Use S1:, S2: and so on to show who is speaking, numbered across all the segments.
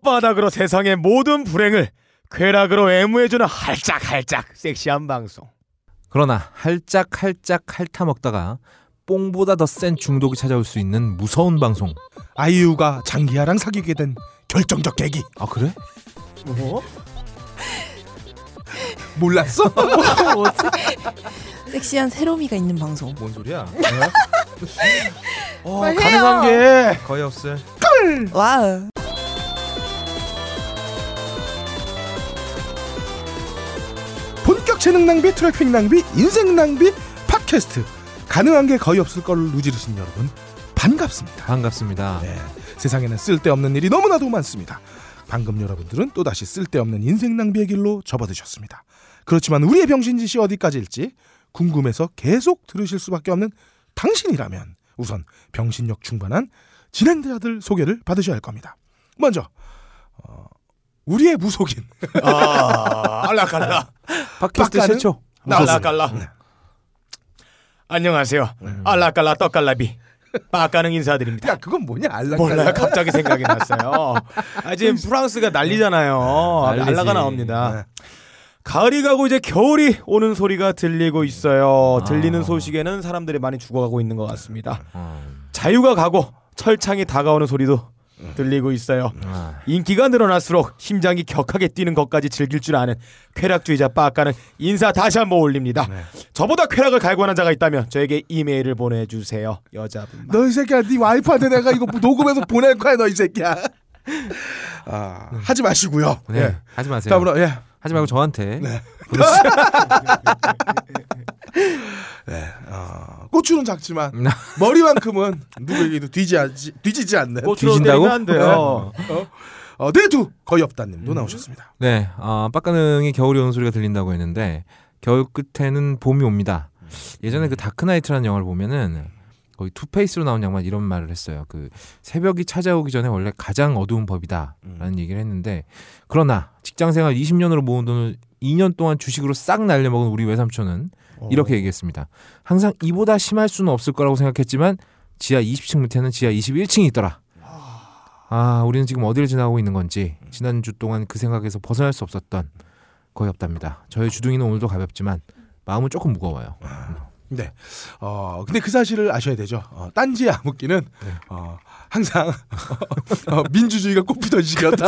S1: 혓바닥으로 세상의 모든 불행을 쾌락으로 애무해주는 할짝할짝 섹시한 방송.
S2: 그러나 할짝할짝 핥아먹다가 뽕보다 더 센 중독이 찾아올 수 있는 무서운 방송.
S3: 아이유가 장기하랑 사귀게 된 결정적 계기
S2: 아 그래?
S1: 뭐?
S3: 몰랐어?
S4: 섹시한 새로미가 있는 방송.
S2: 뭔 소리야? 네?
S1: 어,
S4: 빨리
S1: 가능한 게
S2: 거의 없을.
S4: 와우.
S3: 본격 재능 낭비, 트래핑 낭비, 인생 낭비 팟캐스트 가능한 게 거의 없을 걸 누지르신 여러분 반갑습니다.
S2: 반갑습니다.
S3: 네, 세상에는 쓸데없는 일이 너무나도 많습니다. 방금 여러분들은 또다시 쓸데없는 인생 낭비의 길로 접어드셨습니다. 그렇지만 우리의 병신짓이 어디까지일지 궁금해서 계속 들으실 수밖에 없는 당신이라면 우선 병신력 충만한 진행자들 소개를 받으셔야 할 겁니다. 먼저 어, 우리의 무속인
S1: 아, 알라칼라.
S2: 팟캐스트
S3: 빡가는?
S2: 최초.
S1: 날라갈라. 안녕하세요. 알라깔라 떡갈라비 빠까능 인사드립니다.
S3: 야 그건 뭐냐 알라카
S1: 몰라요. 갑자기 생각이 났어요. 아, 지금 프랑스가 난리잖아요.
S2: 난리지.
S1: 알라가 나옵니다. 가을이 가고 이제 겨울이 오는 소리가 들리고 있어요.
S2: 아.
S1: 들리는 소식에는 사람들이 많이 죽어가고 있는 것 같습니다.
S2: 어,
S1: 자유가 가고 철창이 다가오는 소리도 들리고 있어요.
S2: 아,
S1: 인기가 늘어날수록 심장이 격하게 뛰는 것까지 즐길 줄 아는 쾌락주의자 빠까는 인사 다시 한번 올립니다.
S3: 네.
S1: 저보다 쾌락을 갈구하는 자가 있다면 저에게 이메일을 보내주세요. 여자분.
S3: 너 이 새끼야 네 와이프한테 내가 이거 녹음해서 보낼 거야 너 이 새끼야 아, 하지 마시고요
S2: 네.
S3: 예.
S2: 하지 마세요.
S3: 다음으로 예.
S2: 하지 말고 저한테.
S3: 어, 고추는 작지만 머리만큼은 누구에게도 뒤지지, 뒤지지 않는
S1: 꽃으로
S2: 뒤진다고?
S1: 때리면 안 돼요.
S3: 어, 대두 거의 없다님도 나오셨습니다
S2: 네. 아 빡가능이 겨울이 오는 소리가 들린다고 했는데 겨울 끝에는 봄이 옵니다. 예전에 그 다크나이트라는 영화를 보면은 거의 투페이스로 나온 양반 이런 말을 했어요. 그 새벽이 찾아오기 전에 원래 가장 어두운 법이다라는 얘기를 했는데 그러나 직장생활 20년으로 모은 돈을 2년 동안 주식으로 싹 날려먹은 우리 외삼촌은 이렇게 얘기했습니다. 항상 이보다 심할 수는 없을 거라고 생각했지만 지하 20층 밑에는 지하 21층이 있더라. 아, 우리는 지금 어디를 지나고 있는 건지 지난주 동안 그 생각에서 벗어날 수 없었던 거의 없답니다. 저의 주둥이는 오늘도 가볍지만 마음은 조금 무거워요.
S3: 네. 어, 근데 그 사실을 아셔야 되죠 어, 딴지의 암흑기는
S1: 네.
S3: 어, 항상 어, 민주주의가 꽃피던 시기였다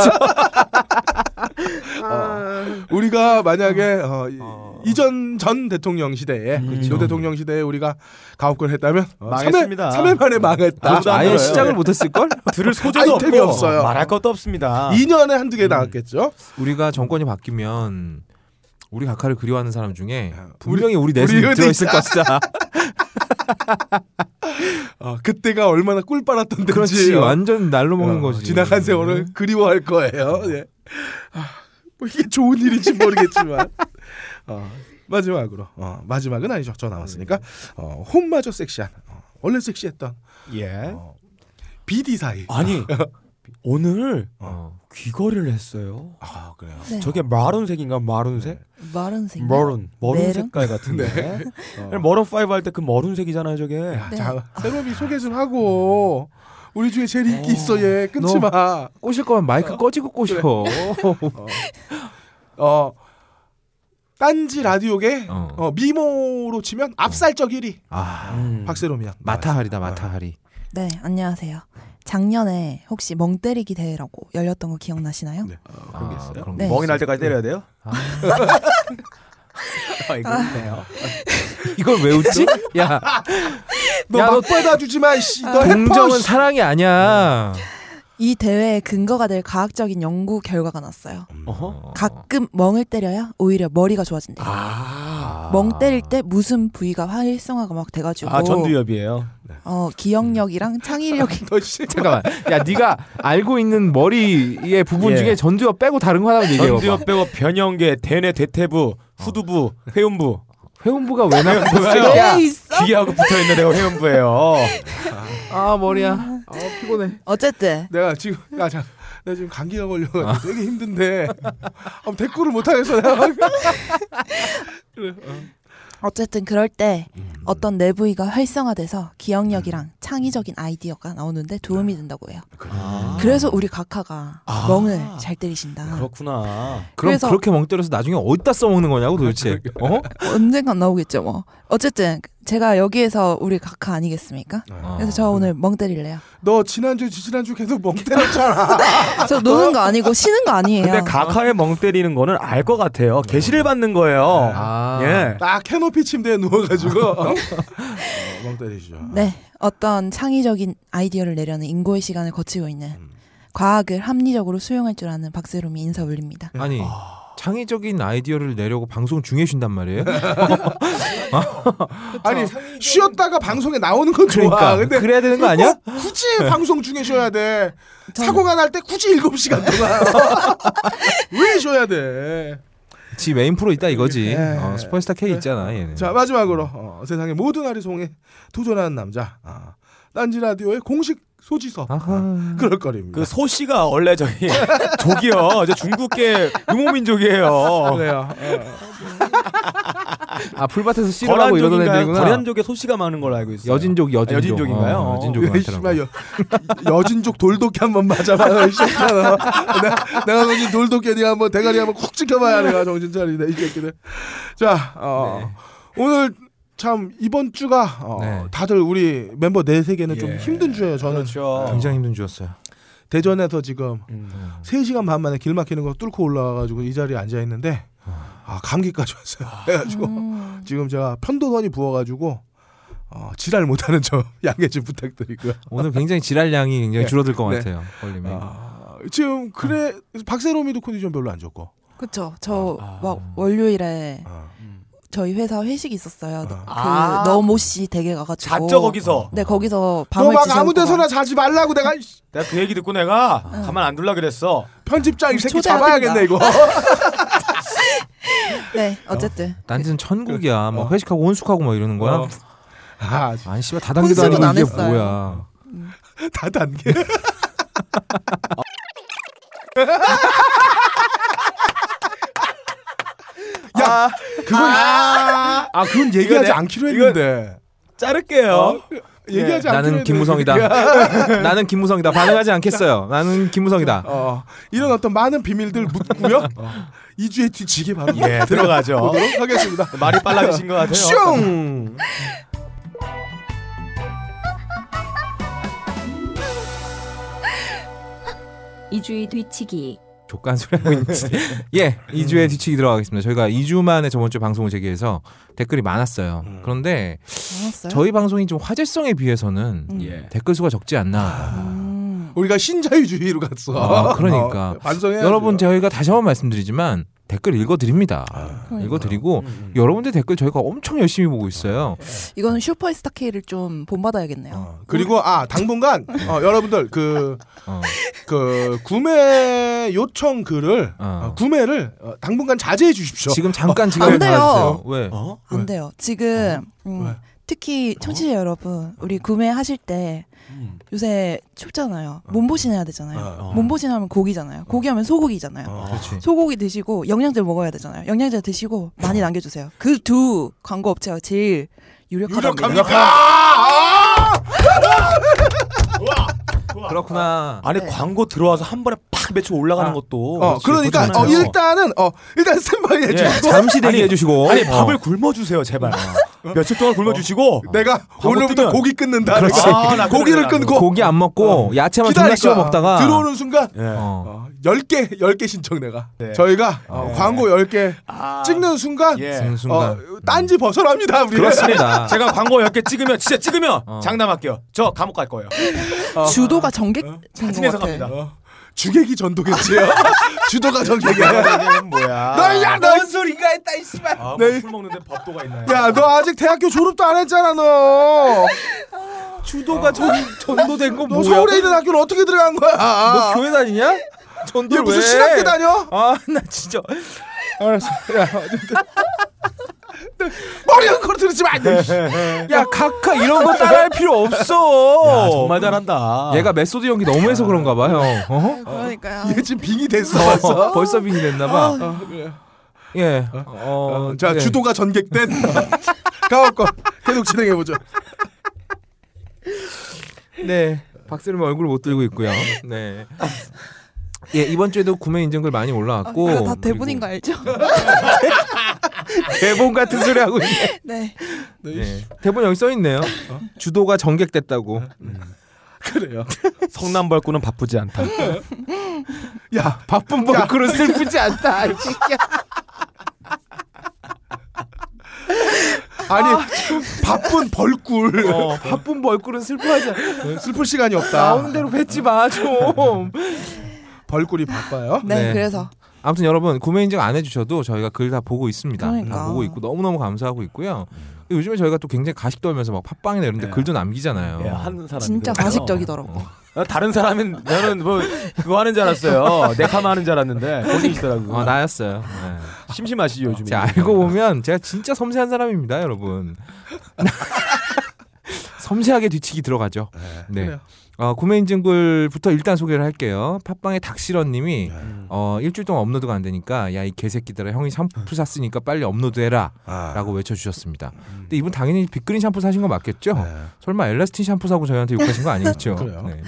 S3: 어, 우리가 만약에 어, 이- 이전 전 대통령 시대에 노 대통령 시대에 우리가 가업권 했다면 어, 삼회
S1: 음. 망했습니다. 그렇죠.
S3: 3회 만에 망했다
S1: 아무도 안 아예 들어요. 시작을
S2: 못했을 걸?
S1: 들을 소재도
S3: 아이템이
S1: 없고
S3: 없어요.
S1: 말할 것도 없습니다.
S3: 예. 2년에 한두
S1: 음.
S3: 개 나왔겠죠
S2: 우리가 정권이 바뀌면 우리 각하를 그리워하는 사람 중에 분명히 우리 내심
S3: 우리
S2: 들어 있을
S3: 은행
S2: 것이다.
S3: 어, 그때가 얼마나 꿀 빨았던 데지
S2: 그렇지, 완전 날로 먹는
S3: 어,
S2: 거지. 음.
S3: 지나간 세월을 그리워할 거예요. 예. 아, 뭐 이게 좋은 일인지 모르겠지만 어, 마지막으로 어, 마지막은 아니죠. 저
S2: 음.
S3: 남았으니까 어, 홈마저 섹시한 어, 원래 섹시했던
S1: 예.
S3: 어, BD 사이.
S1: 아니 오늘
S2: 어.
S1: 귀걸이를 했어요.
S3: 아 그래요.
S4: 네.
S1: 저게 마룬색인가 마룬색?
S4: 마른
S2: 네.
S4: 생.
S1: 머룬 머룬
S4: 메론?
S1: 색깔 같은데 머룬 5 할 때 그 머룬색이잖아요 저게
S3: 네. 야, 자 새로미 소개 좀 하고 우리 중에 제일 인기 있어 얘 끊지
S2: 음. 너-
S3: 마.
S2: 꼬실 거면 마이크 꺼지고 꼬셔.
S3: 어 딴지 라디오계
S2: 어.
S3: 어, 미모로 치면 압살적 1위
S2: 아,
S1: 음.
S3: 박세롬이 양.
S2: 마타하리다, 마타하리.
S4: 네, 안녕하세요. 작년에 혹시 멍 때리기 대회라고 열렸던 거 기억나시나요?
S3: 네.
S2: 아, 그런 게 있어요?
S4: 네.
S1: 멍이 날 때까지 때려야 돼요?
S2: 아.
S1: 아 이거 네요
S2: 이걸 왜 웃지? 야, 야, 너
S3: 너막 받아주지 마. 씨. 너 해퍼,
S2: 동정은
S3: 씨.
S2: 사랑이 아니야.
S4: 이 대회의 근거가 될 과학적인 연구 결과가 났어요.
S1: 어허.
S4: 가끔 멍을 때려야 오히려 머리가 좋아진대요.
S2: 아.
S4: 멍 때릴 때 무슨 부위가 활성화가 막 돼가지고
S1: 아 전두엽이에요.
S4: 어, 기억력이랑 창의력이
S3: 너 씨.
S2: 잠깐만. 야, 네가 알고 있는 머리의 부분
S1: 예.
S2: 중에 전두엽 빼고 다른 거 하나만 얘기해 봐.
S1: 전두엽 빼고 변형계, 대뇌, 대퇴부, 후두부, 회음부.
S2: 회원부가 왜 나온 거야?
S1: 아, 야.
S4: 왜 있어?
S1: 기계하고 붙어 있는 애가 회음부예요.
S2: 아, 머리야. 아, 피곤해.
S4: 어쨌든
S3: 내가 지금 나 자, 내가 지금 감기가 걸려가지고 되게 힘든데 아, 댓글을 못 하겠어 내가. 그래, 어.
S4: 어쨌든 그럴 때
S1: 음.
S4: 어떤 내 부위가 활성화돼서 기억력이랑 창의적인 아이디어가 나오는데 도움이 된다고 해요.
S1: 네. 아.
S4: 그래서 우리 각하가
S1: 아.
S4: 멍을 잘 때리신다.
S1: 그렇구나.
S2: 그럼
S4: 그래서-
S2: 그렇게 멍 때려서 나중에 어디다 써먹는 거냐고 도대체. 어?
S4: 언젠간 나오겠죠 뭐. 어쨌든 제가 여기에서 우리 각하 아니겠습니까?
S2: 어.
S4: 그래서 저
S1: 네.
S4: 오늘 멍 때릴래요.
S3: 너 지난주 지난주 계속 멍 때렸잖아.
S4: 저 노는 거 아니고 쉬는 거 아니에요.
S1: 근데 각하의 멍 때리는 거는 알 것 같아요. 계시를 받는 거예요.
S2: 네. 아.
S1: 예.
S3: 딱 캐노피 침대에 누워가지고 어, 멍 때리시죠.
S4: 네, 어떤 창의적인 아이디어를 내려는 인고의 시간을 거치고 있는
S3: 음.
S4: 과학을 합리적으로 수용할 줄 아는 박세롬이 인사 올립니다.
S2: 아니 창의적인 아이디어를 내려고 방송 중에 쉰단 말이에요.
S3: 아니 쉬었다가 방송에 나오는 건 좋아.
S2: 그러니까
S3: 근데
S2: 그래야 되는 거 아니야?
S3: 꼭 굳이 방송 중에 쉬어야 돼.
S4: 저는-
S3: 사고가 날 때 굳이 7시간 동안. 왜 쉬어야 돼?
S2: 지 메인 프로 있다 이거지.
S3: 예.
S2: 어, 스포츠타 K 있잖아 얘는.
S3: 자, 마지막으로 어, 세상의 모든 아리송에 도전하는 남자. 아, 딴지 라디오의 공식 소지서.
S2: 아하.
S3: 그럴 거립니다.
S1: 그 소 씨가 원래 저희 족이요. 저 중국계 유목민족이에요.
S2: 네.
S3: 그래요.
S2: 아 풀밭에서 씨를 하고 이러던
S1: 거란족인가요?
S2: 애들이구나.
S1: 거란족에 소 씨가 많은 걸로 알고 있어요.
S2: 여진족 여진족.
S1: 아, 여진족인가요?
S2: 어, 여진족이
S3: 왜 예, 씨발
S2: 많더라고.
S3: 여, 여진족 돌도끼 한번 맞아봐. 이 새끼야, 너. 내가, 내가 정신 돌도끼 네가 한번 대가리 한번 콕 찍혀봐야 내가 정신 차리네 이 새끼들. 자, 어,
S1: 네.
S3: 오늘 참 이번 주가 어,
S2: 네.
S3: 다들 우리 멤버 네 세계는 좀
S1: 예.
S3: 힘든 주예요. 저는
S1: 그렇죠.
S2: 굉장히 힘든 주였어요.
S3: 대전에서 지금
S1: 음.
S3: 3시간 반 만에 길 막히는 거 뚫고 올라와가지고 이 자리에 앉아 있는데
S1: 어.
S3: 아 감기까지 왔어요.
S1: 네,
S3: 그래가지고
S4: 음,
S3: 지금 제가 편도선이 부어가지고 어, 지랄 못하는 저 양해 좀 부탁드리고요.
S2: 오늘 굉장히 지랄량이 굉장히
S3: 네.
S2: 줄어들 것
S3: 네.
S2: 같아요. 걸리면.
S3: 아, 지금 그래 박세롬이도 컨디션 별로 안 좋고
S4: 그쵸. 저
S1: 아.
S4: 막 월요일에
S3: 아,
S4: 저희 회사 회식 있었어요. 그
S1: 아.
S4: 너모 씨 댁에 가가지고.
S1: 자쩌 거기서.
S4: 네 거기서 밤을
S3: 아. 너막
S4: 지새우고
S3: 아무
S4: 막-
S3: 데서나 자지 말라고 내가 이씨,
S1: 내가 그 얘기 듣고 내가 가만 안 둘라 그랬어.
S3: 편집장 이 새끼
S4: 초대하든가.
S3: 잡아야겠네 이거
S4: 네 어쨌든
S2: 딴지는 천국이야. 막 회식하고 혼숙하고 막 이러는 거야.
S3: 그, 어. 아,
S2: 아니 씨발 다단계도
S4: 혼숙은
S2: 아니고
S4: 안
S2: 이게
S4: 했어요.
S2: 뭐야.
S3: 다 단계 야 그건 아, 그건 얘기하지
S1: 이거 내-
S3: 않기로 했는데
S1: 자를게요.
S3: 어? 얘기하지
S2: 예.
S3: 않기로
S2: 나는
S3: 했는데 어,
S2: 김무성이다. 나는 김무성이다. 반응하지 않겠어요. 나는 김무성이다.
S3: 어, 이런 어떤 많은 비밀들 묻고요 이주에 뒤지게 바로
S1: 예, 들어가죠. 네,
S3: 보도록 하겠습니다
S1: 말이 빨라지신 것 같아요.
S3: 슝
S5: 이주의 뒤치기
S2: 족간 소리 하고 있지. 예,
S3: 음.
S2: 2주에 뒤치기 들어가겠습니다. 저희가 2주 만에 저번 주 방송을 재개해서 댓글이 많았어요.
S3: 음.
S2: 그런데
S4: 알았어요.
S2: 저희 방송이 좀 화제성에 비해서는
S4: 음.
S1: 예.
S2: 댓글 수가 적지
S3: 아.
S2: 않나.
S4: 음,
S3: 우리가 신자유주의로 갔어.
S2: 아, 그러니까.
S3: 반성해.
S2: 여러분 저희가 다시 한번 말씀드리지만 댓글 읽어드립니다. 아,
S4: 그러니까요.
S2: 읽어드리고 여러분들 댓글 저희가 엄청 열심히 보고 있어요.
S4: 이거는 슈퍼스타 K를 좀 본받아야겠네요.
S3: 어, 그리고 아 당분간 어, 여러분들 그,
S2: 어.
S3: 그 구매 요청 글을
S2: 어.
S3: 어, 구매를 어, 당분간 자제해 주십시오.
S2: 지금 잠깐
S4: 안
S2: 지금
S4: 돼요.
S2: 왜?
S1: 어?
S4: 안
S3: 왜? 아,
S4: 돼요. 지금 음,
S3: 왜? 어?
S4: 특히 청취자 여러분, 우리 구매하실 때
S1: 음.
S4: 요새 춥잖아요.
S3: 어.
S4: 몸보신 해야 되잖아요.
S1: 어.
S4: 몸보신하면 고기잖아요. 고기하면 소고기잖아요.
S3: 어.
S2: 그렇지.
S4: 소고기 드시고 영양제 먹어야 되잖아요. 영양제 드시고 많이 남겨주세요. 그 두 광고 업체가 제일 유력하답니다.
S3: 유력합니다.
S2: 아, 그렇구나.
S1: 아니
S4: 네.
S1: 광고 들어와서 한 번에 팍 매출 올라가는 것도
S3: 어, 그러니까 어,
S1: 그렇잖아요.
S3: 일단은 어, 일단 스탠바이 해주고
S1: 예.
S2: 잠시
S1: 아니,
S2: 대기해 주시고.
S1: 아니 밥을 굶어 주세요 제발 며칠 동안 굶어 주시고
S3: 내가
S1: 광고
S3: 오늘부터
S1: 뜨면-
S3: 고기 끊는다.
S1: 그렇지.
S3: 내가.
S1: 아, 나
S3: 고기를
S1: 끊는다,
S3: 끊고
S2: 고기 안 먹고 어, 야채만 존나 씹어
S3: 기다리니까
S2: 먹다가
S3: 들어오는 순간
S1: 예.
S2: 어.
S3: 어, 10개 10개 신청 내가.
S1: 네.
S3: 저희가 어,
S1: 네.
S3: 광고 10개
S1: 아,
S3: 찍는 순간
S1: 예.
S2: 지금 네. 순간.
S3: 어, 딴지 벗어납니다. 우리
S2: 그렇습니다.
S1: 제가 광고 10개 찍으면 진짜 찍으면
S2: 어.
S1: 장담할게요 저 감옥 갈 거예요
S4: 주도가 정객 된것
S1: 사진에서
S4: 같아.
S1: 갑니다
S3: 어, 주객이 전도겠지요. 아. 주도가 전객이야.
S1: 이거는 뭐야
S3: 너야 너.
S2: 뭔 소리가 했다 이 씨발.
S1: 아,
S3: 네.
S1: 뭐술 먹는데 밥도가 있나요
S3: 야, 너 아직 대학교 졸업도 안 했잖아, 너.
S2: 주도가 전 전도된 건
S3: 너
S2: 뭐야?
S3: 서울에 있는 학교는 어떻게 들어간 거야?
S1: 아.
S2: 너 교회 다니냐? 전도
S3: 얘 무슨 신학교 다녀?
S2: 아나 진짜
S3: 알았어. 야, 어쨌든. 머리는 걸들리지 마. 너.
S2: 야 각하 이런 거 따라할 필요 없어
S1: 야, 정말 잘한다
S2: 얘가 메소드 연기 너무해서 그런가 봐요 어?
S4: 그러니까요.
S3: 얘 지금 빙이 됐어.
S2: 벌써 빙이 됐나 봐
S3: 어, 그래.
S2: 예. 아, 어,
S3: 자
S2: 네.
S3: 주도가 전객된 가옥권 계속 진행해 보죠.
S2: 네. 박스름 얼굴 못 들고 있고요. 네. 예, 이번 주에도 구매 인증글 많이
S4: 아,
S2: 올라왔고
S4: 그거 다 대본인 거
S2: 그리고
S4: 알죠?
S2: 대본 같은 소리 하고 있네.
S4: 네.
S2: 네. 대본 여기 써 있네요. 어? 주도가 전객됐다고.
S3: 그래요.
S1: 성남벌꾸는 바쁘지 않다.
S3: 야
S2: 바쁜 벌크로 슬프지 않다. 아이, 새끼야.
S3: 아니 바쁜 벌꿀
S2: 어, 바쁜 벌꿀은 슬퍼하지 않아.
S3: 슬플 시간이 없다.
S2: 나오는 대로 뱉지 마 좀.
S3: 벌꿀이 바빠요.
S4: 네,
S2: 네.
S4: 그래서
S2: 아무튼 여러분 구매 인증 안 해주셔도 저희가 글 다 보고 있습니다. 다
S4: 그러니까.
S2: 보고 있고 너무 너무 감사하고 있고요. 요즘에 저희가 또 굉장히 가식도 하면서 막 팟빵이나 이런데
S1: 예.
S2: 글도 남기잖아요. 어.
S1: 예, 한 사람
S4: 진짜 가식적이더라고.
S1: 어. 다른 사람은 나는 뭐 그거 하는 줄 알았어요. 네카마 하는 줄 알았는데 거기 있더라고.
S2: 아,
S3: 음.
S2: 나였어요. 네.
S1: 심심하시죠 요즘.
S2: 제가 알고 보면 제가 진짜 섬세한 사람입니다, 여러분. 섬세하게 뒤치기 들어가죠. 네.
S3: 그래요.
S2: 어, 구매 인증글부터 일단 소개를 할게요. 팟빵의 닥실원님이
S3: 네. 음.
S2: 어, 일주일 동안 업로드가 안 되니까 야 이 개새끼들아 형이 샴푸 샀으니까 빨리 업로드해라라고
S3: 음. 아, 음.
S2: 외쳐주셨습니다. 근데 이분 당연히 빅그린 샴푸 사신 거 맞겠죠?
S3: 네.
S2: 설마 엘라스틴 샴푸 사고 저희한테 욕하신 거 아니겠죠?
S3: 그래요.
S2: 네.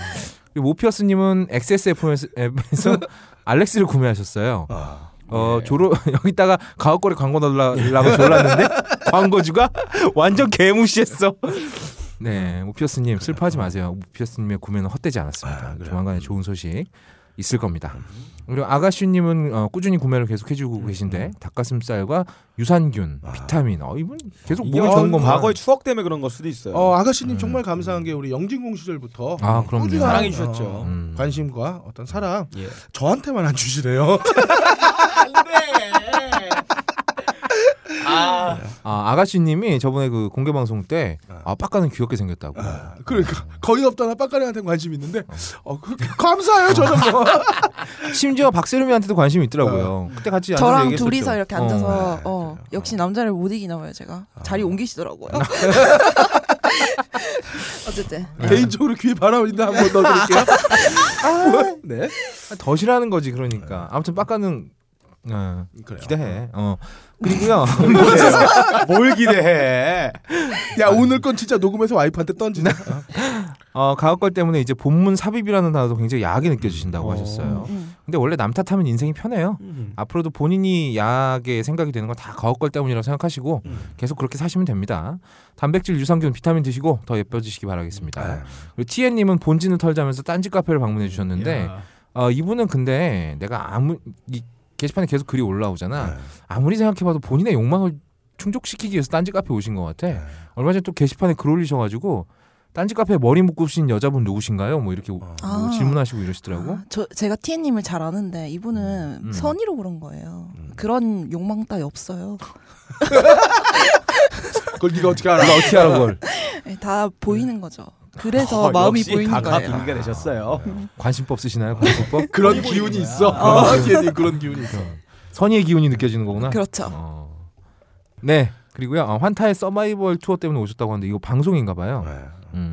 S2: 그리고 모피어스님은 XSFM에서 알렉스를 구매하셨어요.
S3: 아,
S2: 어 조로 여기다가 가옥거리 광고 넣으려고 졸랐는데 광고주가 완전 개무시했어. 네, 모피어스님 슬퍼하지 마세요. 모피어스님의 구매는 헛되지
S3: 아,
S2: 않았습니다.
S3: 그래요?
S2: 조만간에 좋은 소식 있을 겁니다. 그리고 아가씨님은 어, 꾸준히 구매를 계속해주고 계신데 닭가슴살과 유산균, 비타민, 어 이분 계속 몸에 좋은 것만.
S1: 아, 과거의 추억 때문에 그런 걸 수도 있어요.
S3: 어 아가씨님
S2: 음.
S3: 정말 감사한 게 우리 영진공 시절부터
S2: 아 그럼요.
S3: 꾸준한
S1: 사랑해 주셨죠.
S3: 어,
S2: 음.
S3: 관심과 어떤 사랑
S1: 예.
S3: 저한테만 안 주시래요.
S1: 아,
S2: 아 아가씨님이 저번에 그 공개 방송 때아 빡가는 귀엽게 생겼다고.
S3: 그러니까 거의 없던 아빠가리한테 관심 있는데 어, 그, 감사해요 저는 뭐.
S2: 심지어 박세롬이한테도 관심이 있더라고요. 그때 같이 앉아서
S4: 저랑
S2: 얘기했었죠.
S4: 둘이서 이렇게
S2: 네, 어. 아.
S4: 앉아서 어, 역시 남자를 못 이기나 봐요 제가 자리 옮기시더라고요. 어쨌든
S3: 개인적으로 귀에 바람 있다 한번 넣어드릴게요. 아, 네.
S2: 아, 더 싫어하는 거지 그러니까. 아무튼 빡가는 어,
S3: 그래요.
S2: 기대해. 어 그리고요. 아.
S1: 뭘 기대해?
S3: 야 오늘 건 진짜 녹음해서 와이프한테 던지네.
S2: 어 가옥걸 때문에 이제 본문 삽입이라는 단어도 굉장히 야하게 느껴지신다고 하셨어요. 음.
S4: 음.
S2: 근데 원래 남 탓하면 인생이 편해요. 앞으로도 본인이 야하게 생각이 되는 건 다 가옥걸 때문이라고 생각하시고 계속 그렇게 사시면 됩니다. 단백질, 유산균, 비타민 드시고 더 예뻐지시기 바라겠습니다. 그리고 티엔님은 본진을 털자면서 딴지 카페를 방문해 주셨는데 어, 이분은 근데 내가 아무 이 게시판에 계속 글이 올라오잖아.
S3: 네.
S2: 아무리 생각해봐도 본인의 욕망을 충족시키기 위해서 딴지 카페 오신 것 같아. 얼마 전에 또 게시판에 글 올리셔가지고 딴지 카페 머리 묶으신 여자분 누구신가요? 뭐 이렇게 뭐
S4: 아.
S2: 질문하시고 이러시더라고.
S4: 아, 저 제가 티엔님을 잘 아는데 이분은
S2: 음.
S4: 선의로 그런 거예요. 그런 욕망 따위 없어요.
S3: 그걸 네가 어떻게 알아?
S2: 어떻게 알아 그걸?
S4: 네, 다 보이는 거죠. 그래서
S2: 아,
S1: 어,
S4: 마음이
S1: 역시
S4: 보이는
S1: 가가
S4: 거예요. 음.
S1: 분위기가 되셨어요.
S2: 관심법 쓰시나요? 관심법?
S3: 그런 기운이 있어. 어, 걔는 그런 기운이 있어.
S2: 선의의 기운이 느껴지는 거구나.
S4: 그렇죠.
S2: 어. 네. 그리고요 어, 환타의 서바이벌 투어 때문에 오셨다고 하는데 이거
S3: 네.
S2: 방송인가봐요. 음,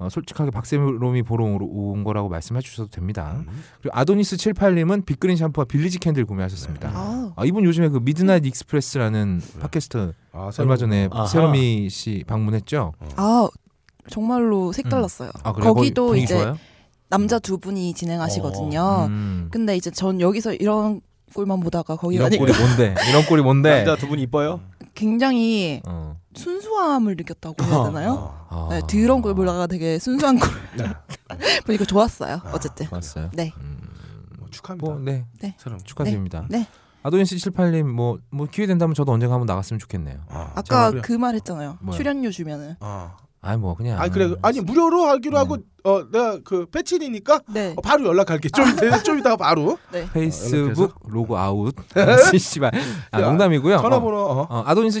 S2: 어, 솔직하게 박세롬이 보러 오- 온 거라고 말씀해 주셔도 됩니다. 그리고 아도니스 78님은 빅그린 샴푸와 빌리지 캔들 구매하셨습니다.
S4: 아,
S2: 아, 이분 요즘에 그 미드나잇 익스프레스라는 팟캐스트
S3: 아,
S2: 얼마 전에
S1: 아하.
S2: 세롬이 씨 방문했죠.
S4: 아 정말로 색달랐어요.
S2: 아, 그래요?
S4: 거기도
S2: 거기 분위기
S4: 이제 어,
S2: 좋아요?
S4: 남자 두 분이 진행하시거든요.
S2: 음.
S4: 근데 이제 전 여기서 이런 꼴만 보다가 그뭐 거기
S2: 이런
S4: 가니까
S2: 꼴이 뭔데? 이런 꼴이
S4: 네.
S2: 뭔데?
S1: 남자 두 분 이뻐요?
S4: 굉장히
S2: 어. 새롬
S4: 순수함을 느꼈다고 해야 되나요?
S2: 아.
S4: 네, 드러운 꼴 보다가 되게 순수한 꼴
S3: 네.
S4: 보니까 좋았어요.
S2: 아.
S4: 어쨌든
S2: 맞어요. 음.
S4: 네.
S3: 뭐 축하합니다.
S2: 뭐, 네.
S4: 네.
S3: 사람.
S2: 축하드립니다.
S4: 네.
S2: 아도니스 78님 뭐, 뭐 기회 된다면 저도 언젠가 한번 나갔으면 좋겠네요.
S3: 아,
S4: 아까
S3: 그래.
S4: 그 말 했잖아요.
S2: 뭐야?
S4: 출연료 주면은
S3: 아,
S2: 아니 뭐 그냥
S3: 아니 그래 아니 무료로
S2: 음.
S3: 하기로 하고 어 내가 그 패친이니까
S4: 네.
S3: 어, 바로 연락할게. 좀 이따 좀 이따가 바로
S2: 페이스북
S3: 아, 연락해서?
S2: 로그 아웃. 씨발. 아,
S3: 야,
S2: 농담이고요.
S3: 전화번호 어.
S2: 어, 아도니스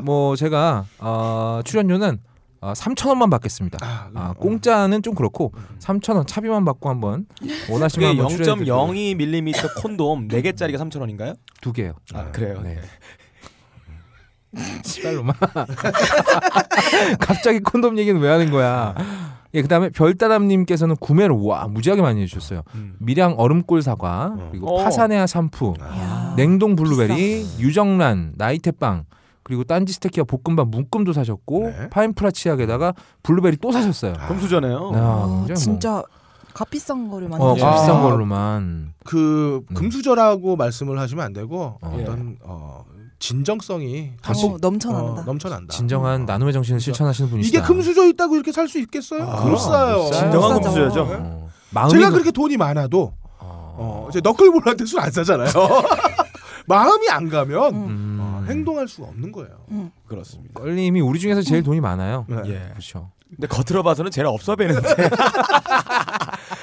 S2: 78님 뭐 제가 어, 출연료는 어, 3천 원만 받겠습니다.
S3: 아, 음.
S2: 아, 공짜는 좀 그렇고 3천 원 차비만 받고 한번 원하시면 한번 출연해 드릴게요.
S1: 0.02mm 콘돔 4개짜리가 3,000원인가요?
S2: 두 개요.
S1: 아, 그래요.
S2: 네. 씨발로마. 갑자기 콘돔 얘기는 왜 하는 거야? 예, 그다음에 별따람님께서는 구매를 와 무지하게 많이 해주셨어요.
S1: 음.
S2: 밀양 얼음골 사과 그리고
S1: 어.
S2: 파산해야 샴푸
S4: 이야.
S2: 아, 냉동 블루베리,
S3: 비싸.
S2: 유정란, 나이테빵 그리고 딴지 스테키와 볶음밥 묶음도 사셨고
S3: 네.
S2: 파인프라 치약에다가 블루베리 또 사셨어요.
S3: 아,
S1: 금수저네요.
S2: 네. 아,
S4: 아,
S2: 굉장히
S4: 진짜 값비싼 거를 많이
S2: 어,
S4: 드시네요.
S3: 값비싼
S2: 비싼
S3: 아.
S2: 걸로만.
S3: 그
S2: 네.
S3: 금수저라고 말씀을 하시면 안 되고
S2: 어.
S3: 어떤 어, 진정성이
S4: 어, 넘쳐난다.
S3: 어, 넘쳐난다.
S2: 진정한 나눔의 정신을 실천하시는 분이시다.
S3: 아. 이게 금수저 있다고 이렇게 살 수 있겠어요?
S1: 아,
S3: 못 사요. 네.
S2: 진짜.
S1: 진정한
S4: 비싸죠.
S1: 금수저죠.
S2: 어, 마음이
S3: 제가
S2: 그-
S3: 그렇게 돈이 많아도 어, 이제 너클볼한테 술 안 사잖아요. 마음이 안 가면
S4: 음.
S2: 음.
S3: 어, 행동할 수가 없는 거예요.
S4: 음.
S1: 그렇습니다.
S2: 걸님이 우리 중에서 제일 돈이 많아요.
S3: 네.
S1: 예.
S2: 그렇죠.
S1: 근데 겉으로 봐서는 제일 없어 보이는데.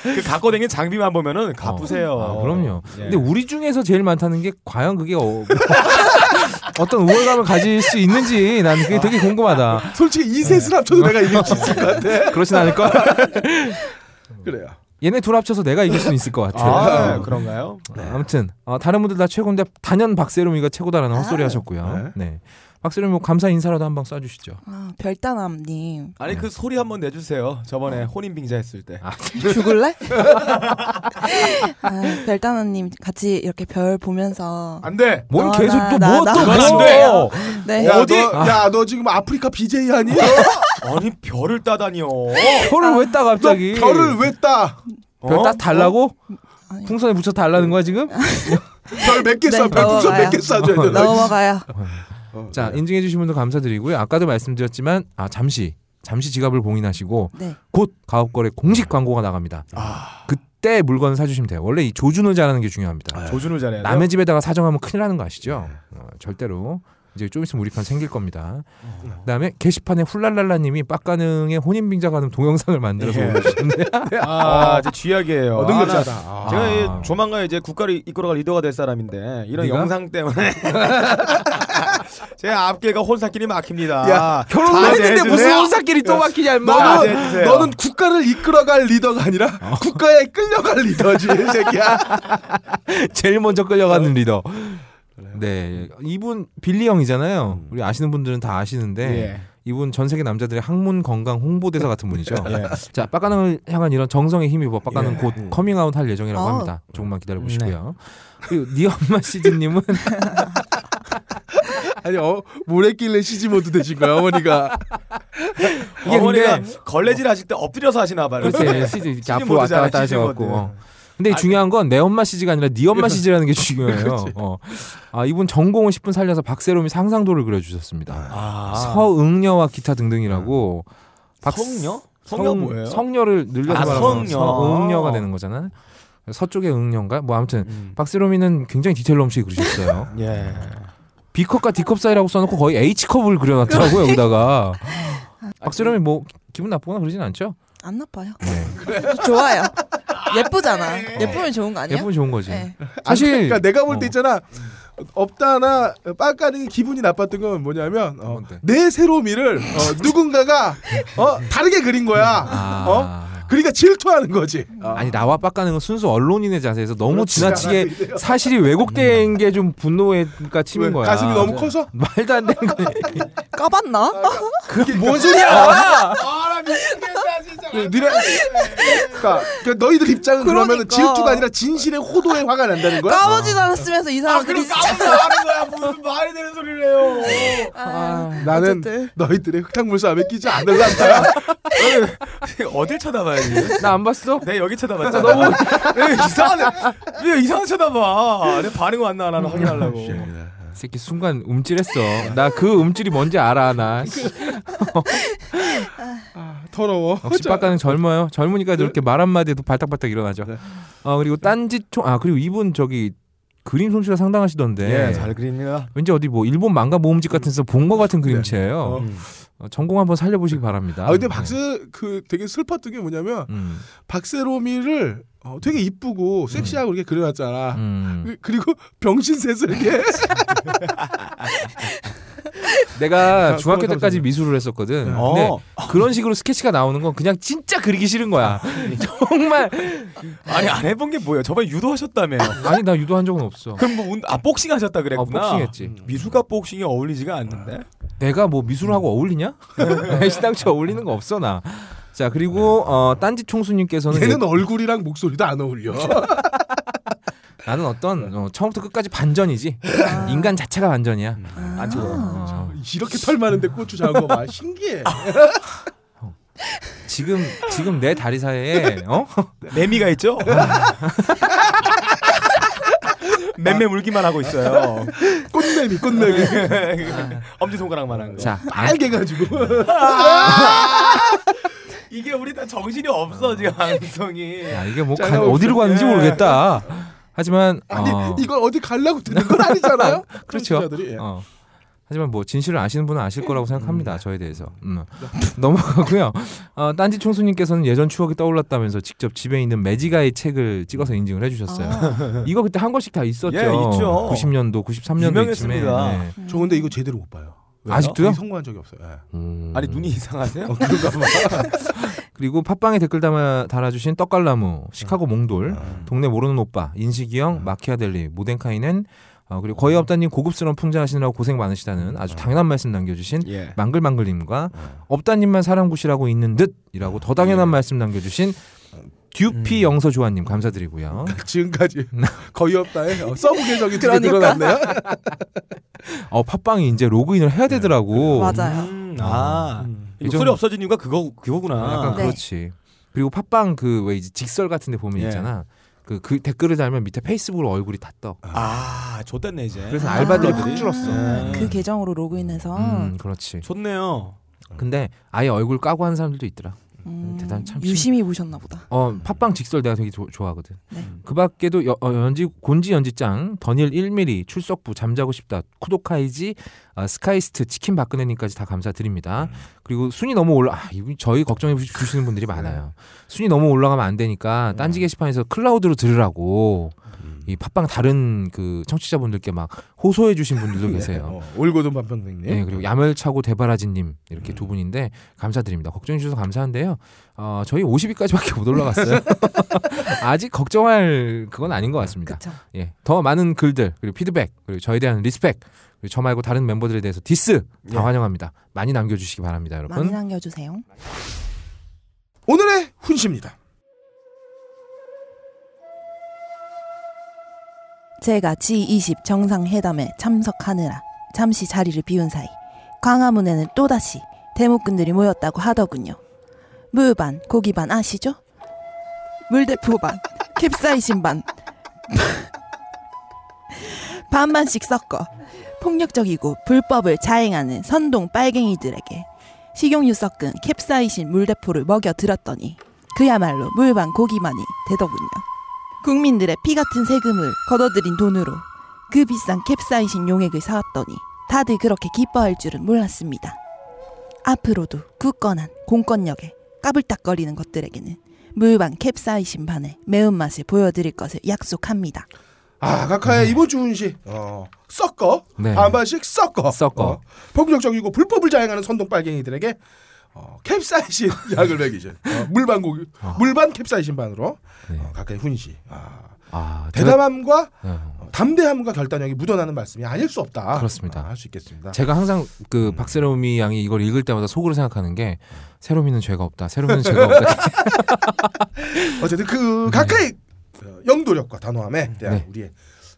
S1: 그 갖고 다니는 장비만 보면은 갚으세요.
S3: 어,
S2: 아, 그럼요.
S1: 예.
S2: 근데 우리 중에서 제일 많다는 게 과연 그게 어, 어떤 우월감을 가질 수 있는지 난 그게 되게 궁금하다.
S3: 솔직히 이 셋을 합쳐도 내가 이길 수 있을 것 같아.
S2: 그렇진 않을 걸.
S3: 그래요.
S2: 얘네 둘 합쳐서 내가 이길 수 있을 것 같아.
S1: 아,
S2: 요
S1: 그런가요?
S2: 아무튼 어, 다른 분들 다 최고인데 단연 박세롬이가
S4: 아.
S2: 최고다라는 헛소리 하셨고요. 네. 박세롬이 뭐 감사 인사라도 한번 쏴주시죠.
S4: 아, 별다남님
S1: 아니 그 소리 한번 내주세요. 저번에 혼인 빙자 했을 때.
S2: 어. 아,
S4: 죽을래? 아, 별다남님 같이 이렇게 별 보면서
S1: 안 돼.
S2: 뭘
S4: 어,
S2: 계속
S4: 나- 나-
S2: 또뭐
S4: 나-
S2: 또
S1: 그건
S2: 뭐.
S1: 안 돼.
S4: 네
S3: 야,
S1: 어디?
S3: 너, 야, 너 지금 아프리카 BJ 하니?
S1: 아니 별을 따다니요.
S2: 별을 왜 따
S3: 너
S2: 갑자기?
S3: 별을 왜 따?
S2: 별
S1: 어?
S2: 따 달라고?
S4: 아니.
S2: 풍선에 붙여 달라는 거야 지금?
S3: 별 몇 개
S4: 네,
S3: 싸? 별 풍선
S4: 넘어가요.
S3: 몇개 싸줘야 돼? 너.
S4: 넘어가요.
S3: 어,
S2: 자
S3: 네.
S2: 인증해 주신 분들 감사드리고요. 아까도 말씀드렸지만 아 잠시 잠시 지갑을 봉인하시고
S4: 네.
S2: 곧 가업거래 공식 광고가 나갑니다. 아. 그때 물건을 사주시면 돼요. 원래 이 조준을 잘하는 게 중요합니다.
S1: 조준을 잘해야 돼.
S2: 남의 집에다가 사정하면 큰일 나는 거 아시죠? 어, 절대로 이제 좀 있으면 우리 편 생길 겁니다. 그다음에 게시판에 훌랄랄라님이 빡가능의 혼인빙자 가는 동영상을 만들어서
S1: 예.
S2: 올리셨는데
S1: 아, 이제 쥐약이에요. 아,
S3: 어,
S1: 나-
S3: 능력자다. 아.
S1: 제가 이
S2: 아.
S1: 조만간 이제 국가를 이끌어갈 리더가 될 사람인데 이런
S2: 네가?
S1: 영상 때문에 제 앞길과 혼사길이 막힙니다.
S3: 야,
S1: 자제해주세요.
S2: 혼사끼리 또 막히냐
S1: 아,
S3: 너는,
S1: 네, 주세요.
S3: 너는 국가를 이끌어갈 리더가 아니라 국가에 끌려갈 리더지, 이 새끼야.
S2: 제일 먼저 끌려가는 리더. 네 이분 빌리 형이잖아요. 우리 아시는 분들은 다 아시는데
S1: 예.
S2: 이분 전 세계 남자들의 학문 건강 홍보대사 같은 분이죠.
S1: 예.
S2: 자, 빡가능을 향한 이런 정성의 힘입어 빡가능 곧 예. 음. 커밍아웃 네. 할 예정이라고
S4: 아.
S2: 합니다. 조금만 기다려 보시고요. 그리고 니 엄마 시즈님은
S3: 아니, 어, 모래길래 시집어도 되신 거야, 어머니가.
S2: 이게
S1: 어머니가
S2: 근데-
S1: 걸레질 하실 때 엎드려서 하시나 봐요.
S2: 글쎄 시즈 이렇게
S1: 네. 시즌
S2: 앞으로 왔다
S1: 모드잖아요, 아, 그 그렇죠.
S2: 갔다
S1: 시즌
S2: 하셔갖고.
S1: 모드.
S2: 어. 근데 중요한 건 내 엄마 시즈가 아니라 니 엄마 시즈라는 게 중요해요.
S1: 그렇죠.
S2: 어. 아 이분 전공을 10분 살려서 박세롬이 상상도를 그려주셨습니다.
S1: 아.
S2: 서응녀와 기타 등등이라고. 박-
S1: 성녀? 성녀
S2: 성-
S1: 뭐예요?
S2: 성녀를 늘려서
S1: 아,
S2: 말하면
S1: 성녀.
S2: 서응녀가 되는 거잖아. 서쪽의 응녀인가? 뭐 아무튼
S1: 음.
S2: 박세롬이는 굉장히 디테일 넘치게 그리셨어요.
S1: 예.
S2: B컵과 D컵 사이라고 써놓고 거의 H컵을 그려놨더라고요 여기다가 박수렴이 뭐 기분 나쁘거나 그러진 않죠?
S4: 안 나빠요.
S2: 네.
S4: 좋아요. 예쁘잖아. 예쁘면 좋은 거 아니야?
S2: 예쁘면 좋은 거지
S4: 네.
S2: 사실-
S3: 사실. 그러니까 내가 볼 때
S2: 어.
S3: 있잖아. 없다나 빡가는 기분이 나빴던 건 뭐냐면 어,
S2: 뭔데?
S3: 내 새로미를 어, 누군가가 어, 다르게 그린 거야. 어?
S2: 아...
S3: 그러니까 질투하는 거지. 어.
S2: 아니 나와 빡가는 건 순수 언론인의 자세에서 너무
S3: 그렇지
S2: 지나치게
S3: 않아도 돼요.
S2: 사실이 왜곡된 게 좀 분노가 치민
S3: 왜?
S2: 거야
S3: 가슴이 너무 커서?
S2: 말도 안 되는 거
S4: 까봤나?
S3: 그게 어, 뭔 소리야? 아나 미치겠다 진짜.
S1: 그
S3: 니네 그러니까, 그러니까 너희들 입장은 그러면 은
S4: 그러니까.
S3: 질투가 아니라 진실의 호도에 화가 난다는 거야.
S4: 까보지도 않았으면서 이 사람들이
S1: 아, 그러니까. 까불하는 거야 무슨 말이 되는 소리를 해요.
S2: 아.
S3: 나는
S4: 어쨌든.
S3: 너희들의 흙탕물 싸움에 끼지 않을란다.
S1: 어딜 쳐다봐요? 지금?
S2: 나 안 봤어?
S1: 내가 여기 쳐다봤잖아. 너무 이상하네. 왜 이상한 쳐다봐? 내 반응 왔나 안 하나
S2: 음. 아,
S1: 확인하려고.
S3: 어,
S2: 이 새끼 순간 움찔했어 나 그 움찔이 뭔지 알아 나
S3: 아, 더러워.
S2: 역시 빡가는 젊어요. 젊으니까 이렇게
S3: 네.
S2: 말 한마디에도 발딱발딱 일어나죠. 아 그리고 딴지 총아 그리고 이분 저기 그림 솜씨가 상당하시던데.
S1: 예,
S3: 예,
S1: 그립니다.
S2: 왠지 어디 뭐 일본 망가 모음집 같은 데서 본 것 같은 그림체예요. 어, 전공 한번 살려보시기 바랍니다.
S3: 네. 아 근데
S2: 네.
S3: 박세 그 되게 슬펐던 게 뭐냐면
S2: 음,
S3: 박세로미를 어, 되게 이쁘고 섹시하고 이렇게 그려놨잖아.
S2: 음.
S3: 그- 그리고 병신셋을 이렇게
S2: 내가 중학교
S3: 그거
S2: 때까지
S3: 좀-
S2: 미술을 했었거든. 근데
S1: 어.
S2: 그런 식으로 스케치가 나오는 건 그냥 진짜 아, 그리기 싫은 거야. 정말
S1: 아니 안 해본 게 뭐예요? 저번에 유도하셨다며.
S2: 아니 나 유도한 적은 없어.
S1: 그럼 뭐 운- 아, 복싱 하셨다
S2: 아,
S1: 그랬구나.
S2: 복싱했지.
S1: 미술과 복싱이 어울리지가 않는데.
S2: 내가 뭐 미술하고 어울리냐? 시당초 어울리는 거 없어 나. 자 그리고 어, 딴지 총수님께서는
S3: 얘는 얼굴이랑 목소리도 안 어울려.
S2: 나는 어떤 어, 처음부터 끝까지 반전이지. 인간 자체가 반전이야.
S1: 안 좋아.
S2: 음. 어,
S3: 이렇게 털 많은데 고추 작은 거 봐. 신기해.
S2: 아, 지금 지금 내 다리 사이에 어?
S1: 매미가 있죠?
S2: 아.
S1: 맴매 물기만 하고 있어요. 네.
S3: 꽃내미
S2: 네.
S3: 꽃내미.
S1: 엄지 손가락만 한 거.
S2: 자, 아. 안,
S3: 빨개 가지고.
S1: 이게 우리 다 정신이 없어 지금
S2: 아.
S1: 방송이.
S2: 야, 이게 뭐
S3: 자,
S2: 간, 어디로 가는지
S1: 예.
S2: 모르겠다. 하지만
S3: 아니
S2: 어,
S3: 이걸 어디 가려고 듣는 건 아니잖아요.
S2: 그렇죠.
S3: 청취자들이. 예.
S2: 어. 하지만 뭐 진실을 아시는 분은 아실 거라고 생각합니다. 저에 대해서 음.
S1: 네.
S2: 넘어가고요. 어, 딴지 총수님께서는 예전 추억이 떠올랐다면서 직접 집에 있는 매지가의 책을 찍어서 인증을 해주셨어요.
S4: 아.
S2: 이거 그때 한 권씩 다 있었죠.
S1: 예, 있죠.
S2: 90년도, 93년도쯤에. 네.
S1: 유명했습니다.
S4: 음.
S3: 저 근데 이거 제대로 못 봐요.
S1: 왜요?
S2: 아직도요? 음.
S3: 거의 성공한 적이 없어요. 예.
S1: 아니 눈이 이상하세요?
S3: 어, 그런가 봐.
S2: 그리고 팟빵에 댓글 담아, 달아주신
S1: 네.
S2: 떡갈나무, 시카고 몽돌, 동네 모르는 오빠, 인식이 형, 마키아델리, 모덴카이넨, 어, 그리고 거의 없다님 고급스러운 풍자하시느라고 고생 많으시다는
S1: 네.
S2: 아주 당연한 말씀 남겨주신
S1: 예.
S2: 망글망글님과 업다님만 사람 구실하고 있는 듯이라고 더 당연한 말씀 남겨주신 듀피 영서 조아님 감사드리고요.
S3: 지금까지
S2: 네.
S3: 거의 없다에 어, 서브 계정이 두개
S4: 그러니까.
S3: 늘어났네요.
S2: 어 팟빵이 이제 로그인을 해야 되더라고.
S4: 맞아요.
S1: 음, 아
S3: 음.
S1: 이 목소리 없어진 이유가 그거 그거구나.
S2: 아, 약간
S5: 네.
S2: 그렇지. 그리고 팟빵 그 왜 이제 직설 같은 데 보면
S1: 예.
S2: 있잖아. 그, 그 댓글을 달면 밑에 페이스북으로 얼굴이 다 떠.
S1: 아 좆됐네 이제.
S2: 그래서 알바들이
S4: 아.
S2: 푹 줄었어.
S1: 예.
S4: 그 계정으로 로그인해서
S2: 음, 그렇지.
S1: 좋네요.
S2: 근데 아예 얼굴 까고 하는 사람들도 있더라.
S4: 음,
S2: 대단 참
S4: 유심히 보셨나 보다.
S2: 어, 팟빵 직설 내가 되게 조- 좋아하거든.
S4: 네.
S2: 그 밖에도 여- 어, 연지 곤지 연지짱, 더닐 1mm, 출석부 잠자고 싶다, 쿠도카이지, 아, 스카이스트, 치킨 박근혜님까지 다 감사드립니다. 그리고 순위 너무 올라, 아, 이분 저희 걱정해 주- 주시는 분들이 많아요. 순위 너무 올라가면 안 되니까 딴지 게시판에서 클라우드로 들으라고 이 팟빵 다른 그 청취자분들께 막 호소해 주신 분들도 계세요.
S3: 어, 올고든 반평생님.
S4: 예.
S2: 네, 그리고 야멸차고 대바라지님 이렇게
S4: 음.
S2: 두 분인데 감사드립니다. 걱정해 주셔서 감사한데요. 어, 저희 50위까지밖에 못 올라갔어요. 아직 걱정할 그건 아닌 것 같습니다.
S4: 그쵸.
S2: 예, 더 많은 글들 그리고 피드백 그리고 저에 대한 리스펙 그리고 저 말고 다른 멤버들에 대해서 디스 다
S1: 예.
S2: 환영합니다. 많이 남겨주시기 바랍니다,
S4: 많이
S2: 여러분.
S4: 남겨주세요.
S3: 오늘의 훈시입니다.
S4: 제가 G20 정상회담에 참석하느라 잠시 자리를 비운 사이 광화문에는 또다시 대목군들이 모였다고 하더군요. 무반, 고기반 아시죠? 물대포반, 캡사이신반, 반만씩 섞어 폭력적이고 불법을 자행하는 선동 빨갱이들에게 식용유 섞은 캡사이신 물대포를 먹여 들었더니 그야말로 물반 고기만이 되더군요. 국민들의 피 같은 세금을 걷어들인 돈으로 그 비싼 캡사이신 용액을 사왔더니 다들 그렇게 기뻐할 줄은 몰랐습니다. 앞으로도 굳건한 공권력에 까불딱거리는 것들에게는 물방 캡사이신 반의 매운맛을 보여드릴 것을 약속합니다.
S3: 아, 각하의 이번 주 훈시. 어, 섞어.
S2: 네.
S3: 반반씩 섞어.
S2: 섞어.
S3: 어, 폭력적이고 불법을 자행하는 선동 빨갱이들에게 어, 캡사이신 약을 먹이죠. 어, 물반 고기, 물반 캡사이신 반으로
S2: 네.
S3: 어, 각하의 훈시. 아,
S2: 아, 제가,
S3: 대담함과
S2: 어,
S3: 어, 담대함과 결단력이 묻어나는 말씀이 아닐 수 없다.
S2: 그렇습니다.
S3: 할 수 있겠습니다.
S2: 제가 항상 그
S4: 음.
S2: 박세롬이 양이 이걸 읽을 때마다 속으로 생각하는 게 세롬이는 죄가 없다, 세롬이는 죄가 없다.
S3: 어쨌든 그 각하의 어, 영도력과 단호함에 대한
S2: 네.
S3: 우리의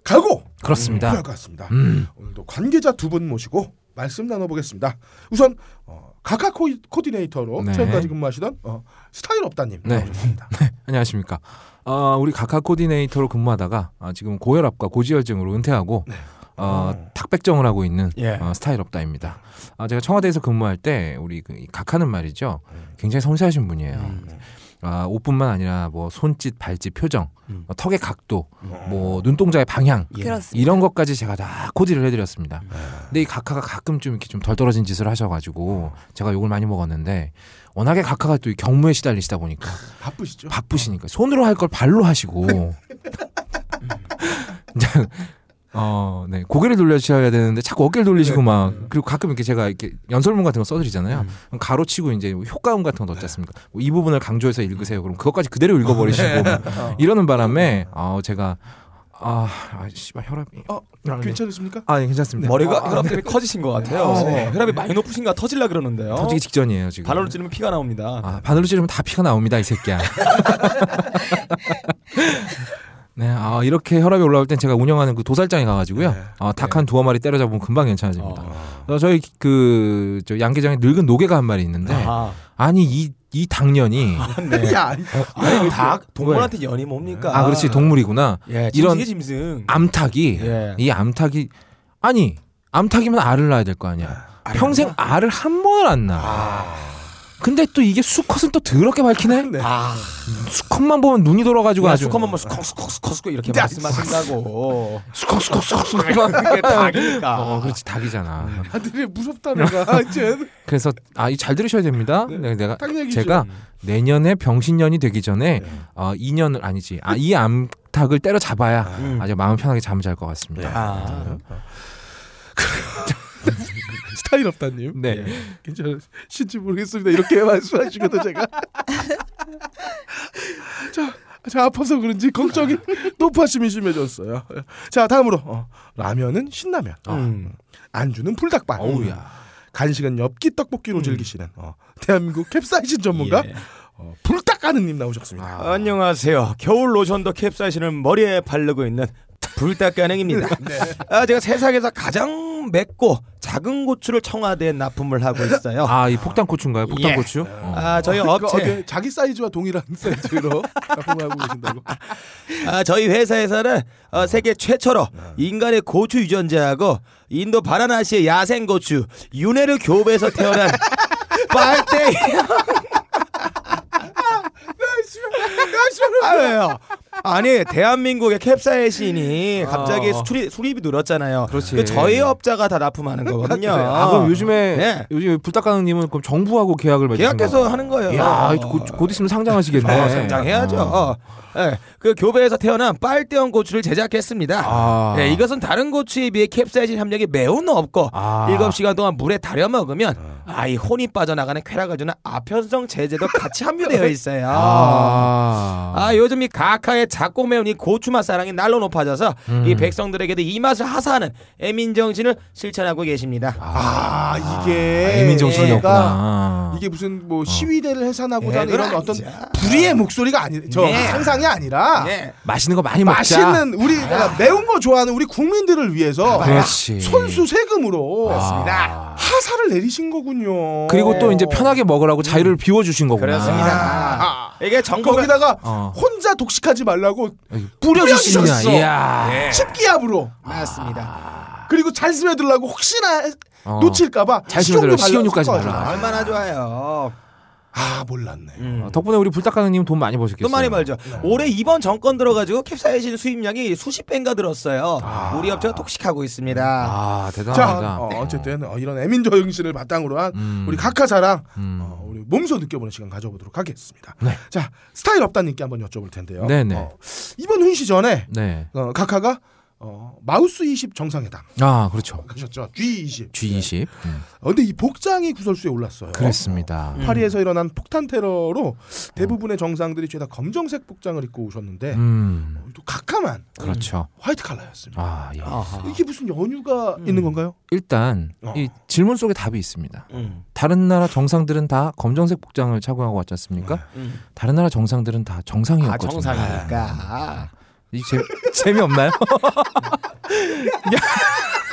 S3: 각오 필요할
S2: 그렇습니다.
S3: 것 같습니다.
S2: 음,
S3: 오늘도 관계자 두 분 모시고 말씀 나눠보겠습니다. 우선 어, 각하 코, 코디네이터로
S2: 네.
S3: 지금까지 근무하시던 어, 스타일 업다님
S2: 네.
S3: 나오셨습니다.
S2: 안녕하십니까. 어, 우리 각하 코디네이터로 근무하다가 아, 지금 고혈압과 고지혈증으로 은퇴하고 어, 탁백정을 하고 있는
S1: 네. 예.
S2: 어, 스타일 업다입니다. 아, 제가 청와대에서 근무할 때 우리 그이 각하는 말이죠. 굉장히 섬세하신 분이에요.
S1: 음.
S2: 아, 옷뿐만 아니라 뭐 손짓, 발짓, 표정,
S1: 음.
S2: 어, 턱의 각도, 뭐 눈동자의 방향
S1: 예.
S4: 그렇습니다.
S2: 이런 것까지 제가 다 코디를 해드렸습니다.
S1: 음.
S2: 근데 이 각하가 가끔 좀 이렇게 좀 덜 떨어진 짓을 하셔가지고 제가 욕을 많이 먹었는데 워낙에 각하가 또 이 경무에 시달리시다 보니까
S3: 바쁘시죠?
S2: 바쁘시니까 손으로 할 걸 발로 하시고 음. 그냥 어, 네. 고개를 돌려주셔야 되는데 자꾸 어깨를
S1: 네,
S2: 돌리시고 막 그리고 가끔 이렇게 제가 이렇게 연설문 같은 거 써드리잖아요.
S1: 음.
S2: 그럼 가로치고 이제 뭐 효과음 같은 거
S1: 네.
S2: 넣지 않습니까? 뭐이 부분을 강조해서 읽으세요. 그럼 그것까지 그대로
S1: 네.
S2: 읽어버리시고 막 이러는 바람에 어, 제가 아, 아 씨발 혈압이
S3: 어,
S2: 아, 네.
S3: 괜찮으십니까?
S2: 아, 예, 괜찮습니다.
S1: 네. 머리가
S2: 아,
S1: 혈압이 커지신 것 같아요.
S3: 네.
S1: 어, 혈압이 많이 높으신가 터질라 그러는데요.
S2: 터지기 직전이에요 지금.
S1: 바늘로 찌르면 피가 나옵니다.
S2: 아, 바늘로 찌르면 다 피가 나옵니다 이 새끼야. 네, 아 이렇게 혈압이 올라올 땐 제가 운영하는 그 도살장에 가가지고요.
S3: 네.
S2: 아, 닭 한 두어 마리 때려잡으면 금방 괜찮아집니다.
S1: 어.
S2: 그래서 저희 그저 양계장에 늙은 노개가 한 마리 있는데
S1: 아,
S2: 아니 이 이 당년이
S1: 네.
S3: 야,
S1: 아니, 닭 동물한테 연이 뭡니까?
S2: 아 그렇지 동물이구나
S1: 예,
S2: 이런-
S1: 이런 짐승.
S2: 암탉이
S1: 예.
S2: 이 암탉이 아니 암탉이면 알을 낳아야 될 거 아니야 평생 알을 한 번을 안 낳아 근데 또 이게 수컷은 또 더럽게 밝히네
S3: 네.
S1: 아,
S2: 수컷만 보면 눈이 돌아가지고
S1: 야,
S2: 아주
S1: 수컷만 뭐 수컷 수컷 수컷 수컷 이렇게
S3: 야,
S1: 말씀하신다고. 아, 그러니까.
S2: 수컷 수컷 수컷 네. 수컷
S1: 그게 닭이니까.
S2: 어 그렇지 닭이잖아
S3: 아들이 무섭다는 거야. 하여튼
S2: 그래서 아 이 잘 들으셔야 됩니다 네, 내가- 내가
S3: 딱 얘기죠.
S2: 제가 내년에 병신년이 되기 전에 어 2년을 아니지 아, 이 암탉을 때려잡아야
S1: 음.
S2: 아주 마음 편하게 잠을 잘 것 같습니다.
S1: 아,
S3: 스타일 없다님. 예,
S2: 네.
S3: 괜찮으신지 모르겠습니다. 이렇게 말씀하시고도 제가 자, 자 아파서 그런지 걱정이 노파심이 심해졌어요. 자 다음으로 어, 라면은 신라면,
S2: 어.
S1: 음.
S3: 안주는 불닭발,
S2: 어우야. 음.
S3: 간식은 엽기 떡볶이로 즐기시는 어, 대한민국 캡사이신 전문가
S1: 예.
S3: 어, 불닭가는님 나오셨습니다.
S2: 아,
S1: 아, 안녕하세요. 겨울 로션도 캡사이신을 머리에 바르고 있는 불닭가능입니다. 아, 제가 세상에서 가장 맵고 작은 고추를 청와대에 납품을 하고 있어요.
S2: 아 이 폭탄 고추인가요? 폭탄
S1: 예.
S2: 고추? 어.
S1: 아, 저희
S3: 어, 그러니까
S1: 업체,
S3: 어디 자기 사이즈와 동일한 사이즈로 작품하고 계신다고.
S1: 아, 저희 회사에서는 어, 세계 최초로 인간의 고추 유전자하고 인도 바라나시의 야생 고추 유네르 교배에서 태어난 빨대. 아, 왜요? 아니 대한민국의 캡사이신이 갑자기
S2: 어.
S1: 수출이 수입이 늘었잖아요.
S2: 그렇지.
S1: 그 저희 업자가 다 납품하는 거거든요.
S2: 아 그럼 요즘에
S1: 네.
S2: 요즘 불닭가능님은 그럼 정부하고 계약을 맺으신
S1: 계약해서 하는 거예요.
S2: 야, 곧, 곧 있으면 상장하시겠네. 아.
S1: 어, 성장해야죠. 어. 예, 그 교배에서 태어난 빨대형 고추를 제작했습니다.
S2: 아.
S1: 예, 이것은 다른 고추에 비해 캡사이신 함량이 매우 높고
S2: 아.
S1: 일곱 시간 동안 물에 달여 먹으면 아이 혼이 빠져나가는 쾌락을 주는 아편성 제제도 같이 함유되어 있어요. 아.
S2: 아.
S1: 요즘 이 가카의 작고 매운 이 고추 맛 사랑이 날로 높아져서 이 백성들에게도 이 맛을 하사하는 애민 정신을 실천하고 계십니다.
S3: 아 이게
S2: 애민
S3: 얘가
S2: 정신이었구나. 어. 네, 그렇죠.
S3: 이게 무슨 뭐 시위대를 해산하고자 하는
S1: 예, 그건
S3: 이런 어떤
S1: 아니죠.
S3: 불의의 목소리가 아니 저
S1: 예.
S3: 상상이 아니라
S1: 예.
S2: 맛있는 거 많이 네. 먹자. 아.
S3: 맛있는 우리 가 매운 거 좋아하는 우리 국민들을 위해서
S2: 그렇지.
S3: 손수 세금으로
S2: 맞습니다.
S3: 하사를 내리신 거군요.
S2: 그리고 또 이제 편하게 먹으라고 자유를 비워 주신 거구나.
S1: 그렇습니다.
S3: 아.
S1: 이게 정부가
S3: 거기다가
S2: 어.
S3: 혼자 독식하지 말라고
S2: 뿌려주시냐.
S3: 뿌려주셨어. 네.
S2: 이야.
S3: 십기압으로
S1: 맞습니다.
S3: 그리고 잘 스며들라고 혹시나
S2: 어.
S3: 놓칠까봐
S2: 잘
S3: 식용유
S2: 스며들어요. 식용유까지
S3: 발라줄
S2: 발라.
S3: 거야.
S1: 얼마나 좋아요.
S3: 아 몰랐네.
S1: 음.
S2: 어, 덕분에 우리 불닭가능님 돈 많이 버셨겠어요. 네.
S1: 또 많이 벌죠. 올해 이번 정권 들어가지고 캡사이신 수입량이 수십 배인가 들었어요. 우리 업체가 독식하고 있습니다.
S2: 아 대단하다.
S3: 자 어, 어쨌든 어, 이런 애민저 정신을 바탕으로 한
S2: 음.
S3: 우리 각하사랑
S2: 음.
S3: 어, 우리 몸소 느껴보는 시간 가져보도록 하겠습니다.
S2: 네.
S3: 자 스타일 업다님께 한번 여쭤볼 텐데요.
S2: 네네.
S3: 어, 이번 훈시 전에
S2: 네.
S3: 어, 각하가 어, 마우스 20 정상회담
S2: 아 그렇죠.
S3: 가셨죠? G20.
S2: G20. 음.
S3: 어, 근데 이 복장이 구설수에 올랐어요. 네.
S2: 그랬습니다.
S3: 파리에서 일어난 폭탄 테러로
S2: 어.
S3: 대부분의 정상들이 죄다 검정색 복장을 입고 오셨는데
S2: 음.
S3: 어, 또 각하만
S2: 그렇죠.
S3: 화이트 칼라였습니다.
S2: 아 예.
S1: 아하.
S3: 이게 무슨 연유가
S2: 음.
S3: 있는 건가요?
S2: 일단
S3: 어.
S2: 이 질문 속에 답이 있습니다.
S1: 음,
S2: 다른 나라 정상들은 다 검정색 복장을 착용하고 왔지 않습니까?
S1: 음.
S2: 다른 나라 정상들은 다 정상이었거든요. 네.
S1: 아 정상이니까.
S2: 이 재, 재미없나요?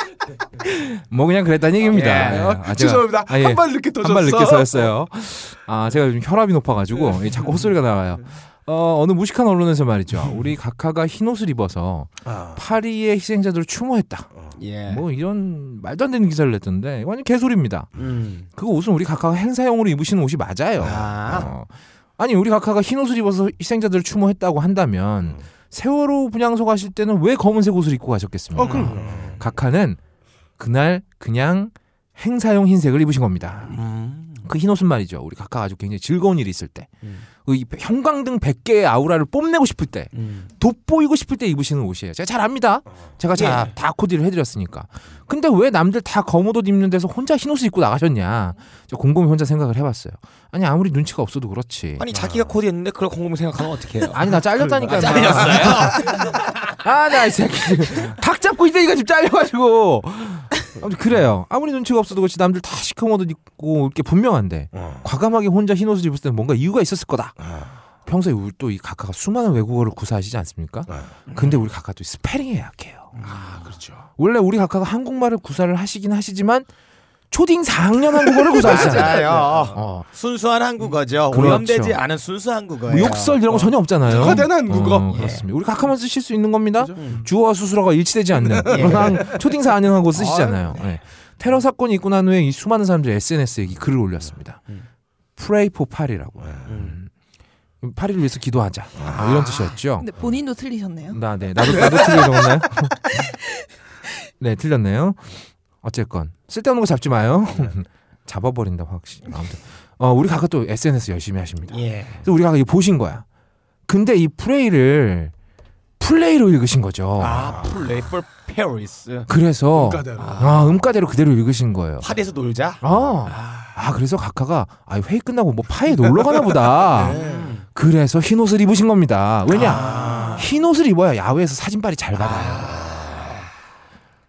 S2: 뭐 그냥 그랬다는 얘기입니다.
S1: 예.
S2: 아, 제가-
S3: 죄송합니다.
S2: 아, 예.
S3: 한발 늦게 터졌어. 예.
S2: 한발 늦게 서였어요. 아 제가 요즘 혈압이 높아가지고 이 자꾸 헛소리가 나와요. 어, 어느 무식한 언론에서 말이죠. 우리 각하가 흰 옷을 입어서
S3: 아,
S2: 파리의 희생자들을 추모했다.
S1: 예.
S2: 뭐 이런 말도 안 되는 기사를 냈던데 완전 개소리입니다.
S1: 음.
S2: 그 옷은 우리 각하가 행사용으로 입으시는 옷이 맞아요.
S1: 아.
S2: 어. 아니 우리 각하가 흰 옷을 입어서 희생자들을 추모했다고
S3: 음.
S2: 한다면 세월호 분향소 가실 때는 왜 검은색 옷을 입고 가셨겠습니까?
S3: 어, 그럼.
S2: 음. 각하는 그날 그냥 행사용 흰색을 입으신 겁니다.
S1: 음.
S2: 그 흰옷은 말이죠. 우리 각하 아주 굉장히 즐거운 일이 있을 때,
S1: 음.
S2: 그이 형광등 100개의 아우라를 뽐내고 싶을 때,
S1: 음.
S2: 돋보이고 싶을 때 입으시는 옷이에요. 제가 잘 압니다. 제가 자
S1: 예.
S2: 다 코디를 해드렸으니까. 근데 왜 남들 다 검은 옷 입는 데서 혼자 흰옷을 입고 나가셨냐? 저 곰곰이 혼자 생각을 해봤어요. 아니 아무리 눈치가 없어도 그렇지.
S1: 아니 자기가 코디했는데 그걸 곰곰이 생각하면 어떡해요?
S2: 아니 나 잘렸다니까. 아 나 이 새끼 닭 잡고 있다니까 지금 잘려가지고. 아무튼 그래요. 아무리 눈치가 없어도 그렇지 남들 다 어. 시커먼 옷 입고 이게 분명한데 과감하게 혼자 흰 옷을 입을 때는 뭔가 이유가 있었을 거다. 평소에 우리 또 이 가카가 수많은 외국어를 구사하시지 않습니까? 근데 우리 가카도 스페링에 약해요.
S3: 아 그렇죠.
S2: 원래 우리 가카가 한국말을 구사를 하시긴 하시지만 초딩 4학년 한국어를 구사하시잖아요.
S1: 맞아요.
S2: 어.
S1: 네. 순수한 한국어죠.
S2: 그렇죠.
S1: 오염되지 않은 순수 한국어예요.
S2: 뭐 욕설 이런 거 전혀 없잖아요.
S3: 특화된 한국어.
S2: 어, 그렇습니다. 우리 가카만 쓰실 수 있는 겁니다.
S3: 그죠?
S1: 음.
S2: 주어와 수술어가 일치되지 않는
S1: 예.
S2: 그런 한- 초딩사 안녕하고 쓰시잖아요.
S1: 네.
S2: 예. 테러 사건이 있고 난 후에 이 수많은 사람들이 SNS에 이 글을 올렸습니다.
S1: 음. 네.
S2: Pray for 파리라고. 음. 파리를 위해서 기도하자.
S1: 아.
S2: 뭐 이런 뜻이었죠.
S4: 근데 본인도
S3: 음.
S4: 틀리셨네요. 음.
S2: 나, 네, 나도 나도 틀리게 적었나요? 네, 틀렸네요. 어쨌건 쓸데없는 거 잡지 마요. 잡아버린다 확실히. 아무튼 어, 우리 가카 또 SNS 열심히 하십니다.
S1: 예.
S2: 그래서 우리가 이거 보신 거야. 근데 이 프레이를 플레이로 읽으신 거죠.
S1: 아, 플레이 for Paris.
S2: 그래서
S3: 그러니까대로.
S2: 아 음가대로 그대로 읽으신 거예요.
S1: 파리에서 놀자.
S2: 아, 아 그래서 각하가 아 회의 끝나고 뭐 파에 놀러 가나 보다.
S1: 음.
S2: 그래서 흰 옷을 입으신 겁니다. 왜냐
S1: 아.
S2: 흰 옷을 입어야 야외에서 사진빨이 잘 받아요.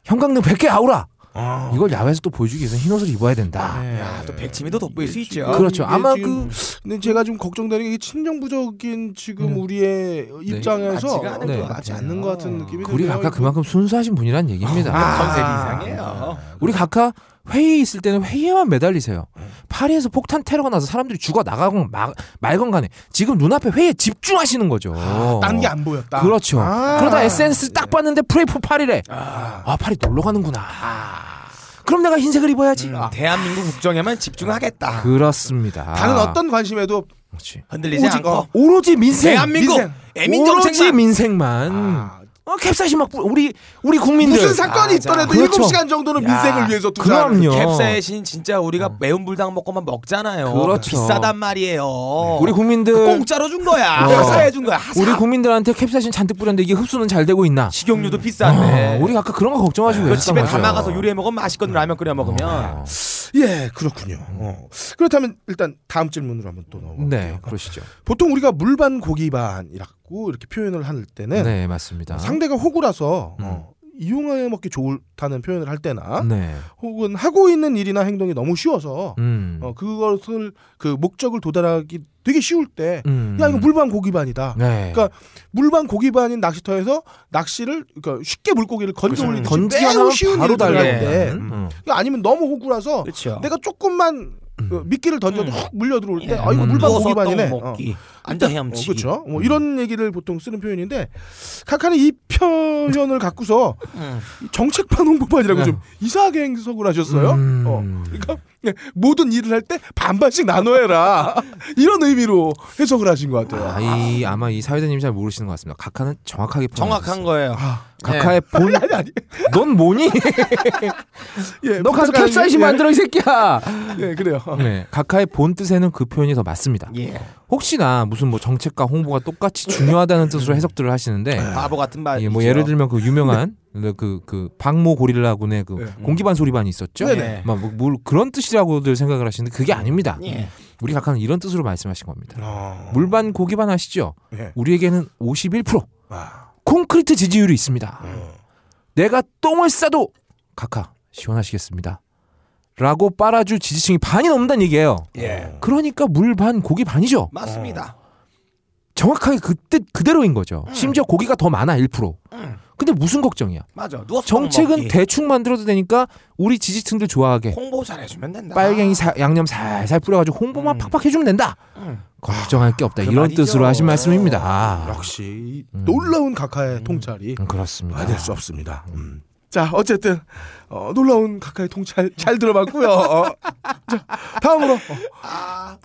S2: 형광등 100개 아우라 이걸 야외에서 또 보여주기 위해서 흰 옷을 입어야 된다.
S3: 네.
S1: 야, 또 백치미도 돋보일 수 있죠.
S3: 아,
S2: 네. 그렇죠.
S3: 이게
S2: 아마
S3: 지금
S2: 그
S3: 근데 제가 지금 걱정되는 게 친정부적인 지금
S2: 음.
S3: 우리의 입장에서
S1: 맞지가 않은
S2: 네.
S1: 것
S3: 맞지
S1: 같아요.
S3: 않는 것 같은 느낌이
S2: 우리
S3: 드네요.
S2: 각하 그만큼 순수하신 분이란 얘기입니다.
S1: 아. 컨셉이 이상해요.
S2: 우리 각하 회의 있을 때는 회의에만 매달리세요. 파리에서 폭탄 테러가 나서 사람들이 죽어 나가건 마- 말건 간에 지금 눈앞에 회의에 집중하시는 거죠.
S3: 아, 딴게 안 보였다.
S2: 어. 그렇죠.
S3: 아.
S2: 그러다 SNS 딱 봤는데 프레이포 파리래. 아, 파리 놀러 가는구나. 그럼 내가 흰색을 입어야지.
S1: 음,
S2: 아,
S1: 대한민국 국정에만 집중하겠다.
S2: 그렇습니다.
S3: 다른 어떤 관심에도
S2: 그렇지.
S1: 흔들리지
S3: 오직,
S1: 않고
S3: 어,
S2: 오로지 민생.
S1: 대한민국
S3: 민생.
S1: 애민
S2: 오로지
S1: 정책만
S2: 민생만.
S3: 아,
S2: 어, 캡사이신 막 뿌- 우리 우리 국민들.
S3: 무슨 사건이
S1: 아,
S3: 있더라도
S2: 자. 그렇죠.
S3: 7시간 정도는
S1: 야,
S3: 민생을 위해서 투자하는
S2: 그럼요. 어.
S1: 캡사이신 진짜 우리가 매운 불닭 먹고만 먹잖아요.
S2: 그렇죠. 네.
S1: 비싸단 말이에요. 그
S2: 우리 국민들.
S1: 공짜로 준 거야.
S2: 어.
S1: 하사해 준 거야. 하사.
S2: 우리 국민들한테 캡사이신 잔뜩 뿌렸는데 이게 흡수는 잘 되고 있나?
S1: 식용유도 비싼데.
S2: 아, 우리 아까 그런 거
S3: 네.
S2: 걱정하시고
S1: 그거
S2: 했었던
S1: 집에
S2: 거죠.
S1: 담아가서 요리해 먹으면 맛있거든 라면 끓여 먹으면.
S2: 어,
S3: 예, 그렇군요. 어. 그렇다면 일단 다음 질문으로 한번 또 넘어갈게요.
S2: 네, 그러시죠.
S3: 보통 우리가 물반 고기반이라고 이렇게 표현을 할 때는
S2: 네, 맞습니다.
S3: 상대가 호구라서
S2: 음.
S3: 어, 이용해 먹기 좋다는 표현을 할 때나
S2: 네.
S3: 혹은 하고 있는 일이나 행동이 너무 쉬워서
S2: 음.
S3: 어, 그것을 그 목적을 도달하기 되게 쉬울 때 야
S2: 음.
S3: 이거 물반 고기반이다.
S2: 네.
S3: 그러니까 물반 고기반인 낚시터에서 낚시를 그러니까 쉽게 물고기를 건져
S1: 그렇죠.
S3: 올리듯이
S2: 던지기만
S3: 매우
S2: 하면
S3: 쉬운 네.
S2: 바로
S3: 일을
S1: 달라요.
S3: 하는데 그러니까
S2: 달라요. 음.
S3: 아니면 너무 호구라서
S1: 그렇죠.
S3: 내가 조금만
S2: 음.
S3: 그 미끼를 던져도
S1: 음.
S3: 확 물려 들어올 때
S1: 예.
S3: 아 이거
S2: 음.
S3: 물반
S1: 누워서
S3: 고기반이네.
S1: 떡
S3: 어.
S1: 먹기. 앉아 헤엄치기.
S3: 그렇죠. 뭐 이런 얘기를 보통 쓰는 표현인데 카카는 이 표현을 갖고서
S1: 음.
S3: 정책판 홍보판이라고
S2: 네.
S3: 좀 이상하게 해석을 하셨어요.
S2: 음.
S3: 어. 그러니까 모든 일을 할 때 반반씩 나눠해라 이런 의미로 해석을 하신 것 같아요.
S2: 아, 이 아마 이 사회자님이 잘 모르시는 것 같습니다. 각하는 정확하게 음.
S1: 정확한 거예요.
S3: 아.
S2: 각하의 본.
S3: 네. 아니 아니.
S2: 넌 뭐니?
S3: 예,
S2: 너 가서
S3: 부탁하는
S2: 캡사이신
S3: 예,
S2: 만들어 이 새끼야.
S3: 예, 그래요.
S2: 네, 각하의 본 뜻에는 그 표현이 더 맞습니다.
S1: 예.
S2: 혹시나 무슨 뭐 정책과 홍보가 똑같이 중요하다는 뜻으로 해석들을 하시는데
S1: 바보 같은 말.
S2: 예, 뭐 예를 들면 그 유명한
S1: 네.
S2: 그 그 방모 고릴라군의 그
S3: 네.
S2: 공기반 소리반이 있었죠.
S1: 네네.
S2: 막 뭐, 뭘 그런 뜻이라고들 생각을 하시는데 그게 아닙니다.
S1: 예. 네.
S2: 우리 각하는 이런 뜻으로 말씀하신 겁니다.
S3: 어.
S2: 물반 고기반 아시죠?
S3: 예.
S2: 우리에게는 51%
S3: 아.
S2: 콘크리트 지지율이 있습니다.
S1: 네.
S2: 내가 똥을 싸도 각하 시원하시겠습니다. 라고 빨아줄 지지층이 반이 넘는다는 얘기예요.
S1: 예.
S2: 그러니까 물 반 고기 반이죠.
S1: 맞습니다.
S2: 정확하게 그때 그대로인 거죠. 심지어 고기가 더 많아 1%.
S1: 음.
S2: 근데 무슨 걱정이야?
S1: 맞아. 누워서 떡
S2: 정책은
S1: 먹기.
S2: 대충 만들어도 되니까 우리 지지층들 좋아하게
S1: 홍보 잘해주면 된다.
S2: 빨갱이 사- 양념 살살 뿌려가지고 홍보만
S1: 음.
S2: 팍팍 해주면 된다.
S1: 음.
S2: 걱정할 게 없다.
S1: 그
S2: 이런
S1: 말이죠.
S2: 뜻으로 하신 말씀입니다.
S3: 역시 이
S2: 아. 음.
S3: 놀라운 각하의 통찰이
S2: 음, 그렇습니다.
S3: 아닐 수 없습니다. 음. 자, 어쨌든 어, 놀라운 각하의 통찰 잘 들어봤고요. 어. 자, 다음으로 어,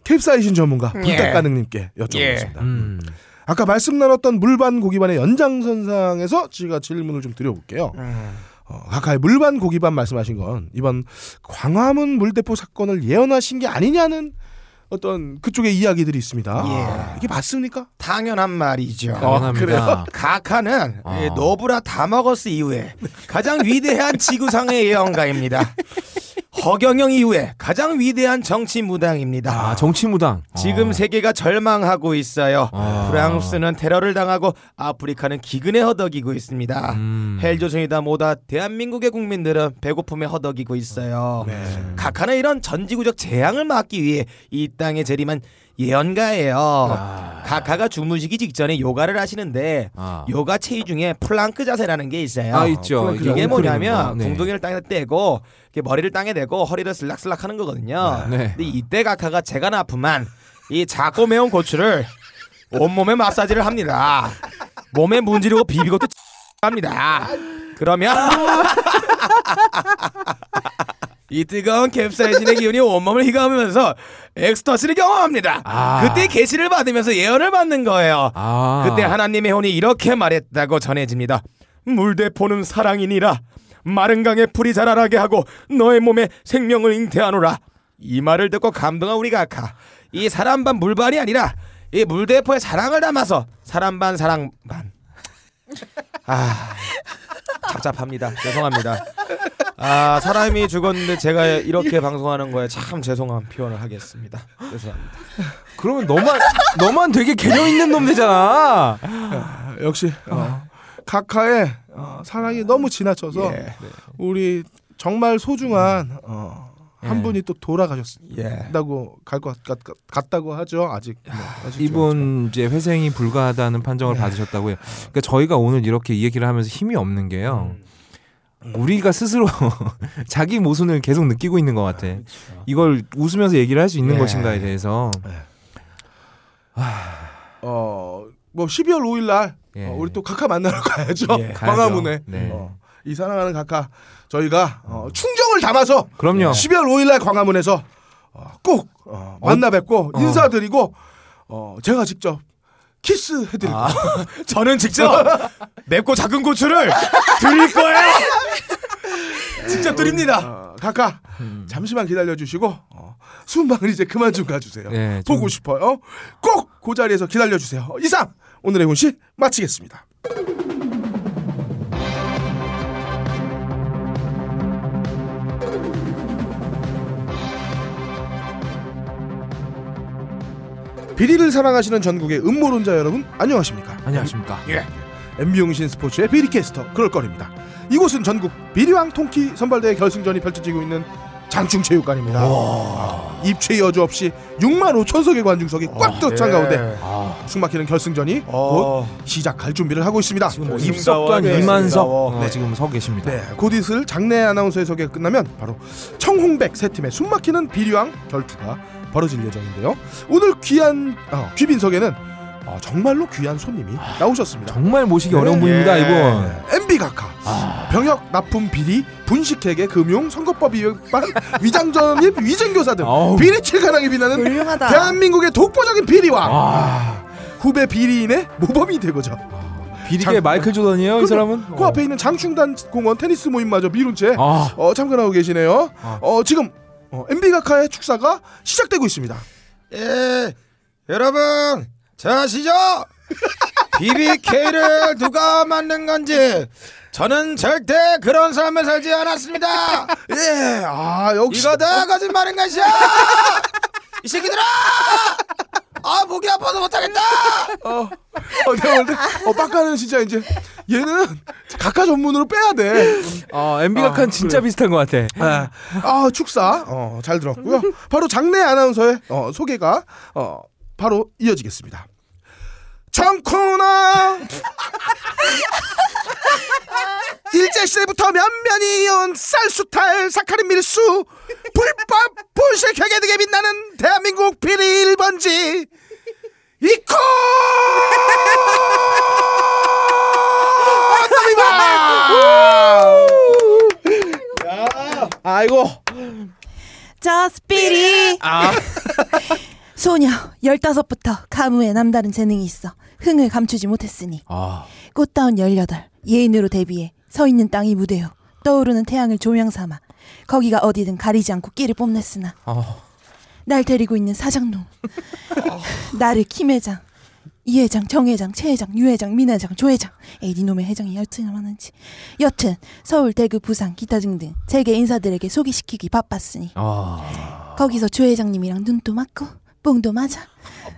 S3: 캡사이신 전문가 불닭가능님께 여쭤보겠습니다.
S2: 음.
S3: 아까 말씀 나눴던 물반 고기반의 연장선상에서 제가 질문을 좀 드려볼게요.
S1: 음.
S3: 어, 각하의 물반 고기반 말씀하신 건 이번 광화문 물대포 사건을 예언하신 게 아니냐는 어떤 그쪽의 이야기들이 있습니다.
S1: 예.
S3: 이게 맞습니까?
S1: 당연한 말이죠.
S2: 당연합니다.
S1: 가카는
S2: 어.
S1: 예, 노브라 다마거스 이후에 가장 위대한 지구상의 예언가입니다. 허경영 이후에 가장 위대한 정치 무당입니다.
S2: 아 정치무당.
S1: 지금
S2: 어.
S1: 세계가 절망하고 있어요.
S2: 아.
S1: 프랑스는 테러를 당하고 아프리카는 기근에 허덕이고 있습니다.
S2: 음.
S1: 헬조선이다 뭐다 대한민국의 국민들은 배고픔에
S2: 네.
S1: 허덕이고 있어요. 각하는 이런 전지구적 재앙을 막기 위해 이 땅에 재림한 예언가예요.
S2: 아.
S1: 가카가 주무시기 직전에 요가를 하시는데
S2: 아.
S1: 요가 체위 중에 플랑크 자세라는 게 있어요.
S2: 아, 있죠.
S3: 그럼
S2: 이게
S1: 이게
S2: 웅크리는 거.
S1: 뭐냐면
S2: 네.
S1: 궁둥이를 땅에 대고 이렇게 머리를 땅에 대고 허리를 슬락슬락 하는 거거든요.
S2: 네.
S1: 근데 이때 가카가 제가 나쁘만 이 작고 매운 고추를 온몸에 마사지를 합니다. 몸에 문지르고 비비고 또 합니다. 그러면 이 뜨거운 캡사이신의 기운이 온몸을 휘감으면서 엑스터시를 경험합니다.
S2: 아.
S1: 그때 계시를 받으면서 예언을 받는 거예요.
S2: 아.
S1: 그때 하나님의 혼이 이렇게 말했다고 전해집니다. 물대포는 사랑이니라. 마른 강에 풀이 자라나게 하고 너의 몸에 생명을 잉태하노라. 이 말을 듣고 감동한 우리가 아카. 이 사람 반 물반이 아니라 이 물대포의 사랑을 담아서 사람 반 사랑 반. 아 답답합니다. 죄송합니다. 아 사람이 죽었는데 제가 이렇게 방송하는 거에 참 죄송한 표현을 하겠습니다. 죄송합니다.
S2: 그러면 너만 너만 되게 개념 있는 놈 되잖아.
S3: 역시 어, 카카의 어, 사랑이 너무 지나쳐서
S1: 예.
S3: 우리 정말 소중한 어, 한
S2: 예.
S3: 분이 또 돌아가셨다고
S1: 예.
S3: 갈 것 같다고 하죠. 아직 뭐, 아직
S2: 이분 이제 회생이 불가하다는 판정을
S3: 네.
S2: 받으셨다고요. 그러니까 저희가 오늘 이렇게 이 얘기를 하면서 힘이 없는 게요. 우리가 스스로 자기 모순을 계속 느끼고 있는 것 같아. 이걸 웃으면서 얘기를 할 수 있는
S1: 예.
S2: 것인가에 대해서.
S3: 어뭐 12월 5일 날
S2: 예.
S3: 어, 우리 또 카카 만나러 가야죠.
S1: 예,
S2: 가야죠.
S3: 광화문에.
S2: 네.
S3: 어, 이 사랑하는 카카 저희가 어, 충정을 담아서
S2: 그럼요.
S3: 12월 5일 날 광화문에서 어, 꼭 어, 만나 뵙고
S2: 어.
S3: 인사드리고 어, 제가 직접 키스해드리고
S1: 아, 저는 직접 맵고 작은 고추를 드릴 거예요. 직접 드립니다.
S3: 어, 카카 잠시만 기다려주시고 어, 순방을 이제 그만 좀 가주세요.
S2: 네, 좀-
S3: 보고 싶어요. 꼭 그 자리에서 기다려주세요. 이상 오늘의 혼시 마치겠습니다. 비리를 사랑하시는 전국의 음모론자 여러분 안녕하십니까?
S2: 안녕하십니까.
S3: MB용신 스포츠의 비리캐스터 그럴거리입니다. 이곳은 전국 비리왕 통키 선발대회 결승전이 펼쳐지고 있는 장충체육관입니다. 아, 입체 여주 없이 6만 5천 석의 관중석이 꽉
S1: 예.
S3: 들어찬 가운데 숨막히는 결승전이
S1: 어.
S3: 곧 시작할 준비를 하고 있습니다.
S1: 지금 뭐
S2: 입석도 한
S1: 네,
S2: 2만 석
S1: 네.
S2: 어, 지금 서 계십니다.
S3: 네, 곧 있을 장내 아나운서의 소개가 끝나면 바로 청홍백 세 팀의 숨막히는 비리왕 결투가 벌어질 예정인데요. 오늘 귀한 어, 귀빈석에는 어, 정말로 귀한 손님이 나오셨습니다.
S2: 정말 모시기
S3: 네.
S2: 어려운 분입니다,
S1: 예.
S2: 이분.
S3: MB 네. 각하
S2: 아.
S3: 병역 납품 비리 분식회계 금융 선거법 위반 위장전입 위증교사 등
S2: 아우.
S3: 비리 칠가랑이 빛나는
S4: 훌륭하다.
S3: 음. 대한민국의 독보적인 비리왕
S2: 아,
S3: 후배 비리인의 모범이 되고죠
S2: 비리계
S3: 장-
S2: 마이클 조던이에요, 이
S3: 그럼요.
S2: 사람은? 어.
S3: 그 앞에 있는 장충단 공원 테니스 모임마저 미룬 채
S2: 아,
S3: 어, 참관하고 계시네요
S2: 아.
S3: 어, 지금 어, MB 각하의 축사가 시작되고 있습니다
S1: 예, 여러분, 자 아시죠? BBK를 누가 만든 건지 저는 절대 그런 삶을 살지 않았습니다.
S3: 예, 아 역시
S1: 이거 다 거짓말인 것이야! 이 새끼들아! 아 목이 아파서 못하겠다!
S3: 어, 어, 내가 볼때 어, 빡가는 진짜 이제 얘는 각하 전문으로 빼야 돼
S2: 아 MB가 칸 진짜 비슷한 것 같아.
S3: 아, 아, 축사 어, 잘 들었고요. 바로 장내 아나운서의 어, 소개가 어, 바로 이어지겠습니다. 청코나 일제 시대부터 면면이 이은 쌀수탈 사카린 밀수 불법 분식 회계 등에 빛나는 대한민국 비리 1번지 이코 아이고
S4: 저 스피리
S2: 아.
S4: 소녀 15부터 가무에 남다른 재능이 있어 흥을 감추지 못했으니
S2: 아,
S4: 꽃다운 18 예인으로 데뷔해 서 있는 땅이 무대요 떠오르는 태양을 조명 삼아 거기가 어디든 가리지 않고 끼를 뽐냈으나
S2: 아,
S4: 날 데리고 있는 사장놈 나를 김회장 이회장 정회장 최회장 유회장 민회장 조회장 에이 놈의 회장이 열등을 하는지 여튼 서울 대구 부산 기타 등등 세계 인사들에게 소개시키기 바빴으니
S2: 아,
S4: 거기서 조 회장님이랑 눈도 맞고 뽕도 맞아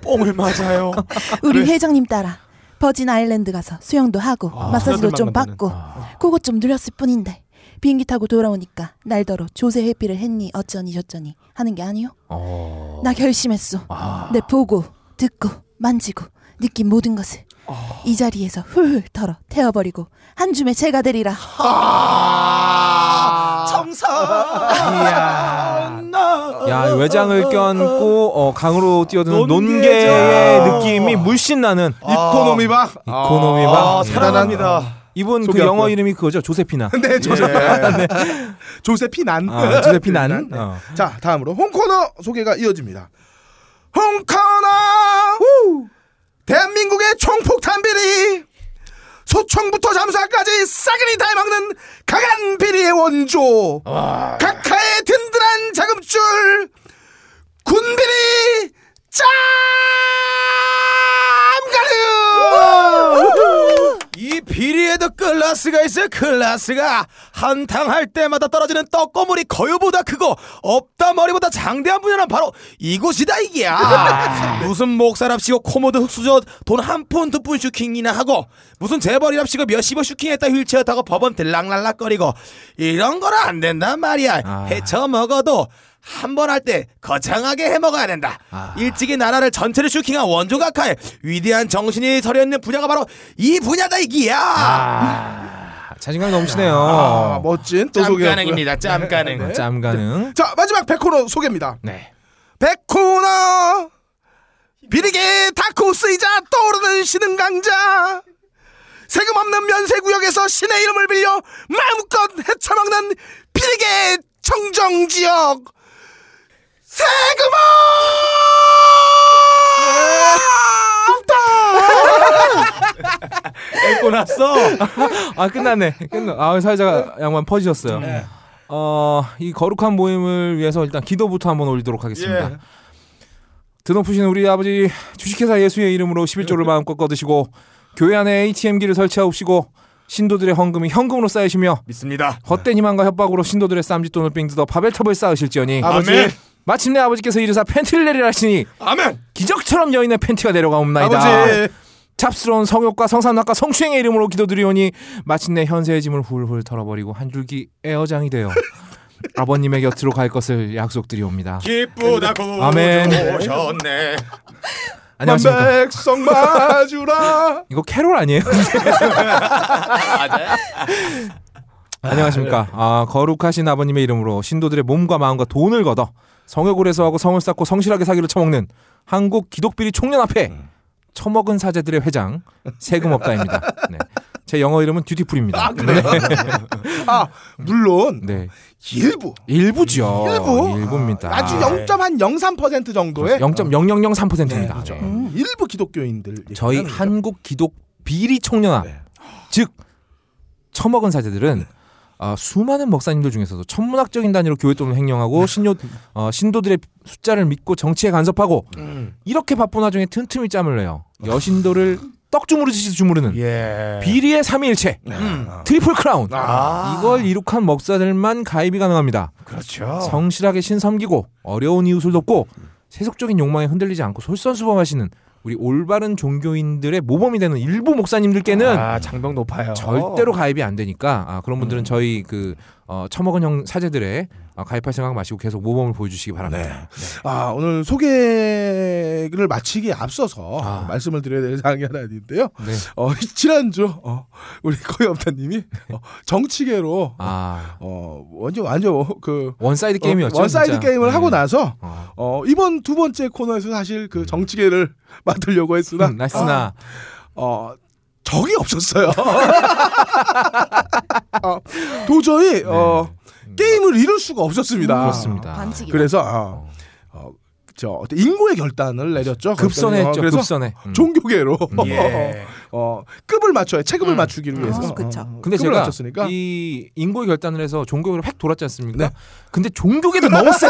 S1: 뽕을 맞아요.
S4: 우리 회장님 따라 버진 아일랜드 가서 수영도 하고 마사지도 좀
S1: 만나는.
S4: 받고 그것 좀 누렸을 뿐인데 비행기 타고 돌아오니까 날더러 조세 회피를 했니 어쩌니 저쩌니 하는 게 아니요.
S2: 어.
S4: 나 결심했어.
S2: 아.
S4: 내 보고 듣고 만지고 느낀 모든 것을 이 자리에서 훌훌 털어 태워버리고 한 줌의 제가 되리라.
S3: 아.
S1: 아.
S2: 야 외장을 껴안고 어, 강으로 뛰어드는
S1: 논개죠.
S2: 논개의 느낌이 물씬 나는
S3: 아. 이코노미 박.
S2: 이코노미 방.
S1: 아, 사랑합니다.
S2: 아, 이분 그
S3: 소개할
S2: 영어
S3: 걸.
S2: 이름이 그거죠 조세피나
S3: 네, 조세
S1: 예.
S3: 조세피난.
S2: 아, 조세피난
S3: 네.
S2: 어.
S3: 자, 다음으로 홍코너 소개가 이어집니다. 홍코너! 대한민국의 총폭탄 비리! 소총부터 잠수함까지 싸그리 다 막는 강한 비리의 원조! 각하의 든든한 자금줄! 군비리! 짬가르!
S1: 이 비리에도 클라스가 있어 클라스가 한탕 할 때마다 떨어지는 떡고물이 거유보다 크고 없다 머리보다 장대한 분야는 바로 이곳이다 이게야 무슨 목사랍시고 코모드 흑수저 돈 한 푼 두 푼 슈킹이나 하고 무슨 재벌이랍시고 몇십억 슈킹했다 휠체어 타고 법원 들락날락거리고 이런 거는 안 된단 말이야
S2: 아.
S1: 해쳐 먹어도 한 번 할 때 거창하게 해먹어야 된다.
S2: 아.
S1: 일찍이 나라를 전체를 슈킹한 원조각하의 위대한 정신이 서려있는 분야가 바로 이 분야다 이기야.
S2: 아, 자신감 넘치네요
S3: 아, 멋진 또 소개였고요.
S1: 짬가능입니다. 짬가능.
S2: 네. 짬 가능
S3: 자, 마지막 백코너 소개입니다.
S2: 네
S3: 백코너 비리계 다크호스이자 떠오르는 신흥 강자 세금 없는 면세구역에서 신의 이름을 빌려 마음껏 헤쳐먹는 비리계 청정지역
S2: 네.
S3: 세금없다
S1: 고 났어.
S2: 아 끝났네 네. 끝나 아 사회자가 양반 퍼지셨어요 어이 거룩한 모임을 위해서 일단 기도부터 한번 올리도록 하겠습니다
S1: 예.
S2: 드높으신 우리 아버지 주식회사 예수의 이름으로 11조를 마음껏 거두시고 교회 안에 ATM기를 설치하옵시고 신도들의 헌금이 현금으로 쌓이시며
S1: 믿습니다.
S2: 헛된 희망과 협박으로 신도들의 쌈짓돈을 빙뜯어 바벨탑을 쌓으실지어니
S1: 아멘.
S2: 마침내 아버지께서 이르사 팬티를 내리라 하시니
S1: 아멘.
S2: 기적처럼 여인의 팬티가 내려가옵나이다
S3: 아버지
S2: 잡스러운 성욕과 성산학과 성추행의 이름으로 기도드리오니 마침내 현세의 짐을 훌훌 털어버리고 한 줄기 애어장이 되어 아버님의 곁으로 갈 것을 약속드리옵니다.
S1: 기쁘다고
S2: 아멘.
S1: 네. 오셨네.
S2: 안녕하십니까.
S3: 백성 마주라
S2: 이거 캐롤 아니에요?
S1: 맞아요.
S2: 안녕하십니까.
S3: 네.
S2: 아, 거룩하신 아버님의 이름으로 신도들의 몸과 마음과 돈을 걷어 성욕을 해소하고 성을 쌓고 성실하게 사기를 처먹는 한국 기독비리 총련 앞에
S3: 음.
S2: 처먹은 사제들의 회장 세금 없다입니다. 네. 제 영어 이름은 듀티풀입니다.
S3: 아 물론
S2: 네.
S3: 일부
S2: 일부죠.
S3: 일부?
S2: 어, 일부입니다. 그렇죠.
S3: 아주 0.03% 정도의
S2: 0.0003%입니다.
S4: 음.
S3: 네, 그렇죠. 일부 기독교인들 얘기하는
S2: 네, 저희
S3: 거죠.
S2: 한국 기독 비리 총연합
S3: 예, 네.
S2: 즉 처먹은 사제들은 아, 수많은 목사님들 중에서도 천문학적인 단위로 교회 돈을 횡령하고 신료, 어, 신도들의 숫자를 믿고 정치에 간섭하고
S3: 네. 음.
S2: 이렇게 바쁜 와중에 틈틈이 짬을 내요. 여신도를 떡 주무르듯이 주무르는
S1: 예.
S2: 비리의 삼위일체
S3: 아.
S1: 음.
S2: 트리플 크라운
S1: 아.
S2: 이걸 이룩한 목사들만 가입이 가능합니다.
S3: 어.
S1: 그렇죠.
S2: 성실하게 신 섬기고 어려운 이웃을 돕고 세속적인 욕망에 흔들리지 않고 솔선수범하시는 우리 올바른 종교인들의 모범이 되는 일부 목사님들께는
S1: 아, 장병 높아요.
S2: 절대로 가입이 안 되니까 아, 그런
S3: 음.
S2: 분들은 저희 그 어, 처먹은 형 사제들의 아, 가입할 생각 마시고 계속 모범을 보여주시기 바랍니다.
S3: 아 오늘 소개를 마치기에 앞서서
S2: 아.
S3: 말씀을 드려야 될 사항이 하나 있는데요.
S2: 네.
S3: 어, 지난주 어, 우리 거의없다님이 어, 정치계로
S2: 아
S3: 어, 완전 완전 그
S2: 원사이드 게임이었죠.
S3: 어, 원사이드
S2: 진짜.
S3: 게임을
S2: 네.
S3: 하고 나서
S2: 어.
S3: 어, 이번 두 번째 코너에서 사실 그 정치계를 맡으려고 했으나
S2: 음, 나이스나
S3: 어, 적이 없었어요. 어, 도저히 어, 게임을 이룰 수가 없었습니다.
S2: 네. 그렇습니다.
S4: 아, 반칙이.
S3: 그래서 어, 어, 저 어떤 인고의 결단을 내렸죠. 어,
S2: 급선했죠.
S3: 그래서
S2: 급선해. 음.
S3: 종교계로
S1: 예.
S3: 어, 급을 맞춰야 체급을
S1: 음.
S3: 맞추기 위해서.
S4: 어, 그쵸.
S3: 어,
S2: 아, 근데
S3: 급을
S2: 제가
S3: 맞췄으니까
S2: 이 인고의 결단을 해서 종교계로 확 돌았지 않습니까?
S3: 네.
S2: 근데 종교계도 너무 세.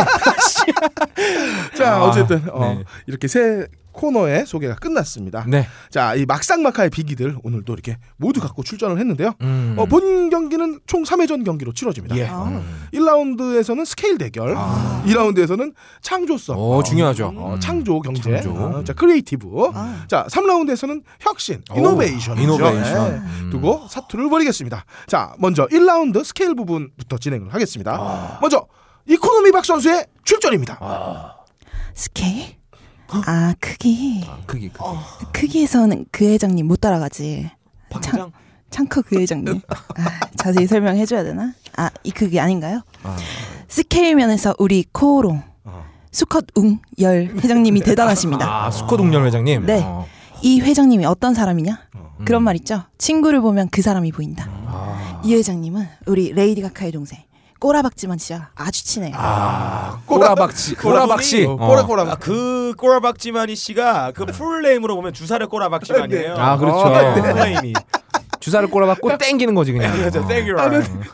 S3: 자
S2: 아,
S3: 어쨌든 어,
S2: 네.
S3: 이렇게 세 코너의 소개가 끝났습니다.
S2: 네.
S3: 자, 이 막상막하의 비기들 오늘도 이렇게 모두 갖고 출전을 했는데요.
S2: 음.
S3: 어, 본 경기는 총 3회전 경기로 치러집니다.
S1: 예.
S4: 아.
S2: 음.
S3: 1라운드에서는 스케일 대결,
S2: 아.
S3: 2라운드에서는 창조성,
S2: 어, 중요하죠.
S3: 어, 창조 경제,
S2: 창조.
S3: 어, 자 크리에이티브,
S4: 아.
S3: 자 3라운드에서는 혁신,
S2: 오,
S3: 이노베이션,
S2: 이노베이션. 음.
S3: 두고 사투를 벌이겠습니다. 자 먼저 1라운드 스케일 부분부터 진행을 하겠습니다.
S2: 아.
S3: 먼저 이코노미 박 선수의 출전입니다.
S4: 스케일? 아 크기
S2: 크기 크기.
S4: 크기에서는 그 회장님 못 따라가지
S2: 방장.
S4: 창커 그 회장님 아, 자세히 설명해줘야 되나? 아 이 크기 아닌가요?
S2: 아. 어.
S4: 스케일 면에서 우리 코오롱 수컷 웅열 회장님이 대단하십니다
S2: 아 수컷 동렬 회장님.
S4: 네.
S2: 어.
S4: 이 회장님이 어떤 사람이냐?
S2: 음.
S4: 그런 말 있죠. 친구를 보면 그 사람이 보인다. 이 회장님은 우리 레이디 가카의 동생 꼬라박지만 씨와 아주 친해요.
S2: 아 꼬라박씨. 꼬라박씨.
S3: 어, 꼬라꼬라.
S1: 아, 그 꼬라박지만이 씨가 그 풀네임으로 보면 주사를 꼬라박지만이에요. 어,
S2: 아, 그렇죠.
S1: 풀네임이.
S2: 주사를 꼬라박고 땡기는 거지 그냥.
S1: 그렇죠.
S2: 어.
S1: 땡큐.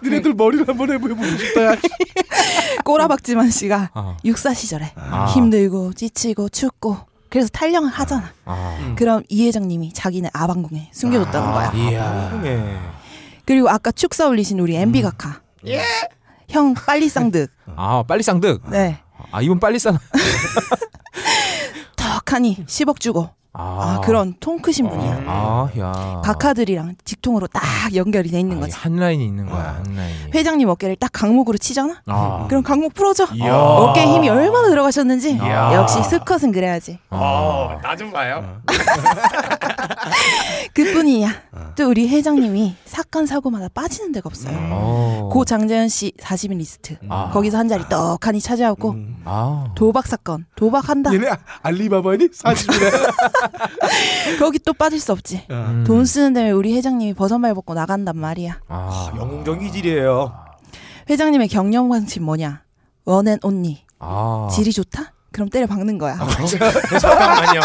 S3: 니네들 머리를 한번 해보고 싶다. 야.
S4: 꼬라박지만 씨가
S2: 어.
S4: 육사 시절에
S2: 아.
S4: 힘들고 지치고 춥고 그래서 탈영을 하잖아.
S2: 아.
S4: 그럼 이 회장님이 자기는 아방궁에 숨겨뒀다는 거야.
S2: 이야.
S1: 예.
S4: 그리고 아까 축사 올리신
S2: 음.
S4: 우리 MB 가카. 형 빨리 쌍득.
S2: 예. 아 빨리 쌍득.
S4: 네.
S2: 아 이분 빨리 쌍.
S4: 턱하니 10억 주고. 아, 그런 통 크신 분이야.
S2: 아 야.
S4: 가카들이랑 직통으로 딱 연결이 돼 있는
S2: 아, 예.
S4: 거지. 어.
S2: 한 라인이 있는 거야 한 라인.
S4: 회장님 어깨를 딱 강목으로 치잖아.
S2: 아.
S4: 그럼 강목 풀어줘.
S1: 이야.
S4: 어깨에 힘이 얼마나 들어가셨는지.
S2: 이야.
S4: 역시 스컷은 그래야지.
S2: 아.
S1: 어, 나좀 봐요.
S2: 아.
S4: 그뿐이야. 또 우리 회장님이 사건 사고마다 빠지는 데가 없어요.
S2: 어.
S4: 고 장재현 씨 40인 리스트.
S2: 아.
S4: 거기서 한 자리 떡하니 차지하고
S2: 아.
S4: 도박 사건. 도박한다.
S3: 얘네 음. 알리바바니 사실이네.
S4: 거기 또 빠질 수 없지.
S2: 음.
S4: 돈 쓰는 데에 우리 회장님이 버선발 벗고 나간단 말이야.
S2: 아.
S1: 영웅적 기질이에요.
S4: 회장님의 경영 방식 뭐냐? 원앤 온리.
S2: 아.
S4: 질이 좋다? 그럼 때려 박는 거야.
S1: 잠깐만요.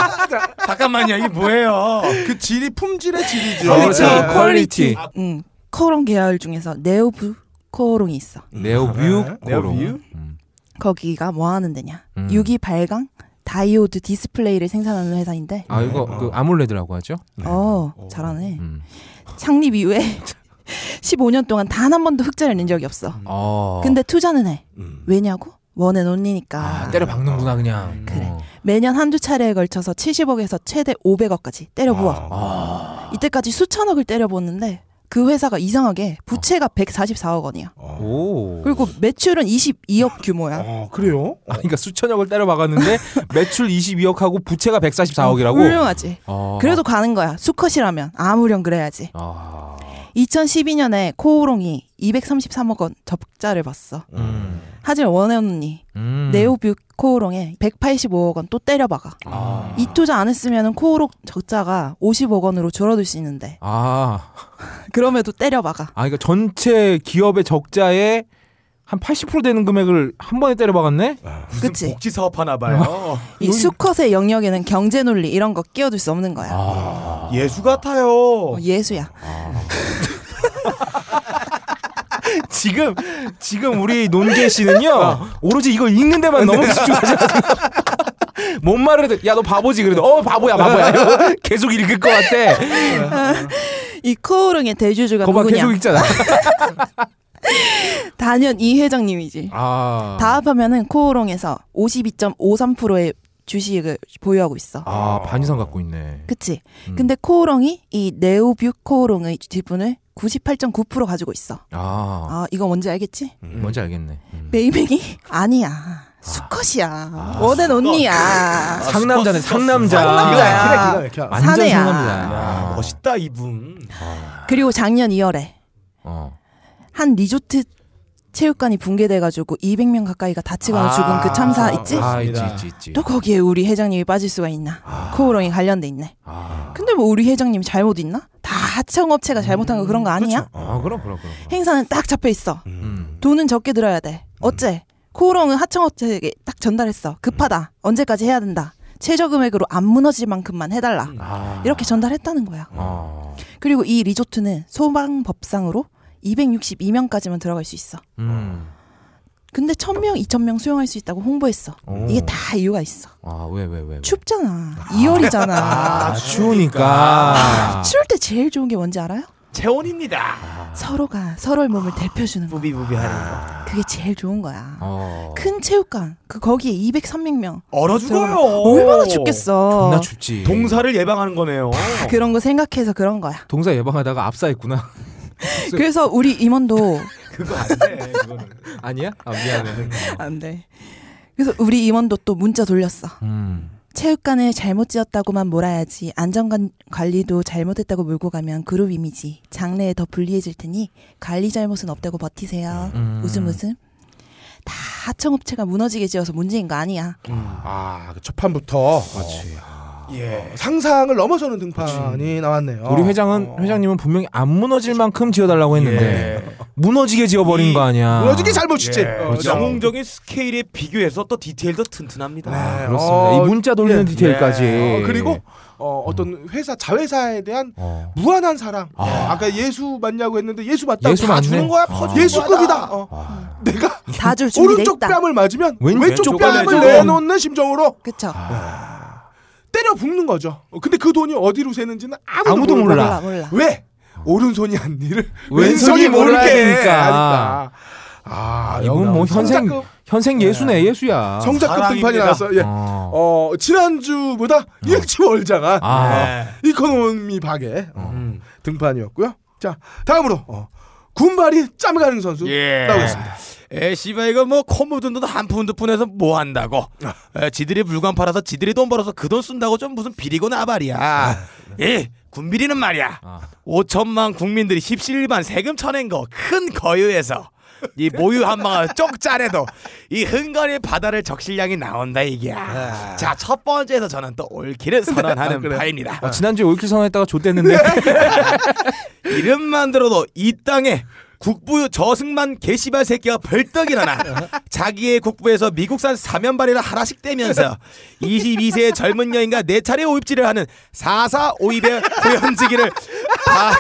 S1: 잠깐만요. 이게 뭐예요?
S3: 그 질이 품질의 질이죠.
S2: 퀄리티,
S3: 네.
S2: 아, 퀄리티.
S4: 응. 코롱 계열 중에서 네오브 코롱이 있어.
S2: 네오 뮤
S1: 네오
S2: 고로.
S1: 뮤?
S2: 음.
S4: 거기가 뭐 하는 데냐?
S2: 음.
S4: 유기 발광 다이오드 디스플레이를 생산하는 회사인데
S2: 아 이거 그 아몰레드라고 하죠?
S4: 어 잘하네
S2: 네. 음.
S4: 창립 이후에 15년 동안 단 한 번도 흑자를 낸 적이 없어
S2: 어.
S4: 근데 투자는 해
S3: 음.
S4: 왜냐고? 원앤 온리니까
S2: 아, 때려 박는구나 그냥.
S4: 그래.
S2: 어.
S4: 매년 한두 차례에 걸쳐서 70억에서 최대 500억까지 때려 부어
S2: 아.
S4: 이때까지 수천억을 때려 부었는데 그 회사가 이상하게 부채가 144억 원이야
S3: 어.
S2: 오.
S4: 그리고 매출은 22억 규모야
S3: 어, 그래요?
S2: 아, 그러니까 수천억을 때려 박았는데 매출 22억하고 부채가 144억이라고. 어.
S4: 훌륭하지 음. 그래도 가는 거야 수컷이라면 아무렴 그래야지
S2: 아.
S4: 2012년에 코오롱이 233억 원 적자를 봤어.
S2: 음.
S4: 하지만 원앤언니
S2: 음.
S4: 네오뷰 코오롱에 185억 원 또 때려박아.
S2: 아.
S4: 이 투자 안 했으면 코오롱 적자가 50억 원으로 줄어들 수 있는데
S2: 아.
S4: 그럼에도 때려박아.
S2: 아, 그러니까 전체 기업의 적자의 한 80% 되는 금액을 한 번에 때려 박았네?
S4: 그치?
S1: 복지 사업 하나 봐요.
S4: 이 수컷의 영역에는 경제 논리 이런 거 끼어들 수 없는 거야.
S2: 아.
S1: 예수 같아요.
S4: 어, 예수야.
S2: 지금 지금 우리 논개 씨는요
S4: 어.
S2: 오로지 이거 읽는 데만 너무 집중하지 마세요. 뭔 말을 해도 야 너 바보지 그래도 어 바보야 바보야 이러고 계속 읽을 것 같아.
S4: 이 코오롱의 대주주가
S2: 거봐
S4: 누구냐?
S2: 계속 읽잖아.
S4: 단연 이 회장님이지.
S2: 아.
S4: 다 합하면은 코오롱에서 52.53%의 주식을 보유하고 있어.
S2: 아, 반 이상 갖고 있네.
S4: 그치?
S2: 음.
S4: 근데 코오롱이 이 네오뷰 코오롱의 지분을 98.9% 가지고 있어.
S2: 아.
S4: 아, 이거 뭔지 알겠지?
S2: 뭔지 알겠네. 음.
S4: 메이맥이 아니야.
S2: 아,
S4: 수컷이야. 원앤 언니야.
S2: 상남자네 상남자. 아.
S4: 상남자야.
S3: 기가 막혀, 기가 막혀.
S2: 완전
S4: 사내야.
S2: 상남자야.
S1: 야,
S2: 아.
S1: 멋있다 이분.
S4: 그리고 작년 2월에
S2: 어.
S4: 한 리조트 체육관이 붕괴돼가지고 200명 가까이가 다치거나 죽은 그 참사 있지?
S2: 아 있지
S1: 맞습니다.
S2: 있지 있지.
S4: 또 거기에 우리 회장님이 빠질 수가 있나? 코오롱이 관련돼 있네.
S2: 아.
S4: 근데 뭐 우리 회장님 잘못 있나? 다 하청업체가 잘못한 거 그런 거 아니야?
S2: 아 그럼 그럼 그럼. 그럼.
S4: 행사는 딱 잡혀 있어.
S2: 음.
S4: 돈은 적게 들어야 돼. 어째? 코오롱은 하청업체에게 딱 전달했어.
S2: 음.
S4: 급하다. 언제까지 해야 된다. 최저 금액으로 안 무너질 만큼만 해달라.
S2: 아.
S4: 이렇게 전달했다는 거야.
S2: 아.
S4: 그리고 이 리조트는 소방법상으로 262명까지만 들어갈 수 있어.
S2: 음.
S4: 근데 천 명, 이천 명 수용할 수 있다고 홍보했어.
S2: 오.
S4: 이게 다 이유가 있어.
S2: 아왜 왜 왜?
S4: 춥잖아. 2월이잖아.
S2: 아 추우니까.
S4: 추울 때 제일 좋은 게 뭔지 알아요?
S1: 체온입니다.
S4: 아. 서로가 서로의 몸을 대표주는 거.
S1: 부비부비하는 거.
S4: 그게 제일 좋은 거야.
S2: 어.
S4: 큰 체육관 그 거기에 203명
S1: 얼어 죽어요.
S4: 얼마나 춥겠어.
S2: 존나 춥지.
S1: 동사를 예방하는 거네요.
S4: 그런 거 생각해서 그런 거야.
S2: 동사 예방하다가 압사했구나.
S4: 그래서 우리 임원도
S1: 그거 안 돼. 그거는.
S2: 아니야? 아 미안해.
S4: 안 돼. 그래서 우리 임원도 또 문자 돌렸어.
S2: 음.
S4: 체육관을 잘못 지었다고만 몰아야지 안전 관리도 잘못했다고 몰고 가면 그룹 이미지 장래에 더 불리해질 테니 관리 잘못은 없다고 버티세요.
S2: 음.
S4: 웃음 웃음. 다 하청업체가 무너지게 지어서 문제인 거 아니야.
S3: 아, 그 첫판부터
S2: 그렇지.
S1: 예.
S3: 아. 상상을 넘어서는 등판이 나왔네요. 어.
S2: 우리 회장은 회장님은 분명히 안 무너질 만큼 지어달라고 했는데
S1: 예.
S2: 무너지게 지어버린
S1: 이-
S2: 거 아니야.
S3: 무너지기 잘못이지.
S1: 예.
S3: 어,
S1: 그렇죠. 영웅적인 스케일에 비교해서 또 디테일도 튼튼합니다.
S3: 네.
S2: 아, 그렇습니다.
S3: 어,
S2: 이 문자 돌리는
S3: 예.
S2: 디테일까지.
S1: 네.
S3: 어, 그리고 어, 어떤 회사 자회사에 대한
S2: 어.
S3: 무한한 사랑.
S2: 아.
S3: 아. 까 예수 맞냐고 했는데 예수 맞다고
S2: 예수
S3: 다
S2: 맞네.
S3: 주는 거야.
S2: 아.
S3: 퍼주는 거야, 예수급이다.
S1: 다.
S3: 어.
S2: 아,
S3: 내가
S4: 다 줄 준비돼
S3: 오른쪽
S4: 있다.
S3: 뺨을 맞으면
S2: 왼-
S3: 왼쪽,
S2: 왼쪽
S3: 뺨을
S1: 뺨을
S3: 내놓는 심정으로
S4: 그쵸?
S3: 때려 붓는 거죠. 어, 근데 그 돈이 어디로 새는지는 아무도,
S2: 아무도
S3: 모르고.
S2: 몰라.
S4: 몰라 몰라.
S3: 왜? 오른손이 한 일을
S2: 왼손이
S3: 왼손이 모르게
S2: 몰라야 되니까.
S3: 하니까. 아,
S2: 이분 뭐
S3: 영남
S2: 현생
S3: 성작급,
S2: 현생 예수네 예수야.
S3: 성작급 등판이
S1: 사랑입니다.
S3: 나왔어. 예.
S2: 어.
S3: 어, 지난주보다 일찍 월장한
S2: 아.
S3: 이코노미 박의 어,
S1: 음.
S3: 등판이었고요. 자, 다음으로 어, 군발이 짬가는 선수
S1: 예.
S3: 나오겠습니다.
S1: 에 씨발 이거 뭐코 묻은 돈 한 푼 두 푼에서 뭐 한다고?
S3: 아.
S1: 에, 지들이 물건 팔아서 지들이 돈 벌어서 그 돈 쓴다고 좀 무슨 비리고
S3: 아.
S1: 나발이야. 예, 군비리는 말이야.
S2: 아.
S1: 5천만 국민들이 17만 세금 쳐낸 거 큰 거유에서 이 모유 한 방울 쪽짜래도 이 흥건히 바다를 적실량이 나온다 이게야. 자, 첫 번째에서 저는 또 올킬을 선언하는
S3: 아. 네, 그래요?
S1: 바입니다.
S2: 아, 지난주에 올킬 선언했다가
S1: 네,
S2: 좆됐는데
S1: 이름만 들어도 이 땅에 국부 저승만 개시발 새끼가 벌떡 일어나 자기의 국부에서 미국산 사면발이라 하나씩 떼면서 22세의 젊은 여인과 네 차례 오입질을 하는 4452의 고현지기를 다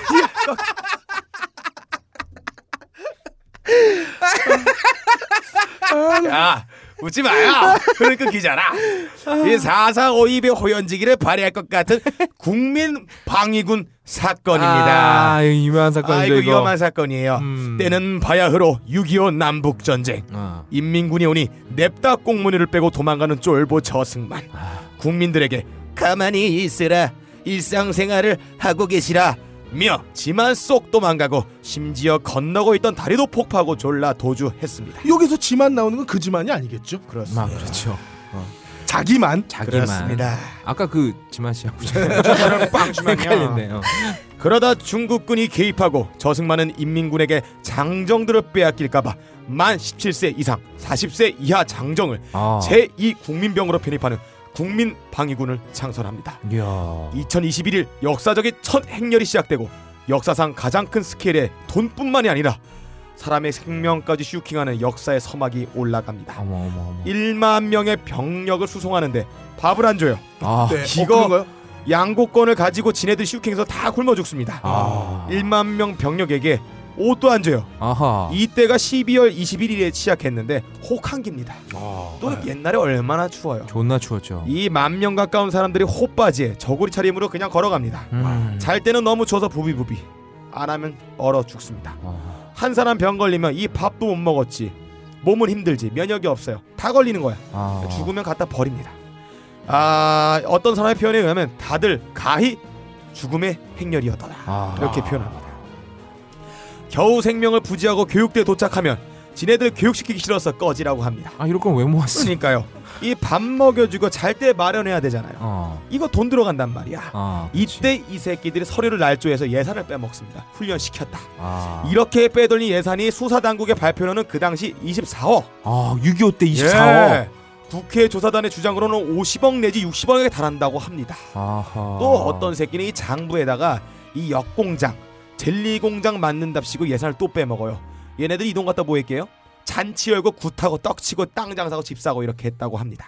S1: 야, 웃지 마요. 그걸 끊기잖아. 이 4452의 호연지기를 발휘할 것 같은 국민 방위군 사건입니다.
S2: 아, 이거 유명한 사건이죠
S1: 아이고
S2: 이거.
S1: 위험한 사건이에요.
S2: 음.
S1: 때는 바야흐로 6.25 남북 전쟁.
S2: 아.
S1: 인민군이 오니 냅다 꽁무니를 빼고 도망가는 쫄보 저승만.
S2: 아.
S1: 국민들에게 가만히 있으라 일상생활을 하고 계시라. 며 지만 쏙 도망가고 심지어 건너고 있던 다리도 폭파하고 졸라 도주했습니다.
S3: 여기서 지만 나오는 건 그 지만이 아니겠죠?
S2: 아, 그렇죠.
S3: 자기만.
S2: 자기만.
S1: 그렇습니다.
S2: 아까 그 지만 씨하고
S1: 헷갈렸네.
S2: 헷갈렸네요.
S1: 그러다 중국군이 개입하고 저승만은 인민군에게 장정들을 빼앗길까봐 만 17세 이상 40세 이하 장정을
S3: 어.
S2: 아.
S1: 제2 국민병으로 편입하는 국민 방위군을 창설합니다.
S2: 이야.
S1: 2021일 역사적인 첫 행렬이 시작되고 역사상 가장 큰 스케일의 돈뿐만이 아니라 사람의 생명까지 슈킹하는 역사의 서막이 올라갑니다.
S2: 어머 어머 어머.
S1: 1만 명의 병력을 수송하는데 밥을 안 줘요.
S2: 아.
S3: 네,
S1: 이거-
S3: 그런 거요?
S1: 양고권을 가지고 지네들 슈킹해서 다 굶어 죽습니다.
S2: 아.
S1: 1만 명 병력에게 옷도 안 줘요.
S2: 아하.
S1: 이때가 12월 21일에 시작했는데 혹한기입니다.
S2: 아.
S1: 또 옛날에 얼마나 추워요.
S2: 존나 추웠죠.
S1: 이 만 명 가까운 사람들이 호바지에 저고리 차림으로 그냥 걸어갑니다.
S2: 음.
S1: 잘 때는 너무 추워서 부비부비 안 하면 얼어 죽습니다.
S2: 아.
S1: 한 사람 병 걸리면 이 밥도 못 먹었지. 몸은 힘들지 면역이 없어요. 다 걸리는 거야.
S2: 아.
S1: 죽으면 갖다 버립니다. 아 어떤 사람의 표현에 의하면 다들 가히 죽음의 행렬이었더라.
S2: 아.
S1: 이렇게 표현합니다. 겨우 생명을 부지하고 교육대에 도착하면 지네들 교육시키기 싫어서 꺼지라고 합니다.
S2: 아, 이럴 거면 왜 모았어?
S1: 그러니까요. 이 밥 먹여주고 잘 때 마련해야 되잖아요.
S2: 어.
S1: 이거 돈 들어간단 말이야.
S2: 아. 그치.
S1: 이때 이 새끼들이 서류를 날조해서 예산을 빼먹습니다. 훈련시켰다.
S2: 아.
S1: 이렇게 빼돌린 예산이 수사당국의 발표로는 그 당시 24억.
S2: 아, 6.25때 24억.
S1: 예. 국회 조사단의 주장으로는 50억 내지 60억에 달한다고 합니다.
S2: 아하.
S1: 또 어떤 새끼는 이 장부에다가 이 역공장 젤리 공장 만든답시고 예산을 또 빼먹어요. 얘네들 이돈 갖다 뭐 할게요? 잔치 열고 굿하고 떡치고 땅 장사고 집 사고 이렇게 했다고 합니다.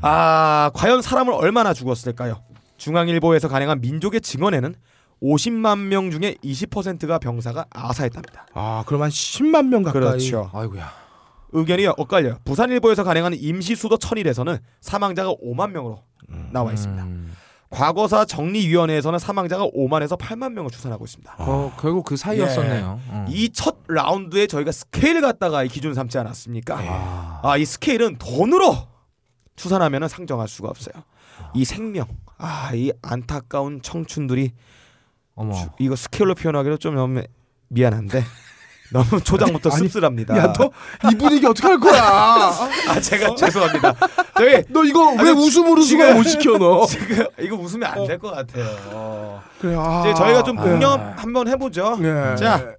S1: 아 과연 사람을 얼마나 죽었을까요? 중앙일보에서 간행한 민족의 증언에는 50만 명 중에 20%가 병사가 아사했답니다.
S3: 아, 그럼 한 10만 명 가까이.
S1: 그렇죠.
S2: 아이고야.
S1: 의견이 엇갈려요. 부산일보에서 가능한 임시수도 천일에서는 사망자가 5만 명으로 나와 있습니다.
S2: 음.
S1: 과거사 정리위원회에서는 사망자가 5만에서 8만 명을 추산하고 있습니다.
S2: 어, 결국 그 사이였었네요.
S3: 음.
S2: 어.
S1: 이 첫 라운드에 저희가 스케일 갖다가 이 기준 삼지
S3: 예.
S1: 않았습니까?
S2: 아.
S1: 아 이 스케일은 돈으로 추산하면 상정할 수가 없어요. 이 생명, 아 이 안타까운 청춘들이
S2: 어머.
S1: 주- 이거 스케일로 표현하기로 좀 너무 미안한데 너무 초장부터
S3: 아니,
S1: 씁쓸합니다.
S3: 야, 너 어? 이 분위기 어떻게 할 거야?
S1: 아 제가 죄송합니다. 저기
S3: 너 이거 왜
S1: 아니,
S3: 웃음으로 수가
S1: 지금-
S3: 못 시켜 너?
S1: 지금 이거 웃으면 안 될 것 같아요.
S3: 그래, 아,
S1: 이제 저희가 좀
S3: 아.
S1: 공념 한번 해보죠.
S3: 예.
S1: 자.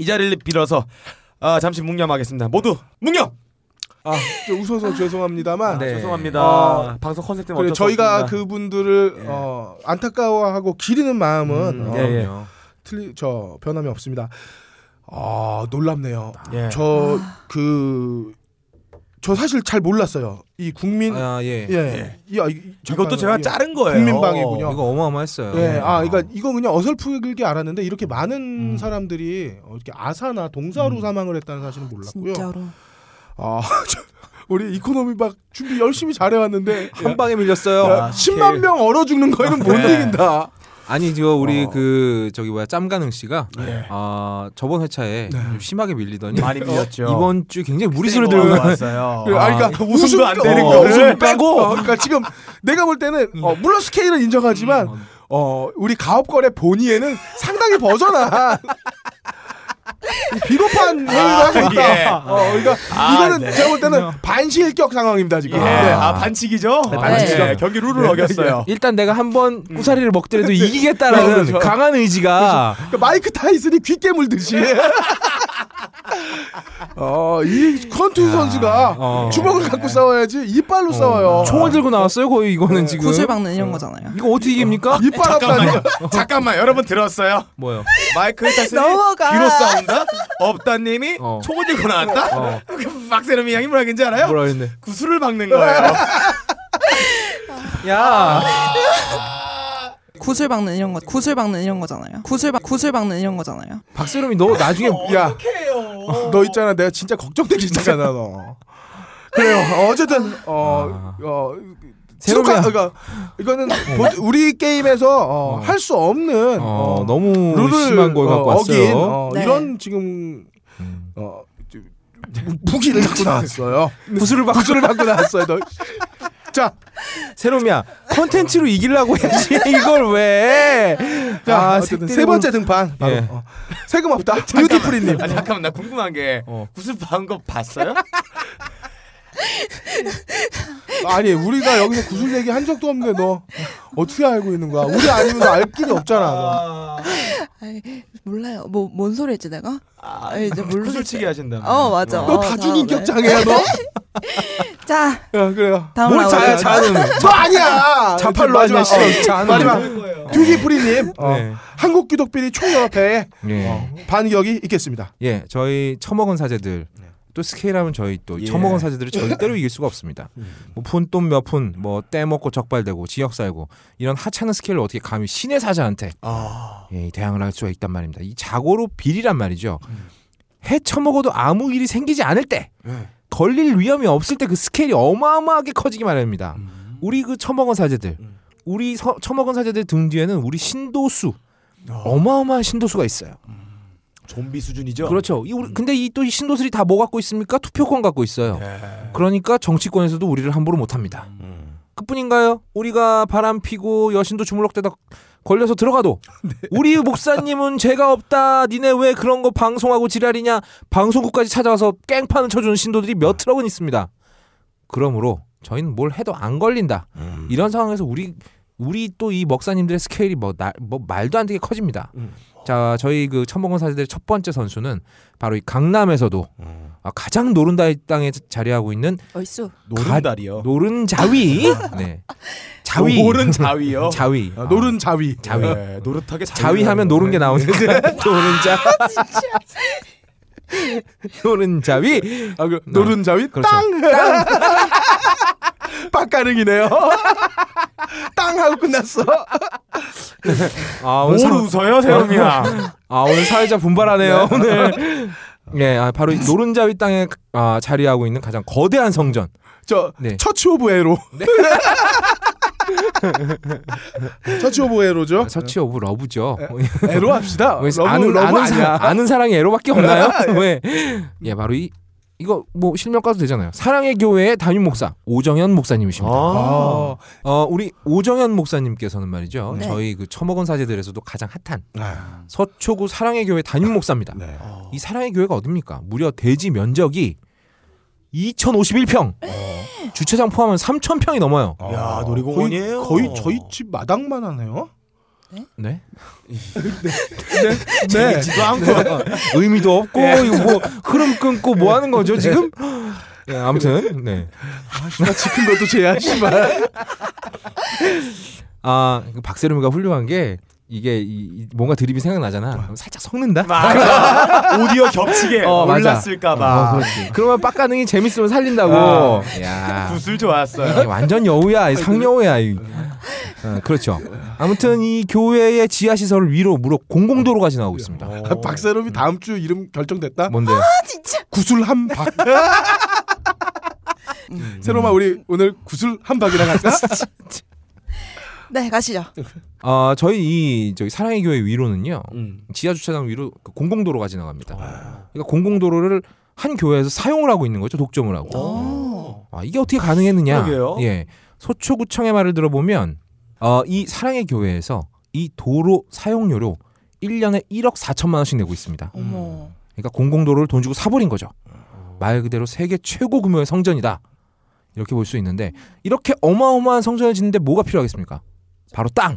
S1: 이 자리를 빌어서 아, 잠시 묵념하겠습니다. 모두 묵념.
S3: 아, 저 웃어서 죄송합니다만.
S2: 네.
S1: 아, 죄송합니다.
S3: 아,
S1: 방송 컨셉 때문에
S3: 그래,
S1: 어쩔 수
S3: 저희가
S1: 없습니다. 예.
S3: 그분들을 어, 안타까워하고 기리는 마음은
S1: 음,
S3: 어,
S1: 예, 예.
S2: 그럼요.
S3: 틀리 저 변함이 없습니다. 아 놀랍네요.
S1: 예.
S3: 저 그 저 사실 잘 몰랐어요. 이 국민
S2: 아, 예.
S3: 예. 야, 이-
S1: 이것도
S3: 잠깐만요.
S1: 제가
S3: 예.
S1: 자른 거예요.
S3: 국민방이군요.
S2: 이거 어마어마했어요.
S3: 예, 아,
S2: 어.
S3: 그러니까 이거 그냥 어설프게 알았는데 이렇게 많은
S2: 음.
S3: 사람들이 어, 이렇게 아사나 동사로
S2: 음.
S3: 사망을 했다는 사실은 몰랐고요.
S4: 진짜로.
S3: 아, 저- 우리 이코노미 박 준비 열심히 잘해왔는데
S2: 한 방에 밀렸어요.
S3: 야, 10만 명 얼어 죽는 거에는 못
S2: 네.
S3: 이긴다.
S2: 아, 아니 저 우리
S3: 어.
S2: 그 저기 뭐야 짬가능 씨가
S1: 예.
S2: 아 저번 회차에
S3: 네.
S2: 좀 심하게 밀리더니
S1: 많이 밀렸죠.
S2: 이번 주 굉장히 무리수를
S1: 들
S2: 들고
S1: 어
S2: 가-
S1: 왔어요.
S3: 그래, 아, 그러니까
S1: 웃음도 안 되는
S3: 어,
S1: 거를. 음.
S3: 웃음 빼고. 어, 그러니까 지금 내가 볼 때는 어, 물론 스케일은 인정하지만 어, 우리 가업거래 본의에는 상당히 벗어난 이 비겁한 행위를 하고 있다.
S1: 예.
S3: 어, 그러니까
S1: 아,
S3: 이거는
S1: 네.
S3: 제가 볼 때는 반실격 상황입니다 지금.
S1: 예.
S3: 네.
S1: 아, 반칙이죠?
S2: 반칙이죠. 예.
S1: 예, 경기 룰을 어겼어요.
S2: 일단 내가 한번 꾸사리를 먹더라도 이기겠다라는
S3: 그렇죠.
S2: 강한 의지가
S3: 그러니까 마이크 타이슨이 귀 깨물듯이. 어, 이 컨투 선수가
S2: 어.
S3: 주먹을
S1: 네.
S3: 갖고 싸워야지
S1: 어.
S3: 이빨로 싸워요.
S2: 총을 들고 나왔어요 거의 이거는 지금
S4: 구슬 박는 이런 거잖아요.
S2: 이거 어떻게 이깁니까?
S3: 이빨
S1: 잠깐만요.
S3: 앞다니.
S1: 잠깐만 여러분 들었어요.
S2: 뭐요?
S1: 마이크 타슨이
S4: 넘어가.
S1: 뒤로 싸운다. 업다님이
S2: 어.
S1: 총을 들고 나왔다.
S2: 어
S1: 그 박세롬이 양이 뭐라 그런지 알아요?
S2: 뭐라 했네
S1: 구슬을 박는 거예요.
S2: 야
S4: 구슬 박는 이런 거. 구슬 박는 이런 거잖아요. 구슬 박 구슬 박는 이런 거잖아요.
S2: 박세롬이 너 나중에
S3: 야,
S1: 해요.
S3: 너 있잖아. 내가 진짜 걱정되기 시작하잖아, 너. 그래요. 어쨌든 어,
S2: 아.
S3: 어
S2: 새로미야.
S3: 새로운 그러니까 이거는 보- 우리 게임에서 어,
S2: 어.
S3: 할 수 없는
S2: 어
S3: 어,
S2: 너무
S3: 룰을
S2: 심한 걸 갖고
S3: 어, 어긴,
S2: 왔어요
S3: 어,
S4: 네.
S3: 이런 지금
S2: 음.
S3: 어, 저- 무기를 갖고 나왔어요.
S2: 구슬을 박
S3: 구슬을 갖고 나왔어요. 너. 자,
S2: 세롬이야 컨텐츠로 이기려고 해야지 이걸 왜?
S3: 자,
S2: 아,
S3: 어쨌든
S2: 색들이
S3: 세 번째 등판 바로
S2: 예.
S3: 어, 세금 없다. 뷰티프리님.
S1: 아, 잠깐만 나 궁금한 게
S2: 어.
S1: 구슬 박은 거
S2: 아,
S1: 봤어요?
S3: 아니 우리가 여기서 구슬 얘기 한 적도 없는데 너 어떻게 알고 있는 거야? 우리 아니면 너알 길이 없잖아. 너.
S4: 아이, 몰라요. 뭐 뭔 소리 했지 내가? 아, 이제
S1: 구슬치기
S4: 모르겠어요.
S1: 하신다.
S4: 어, 맞아.
S3: 너
S4: 어,
S3: 다
S4: 다음에.
S3: 죽인 격장애야 너.
S4: 자,
S3: 야, 그래요.
S4: 다음
S2: 뭘
S4: 라운드.
S2: 자야 자는
S3: 저 아니야.
S2: 자팔로 아니야
S3: 마지막,
S2: 씨
S3: 어,
S2: 자는
S3: 마지막 듀티프리님 어,
S2: 네.
S3: 한국기독비리 총연합회에
S2: 예.
S3: 어, 반격이 있겠습니다.
S2: 예 저희 처먹은 사제들 또 스케일하면 저희 또
S1: 예.
S2: 처먹은 사제들을 절대로 이길 수가 없습니다 뭐 푼돈 몇 푼 뭐 떼먹고 적발되고 지역 살고 이런 하찮은 스케일을 어떻게 감히 신의 사자한테 예, 이 대항을 할 수가 있단 말입니다 이 자고로 비리란 말이죠 해 처먹어도 아무 일이 생기지 않을 때 걸릴 위험이 없을 때 그 스케일이 어마어마하게 커지기 마련입니다. 우리 그 처먹은 사제들, 우리 서, 처먹은 사제들 등 뒤에는 우리 신도수 어마어마한 신도수가 있어요.
S1: 좀비 수준이죠.
S2: 그렇죠. 이 우리, 근데 이 또 이 신도수들이 다 뭐 갖고 있습니까? 투표권 갖고 있어요. 그러니까 정치권에서도 우리를 함부로 못합니다. 그뿐인가요? 우리가 바람 피고 여신도 주물럭대다 걸려서 들어가도 우리 목사님은 죄가 없다. 니네 왜 그런 거 방송하고 지랄이냐? 방송국까지 찾아와서 깽판을 쳐주는 신도들이 몇 트럭은 있습니다. 그러므로 저희는 뭘 해도 안 걸린다. 이런 상황에서 우리 우리 또 이 목사님들의 스케일이 뭐, 나, 뭐 말도 안 되게 커집니다. 자, 저희 그 천봉원 사제들의 첫 번째 선수는 바로 이 강남에서도
S3: 음.
S2: 아, 가장 노른다의 땅에 자리하고 있는
S4: 얼쑤.
S3: 어.
S1: 노른다리요.
S2: 노른자위. 네. 자위.
S1: 노른 자위요.
S2: 자위.
S3: 아, 노른 네. 자위.
S2: 자위.
S1: 네, 노릇하게
S2: 자위하면 노른 게 나오니까 노른자.
S3: 아,
S2: 노른자위.
S3: 아, 그,
S1: 네.
S3: 노른 자위
S2: 그렇죠.
S3: 땅. 빡가능이네요. 땅 하고 끝났어.
S2: 아,
S1: 뭘
S2: 오늘 아, 사,
S1: 웃어요, 세롬이야.
S3: 네.
S2: 아, 오늘 사회자 분발하네요. 오늘. 예, 아, 바로 이 노른자위 땅에 아, 자리하고 있는 가장 거대한 성전.
S3: 저
S2: 네.
S3: 처치 오브 에로. 처치 오브 에로죠.
S2: 서치 오브 러브죠.
S3: 네.
S2: 뭐
S3: 에로 합시다.
S2: 아, 왜
S3: 러브
S2: 아는
S3: 러브
S2: 아는,
S3: 아니야.
S2: 사, 아는 사랑이 애로밖에 없나요? 왜? 예, 바로 이 이거 뭐 실명가도 되잖아요. 사랑의 교회의 담임 목사 오정현 목사님이십니다.
S3: 아.
S2: 어, 우리 오정현 목사님께서는 말이죠.
S4: 네.
S2: 저희 그 처먹은 사제들에서도 가장 핫한
S3: 아.
S2: 서초구 사랑의 교회 담임 목사입니다.
S3: 네.
S2: 이 사랑의 교회가 어딥니까? 무려 대지 면적이 2,051평. 주차장 포함하면 3,000평이 네. 넘어요.
S1: 야, 놀이공원이에요.
S3: 아, 거의, 거의 저희 집 마당만 하네요.
S2: 네.
S3: 네.
S1: 지도 않고
S2: 의미도 없고 이거 뭐 흐름 끊고 뭐 하는 거죠 지금? 예, 아무튼 네.
S3: 나 지킨 것도 제야 씨발.
S2: 아, 그 박세롬이가 훌륭한 게 이게 이, 이 뭔가 드립이 생각나잖아. 그럼 살짝 섞는다.
S1: 맞아. 오디오 겹치게
S2: 어, 맞아.
S1: 올랐을까봐.
S2: 어, 그렇지. 그러면 빡가능이 재밌으면 살린다고.
S1: 아.
S2: 야.
S1: 구슬
S2: 이게
S1: 좋았어요.
S2: 완전 여우야, 상여우야. 이. 어, 그렇죠. 아무튼 이 교회의 지하 시설을 위로 무려 공공도로가 지나가고 있습니다.
S1: 어.
S3: 박세롬이 다음 주 이름 결정됐다.
S2: 뭔데?
S3: 구슬 한박. 음. 세롬아 우리 오늘 구슬 한박이랑 할까?
S4: 네, 가시죠.
S2: 아 저희 이 저기 사랑의 교회 위로는요
S3: 음.
S2: 지하 주차장 위로 그 공공도로가 지나갑니다.
S1: 아.
S2: 그러니까 공공도로를 한 교회에서 사용을 하고 있는 거죠 독점을 하고.
S4: 오.
S2: 아 이게 어떻게 가능했느냐?
S1: 그러게요.
S2: 예, 소초구청의 말을 들어보면 어, 이 사랑의 교회에서 이 도로 사용료로 1년에 1억 4천만 원씩 내고 있습니다.
S4: 어머.
S2: 그러니까 공공도로를 돈 주고 사버린 거죠. 말 그대로 세계 최고 규모의 성전이다. 이렇게 볼 수 있는데 이렇게 어마어마한 성전을 짓는데 뭐가 필요하겠습니까? 바로 땅.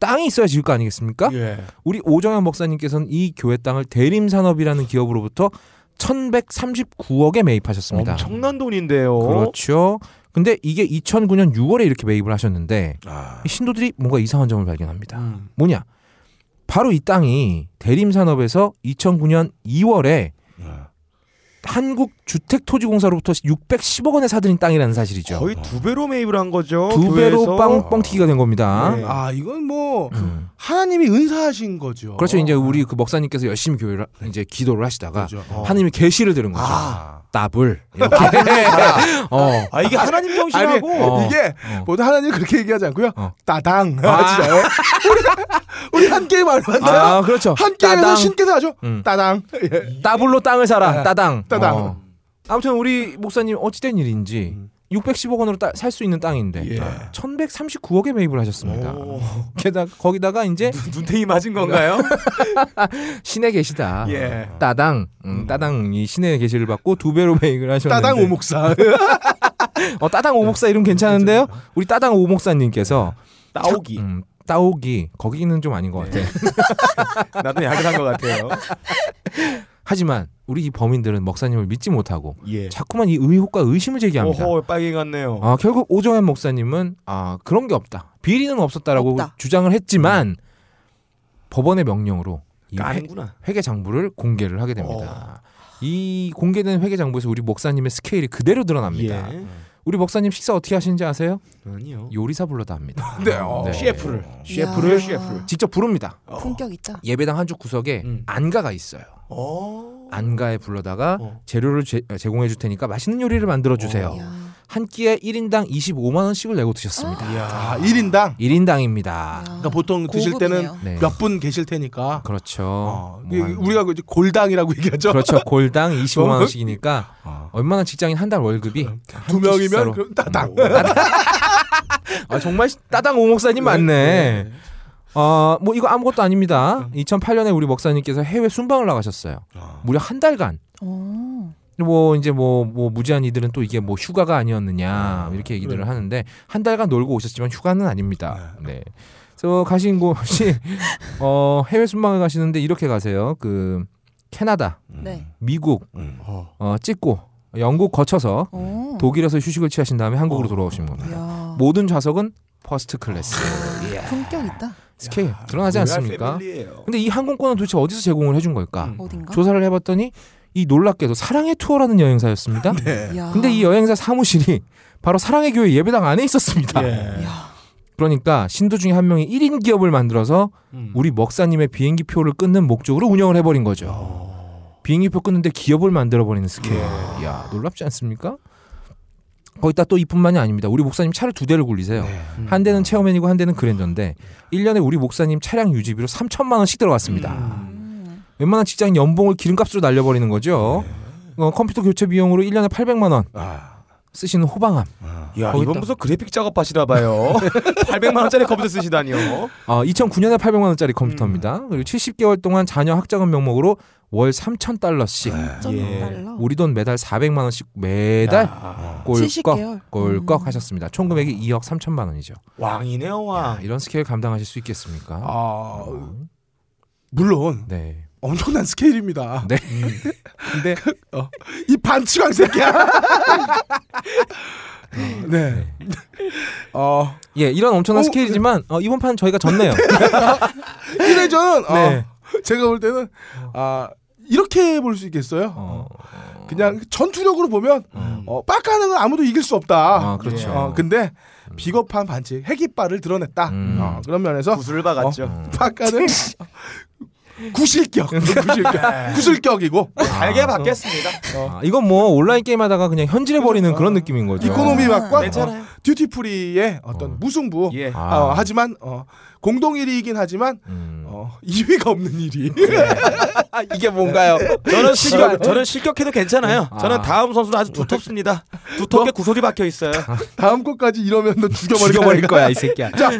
S2: 땅이 있어야 지을 거 아니겠습니까?
S1: 예.
S2: 우리 오정현 목사님께서는 이 교회 땅을 대림산업이라는 기업으로부터 1,139억에 매입하셨습니다.
S1: 엄청난 돈인데요.
S2: 그렇죠. 근데 이게 2009년 6월에 이렇게 매입을 하셨는데
S1: 아.
S2: 이 신도들이 뭔가 이상한 점을 발견합니다.
S1: 음.
S2: 뭐냐? 바로 이 땅이 대림산업에서 2009년 2월에
S1: 네.
S2: 한국주택토지공사로부터 610억 원에 사들인 땅이라는 사실이죠.
S1: 거의 두 배로 매입을 한 거죠.
S2: 두
S1: 교회에서.
S2: 배로 빵뻥튀기가 된 겁니다.
S1: 네.
S3: 아 이건 뭐
S2: 음.
S3: 하나님이 은사하신 거죠.
S2: 그렇죠. 이제 우리 그 목사님께서 열심히 교회를 이제 기도를 하시다가
S3: 그렇죠.
S1: 어.
S2: 하나님이 계시를 들은 거죠.
S3: 아.
S2: 따블 이렇게. 어.
S1: 아 이게 하나님
S3: 아니
S1: 정신하고
S2: 어.
S3: 이게
S2: 어.
S3: 보통 하나님 그렇게 얘기하지 않고요.
S2: 어.
S3: 따당. 아,
S2: 아.
S3: 진짜요? 우리 우리 한 게임 알고 한다요.
S2: 아, 그렇죠.
S3: 한 게임에서
S2: 따당.
S3: 신께서 하죠.
S2: 음.
S3: 따당.
S1: 그렇죠.
S3: 예.
S2: 따블로 땅을 사라. 따당.
S3: 따당.
S2: 어. 아무튼 우리 목사님 어찌된 일인지 610억 원으로 살 수 있는 땅인데 1,139억에 매입을 하셨습니다.
S1: 오.
S2: 게다가 거기다가 이제
S1: 눈탱이 맞은 건가요?
S2: 신에 계시다.
S1: 예.
S2: 따당, 음, 따당이 신의 계시를 받고 두 배로 매입을 하셨는데.
S1: 네,
S3: 따당 오목사.
S2: 어, 따당 오목사 이름 괜찮은데요? 우리 따당 오목사님께서
S1: 따오기.
S2: 음, 따오기 거기는 좀 아닌 것 같아.
S1: 나도 약을 한것 같아요.
S2: 하지만 우리 이 범인들은 목사님을 믿지 못하고
S1: 예.
S2: 자꾸만 이 의혹과 의심을 제기합니다.
S1: 오호 빨개 같네요.
S2: 아, 결국 오정현 목사님은 아, 그런 게 없다. 비리는 없었다라고
S4: 없다.
S2: 주장을 했지만 법원의 명령으로 이 회,
S1: 까는구나.
S2: 회계 장부를 공개를 하게 됩니다.
S1: 어.
S2: 이 공개된 회계 장부에서 우리 목사님의 스케일이 그대로 드러납니다.
S1: 예. 어?
S2: 우리 목사님 식사 어떻게 하시는지 아세요?
S1: 아니요.
S2: 요리사 불러다 합니다.
S3: 네. 어.
S2: 네.
S1: 셰프를
S4: 이야.
S1: 셰프를 셰프를.
S2: 직접 부릅니다.
S4: 어. 품격 있다.
S2: 예배당 한쪽 구석에
S1: 음.
S2: 안가가 있어요.
S1: 어.
S2: 안가에 불러다가
S1: 어.
S2: 재료를 제, 공해줄 테니까 맛있는 요리를 만들어 주세요.
S1: 어.
S4: 이야.
S2: 한 끼에 1인당 25만 원씩을 내고 드셨습니다.
S3: 아,
S1: 이야.
S3: 1인당.
S2: 1인당입니다.
S3: 그러니까 보통 드실 때는
S4: 아, 고급이네요.
S2: 네.
S3: 몇 분 계실 테니까.
S2: 그렇죠.
S3: 어,
S2: 뭐
S3: 아. 이게
S2: 한-
S3: 우리가 그 이제 골당이라고 얘기하죠.
S2: 그렇죠. 골당 25만
S3: 어? 음.
S2: 원씩이니까 얼마나 직장인 한 달 월급이
S3: 두
S2: 한끼 뭐, 식사로.
S3: 명이면 그럼 따당.
S2: 아 정말 따당 오 목사님 맞네. 아, 뭐 이거 아무것도 아닙니다. 2008년에 우리 목사님께서 해외 순방을 나가셨어요. 무려 한 달간.
S4: 어.
S2: 뭐 이제 뭐, 뭐 무지한 이들은 또 이게 뭐 휴가가 아니었느냐 이렇게 얘기들을
S3: 그래요.
S2: 하는데 한 달간 놀고 오셨지만 휴가는 아닙니다. 네. 그래서 가신 곳이 어, 해외 순방을 가시는데 이렇게 가세요. 그 캐나다,
S4: 네.
S2: 미국,
S3: 음.
S1: 어.
S2: 어, 찍고 영국 거쳐서
S4: 어.
S2: 독일에서 휴식을 취하신 다음에 한국으로 돌아오신 겁니다.
S4: 이야. 예.
S2: 모든 좌석은 퍼스트 클래스
S4: 품격 있다.
S2: 스케일 드러나지
S1: 로얄
S2: 않습니까?
S1: 패밀리예요.
S2: 근데 이 항공권은 도대체 어디서 제공을 해준 걸까?
S1: 음.
S4: 어딘가?
S2: 조사를 해봤더니 이 놀랍게도 사랑의 투어라는 여행사였습니다.
S1: 네.
S4: 이야.
S2: 근데 이 여행사 사무실이 바로 사랑의 교회 예배당 안에 있었습니다.
S1: 예.
S4: 이야.
S2: 그러니까 신도 중에 한 명이 1인 기업을 만들어서
S1: 음.
S2: 우리 먹사님의 비행기 표를 끊는 목적으로 운영을 해버린 거죠. 비행기표 끊는데 기업을 만들어버리는 스케일. 이야 놀랍지 않습니까? 거기다 또 이뿐만이 아닙니다. 우리 목사님 차를 두 대를 굴리세요. 한 대는 체어맨이고 한 대는 그랜저인데 1년에 우리 목사님 차량 유지비로 3천만 원씩 들어갔습니다.
S1: 음.
S4: 음.
S2: 웬만한 직장 연봉을 기름값으로 날려버리는 거죠. 어, 컴퓨터 교체 비용으로 1년에 800만 원
S3: 아,
S2: 쓰시는 호방함.
S1: 야
S2: 거기다-
S1: 이번 무슨 그래픽 작업하시나 봐요. 800만 원짜리 컴퓨터 쓰시다니요.
S2: 어, 2009년에 800만 원짜리 컴퓨터입니다. 그리고 70개월 동안 자녀 학자금 명목으로 월 3천 달러씩
S1: 예.
S4: 3달러
S2: 우리 돈 매달 400만 원씩 매달
S1: 야,
S2: 꼴꺽
S4: 70개월.
S2: 꼴꺽
S4: 음.
S2: 하셨습니다. 총 금액이 2억 3천만 원이죠.
S1: 왕이네요
S2: 아,
S1: 왕.
S2: 이런 스케일 감당하실 수 있겠습니까?
S3: 아,
S2: 음,
S3: 물론
S2: 네.
S3: 엄청난 스케일입니다.
S2: 네.
S3: 근데 어, 이 반칙왕 새끼야. 네. 어,
S2: 예, 이런 엄청난
S3: 어,
S2: 스케일이지만 어, 이번 판 저희가 졌네요.
S3: 이래 저는 어,
S2: 네.
S3: 제가 볼 때는 아 이렇게 볼 수 있겠어요.
S2: 어,
S3: 그냥 전투력으로 보면
S2: 어,
S1: 음.
S3: 어, 빡가는 건 아무도 이길 수 없다.
S2: 아, 그렇죠.
S3: 어, 근데 비겁한 반칙, 핵이빨을 드러냈다.
S2: 음.
S3: 어, 그런 면에서
S1: 구슬 박았죠.
S2: 어.
S3: 빡가는 구실격, 구실격, 구실격이고
S1: 어.
S2: 어.
S1: 달게 받겠습니다.
S2: 아, 이건 뭐 온라인 게임하다가 그냥 현질해 버리는 그런 느낌인 거죠.
S3: 아. 이코노미 박과
S1: 괜찮아요.
S3: 어, 듀티프리의 어떤
S2: 어.
S3: 무승부.
S1: 예.
S2: 아.
S3: 어, 하지만 어, 공동 1위이긴 하지만
S2: 음.
S3: 어, 2위가 없는 일이.
S1: 아, 이게 뭔가요? 저는 실격,
S2: 시발.
S1: 저는 실격해도 괜찮아요.
S2: 네. 아. 뭐?
S1: 저는 다음 선수도 아주 두텁습니다. 두텁게 구슬이 박혀 있어요.
S3: 다음 것까지 이러면 너 죽여버릴,
S2: 아, 죽여버릴
S3: 거야.
S2: 거야 이 새끼야.
S3: 자,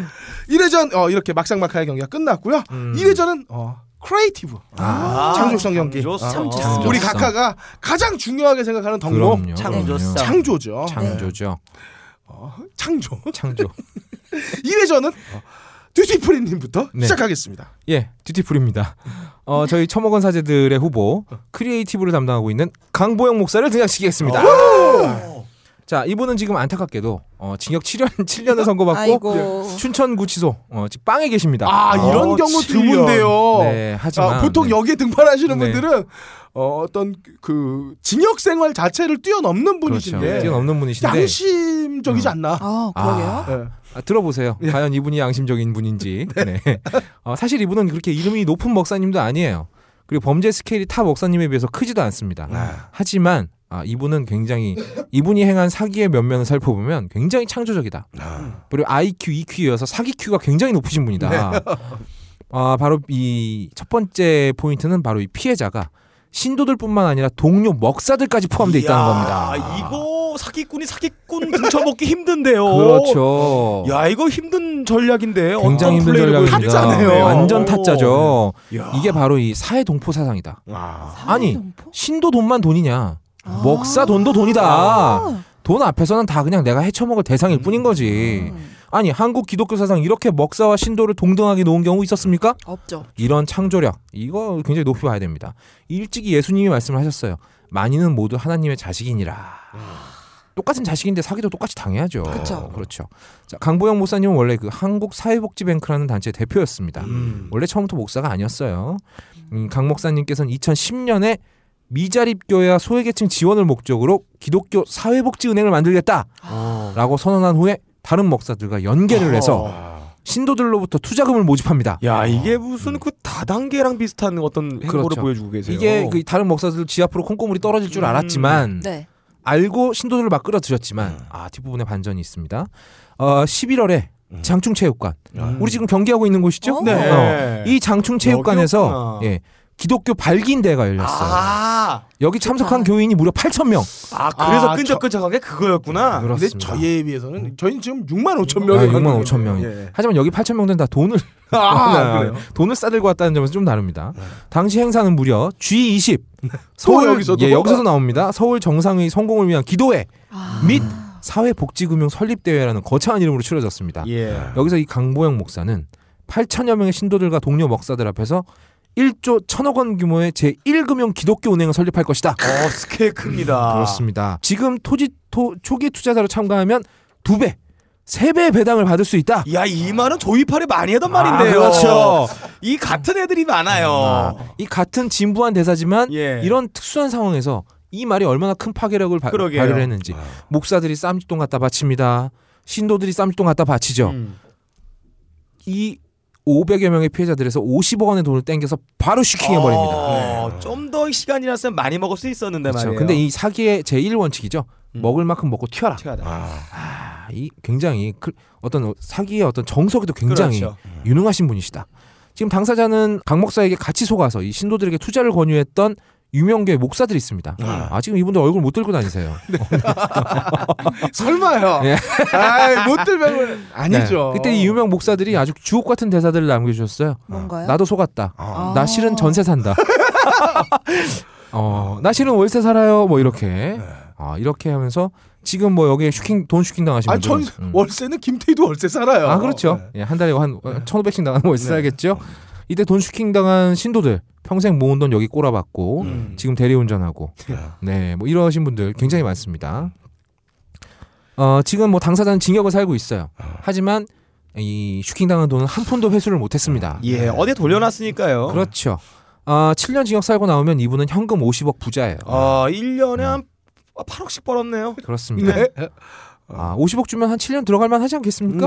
S3: 1회전 어, 이렇게 막상막하의 경기가 끝났고요.
S2: 음.
S3: 2회전은 어, 크리에이티브.
S1: 아,
S3: 창조성 경기.
S1: 창조성.
S3: 어,
S2: 창조성.
S3: 우리 각하가 가장 중요하게 생각하는 덕목
S2: 아, 그럼요.
S1: 창조성.
S2: 그럼요.
S3: 창조죠. 네.
S2: 창조죠.
S3: 창조.
S2: 창조.
S3: 2회전은 어, 듀티프리님부터
S2: 네.
S3: 시작하겠습니다.
S2: 예, 듀티풀입니다. 어, 저희 처먹은 사제들의 후보 크리에이티브를 담당하고 있는 강보영 목사를 등장시키겠습니다.
S3: 어.
S2: 자, 이분은 지금 안타깝게도 어, 징역 7년 7년을 선고받고
S4: 아이고.
S2: 춘천구치소 어, 지금 빵에 계십니다.
S3: 아, 이런
S1: 어,
S3: 경우
S1: 칠년.
S3: 드문데요.
S2: 네, 하지만
S3: 아, 보통
S2: 네.
S3: 여기에 등판하시는
S2: 네.
S3: 분들은 어, 어떤 그 징역 생활 자체를 뛰어넘는
S2: 그렇죠.
S3: 분이신데
S2: 뛰어넘는 분이신데
S3: 양심적이지
S2: 음.
S3: 않나.
S4: 아, 그러게요.
S2: 아,
S3: 예.
S2: 아, 들어보세요. 과연 이분이 양심적인 분인지. 네. 어, 사실 이분은 그렇게 이름이 높은 목사님도 아니에요. 그리고 범죄 스케일이 타 목사님에 비해서 크지도 않습니다.
S3: 아,
S2: 하지만 아, 이분은 굉장히 이분이 행한 사기의 면면을 살펴보면 굉장히 창조적이다.
S1: 아.
S2: 그리고 IQ, EQ여서 사기 Q가 굉장히 높으신 분이다.
S1: 네.
S2: 아, 바로 이 첫 번째 포인트는 바로 이 피해자가 신도들뿐만 아니라 동료 먹사들까지 포함되어 있다는 겁니다.
S1: 아, 이거 사기꾼이 사기꾼 붙여먹기 힘든데요.
S2: 그렇죠.
S1: 야 이거 힘든 전략인데 어떤
S2: 굉장히 힘든
S1: 플레이를
S2: 전략입니다.
S1: 보여주는지
S3: 타짜네요.
S2: 완전 타짜죠.
S1: 야.
S2: 이게 바로 이 사회 동포 사상이다. 아니,
S4: 사회동포?
S2: 신도 돈만 돈이냐?
S4: 아.
S2: 먹사 돈도
S1: 아.
S2: 돈이다. 돈 앞에서는 다 그냥 내가 헤쳐먹을 대상일 뿐인 거지.
S4: 음,
S2: 아니 한국 기독교 사상 이렇게 먹사와 신도를 동등하게 놓은 경우 있었습니까?
S4: 없죠.
S2: 이런 창조력 이거 굉장히 높이 봐야 됩니다. 일찍이 예수님이 말씀을 하셨어요. 만인은 모두 하나님의 자식이니라. 똑같은 자식인데 사기도 똑같이 당해야죠.
S4: 아. 그쵸.
S2: 그렇죠. 자, 강보영 목사님은 원래 그 한국 사회복지뱅크라는 단체의 대표였습니다.
S1: 음.
S2: 원래 처음부터 목사가 아니었어요. 음, 강 목사님께서는 2010년에 미자립교회와 소외계층 지원을 목적으로 기독교 사회복지은행을 만들겠다라고 선언한 후에 다른 목사들과 연계를 해서 신도들로부터 투자금을 모집합니다.
S1: 야 이게 무슨 그 다단계랑 비슷한 어떤 행보를
S2: 그렇죠.
S1: 보여주고 계세요.
S2: 이게 그 다른 목사들 지 앞으로 콩고물이 떨어질 줄
S1: 음.
S2: 알았지만
S4: 네.
S2: 알고 신도들을 막 끌어들였지만
S1: 음.
S2: 아 뒷부분에 반전이 있습니다. 어, 11월에 장충체육관
S1: 음.
S2: 우리 지금 경기하고 있는 곳이죠?
S4: 어?
S1: 네.
S2: 어. 이 장충체육관에서
S1: 여기였구나.
S2: 예, 기독교 발기인 대회가 열렸어요.
S1: 아,
S2: 여기 참석한
S4: 좋다.
S2: 교인이 무려 8천 명.
S1: 아 그래서
S3: 아,
S1: 끈적끈적한 게 그거였구나.
S3: 근데
S2: 아, 그렇습니다. 음.
S3: 저희에 비해서는 저희는 지금 6만 5천 명이
S2: 아,
S3: 걸리는
S2: 6만 5천 명이. 네.
S3: 예.
S2: 하지만 여기 8천 명들은 다 돈을
S3: 아, 그래요. 네.
S2: 돈을 싸들고 왔다는 점에서 좀 다릅니다. 당시 행사는 무려 G20
S3: 여기서도?
S2: 예, 여기서도 나옵니다. 서울 정상회의 성공을 위한 기도회
S4: 아.
S2: 및 사회복지금융 설립대회라는 거창한 이름으로 치러졌습니다.
S1: 예.
S2: 여기서 이 강보영 목사는 8천여 명의 신도들과 동료 먹사들 앞에서 1조 1천억 원 규모의 제1금융 기독교 은행을 설립할 것이다.
S1: 어 스케일
S3: 아.
S1: 큽니다.
S2: 음, 그렇습니다. 지금 토지 토, 초기 투자자로 참가하면 두 배, 세 배의 배당을 받을 수 있다.
S1: 야, 이 말은 조이팔이 많이 하던 말인데요.
S2: 아, 그렇죠. 음,
S1: 이 같은 애들이 많아요.
S2: 이 같은 진부한 대사지만
S1: 예.
S2: 이런 특수한 상황에서 이 말이 얼마나 큰 파괴력을 바,
S1: 그러게요.
S2: 발휘를 했는지 목사들이 아, 쌈짓돈 갖다 바칩니다. 신도들이 쌈짓돈 갖다 바치죠.
S1: 음.
S2: 이 500여 명의 피해자들에서 50억 원의 돈을 땡겨서 바로 슈킹해
S1: 어,
S2: 버립니다. 네.
S1: 좀더 시간이났으면 많이 먹을 수 있었는데
S2: 그렇죠.
S1: 말이에요.
S2: 근데 이 사기의 제1 원칙이죠.
S1: 네, 음.
S2: 먹을 만큼 먹고 튀어라.
S1: 튀어라.
S2: 아, 이 굉장히 그- 어떤 사기의 어떤 정석에도 굉장히
S1: 그렇죠.
S2: 유능하신 분이시다. 지금 당사자는 강 목사에게 같이 속아서 이 신도들에게 투자를 권유했던 유명교회 목사들이 있습니다.
S3: 아.
S2: 아, 지금 이분들 얼굴 못 들고 다니세요.
S3: 설마요.
S2: 예.
S3: 아이, 못 들면 아니죠.
S2: 네. 그때 이 유명 목사들이 아주 주옥 같은 대사들을 남겨주셨어요.
S4: 뭔가요?
S2: 나도 속았다.
S3: 아.
S2: 나 실은 전세 산다. 어, 나 실은 월세 살아요. 뭐 이렇게.
S3: 네.
S2: 아, 이렇게 하면서 지금 뭐 여기에 슈킹 돈 슈킹 당하신
S3: 아,
S2: 분들. 음.
S3: 전 월세는 김태희도 월세 살아요.
S2: 아, 그렇죠.
S3: 네.
S2: 예, 한 달에 한 1,500씩 나가는 월세
S3: 네.
S2: 살겠죠. 이때 돈 슈킹 당한 신도들 평생 모은 돈 여기 꼬라박고
S3: 음.
S2: 지금 대리운전하고 네, 뭐 이러신 분들 굉장히 많습니다. 어, 지금 뭐 당사자는 징역을 살고 있어요. 하지만 이 슈킹 당한 돈은 한 푼도 회수를 못 했습니다.
S1: 예, 어디 돌려놨으니까요.
S2: 네. 그렇죠. 아, 7년 징역 살고 나오면 이분은 현금 50억 부자예요.
S1: 어, 1년에 한 8억씩
S2: 음.
S1: 벌었네요.
S2: 그렇습니다. 아, 50억 주면 한 7년 들어갈 만 하지 않겠습니까?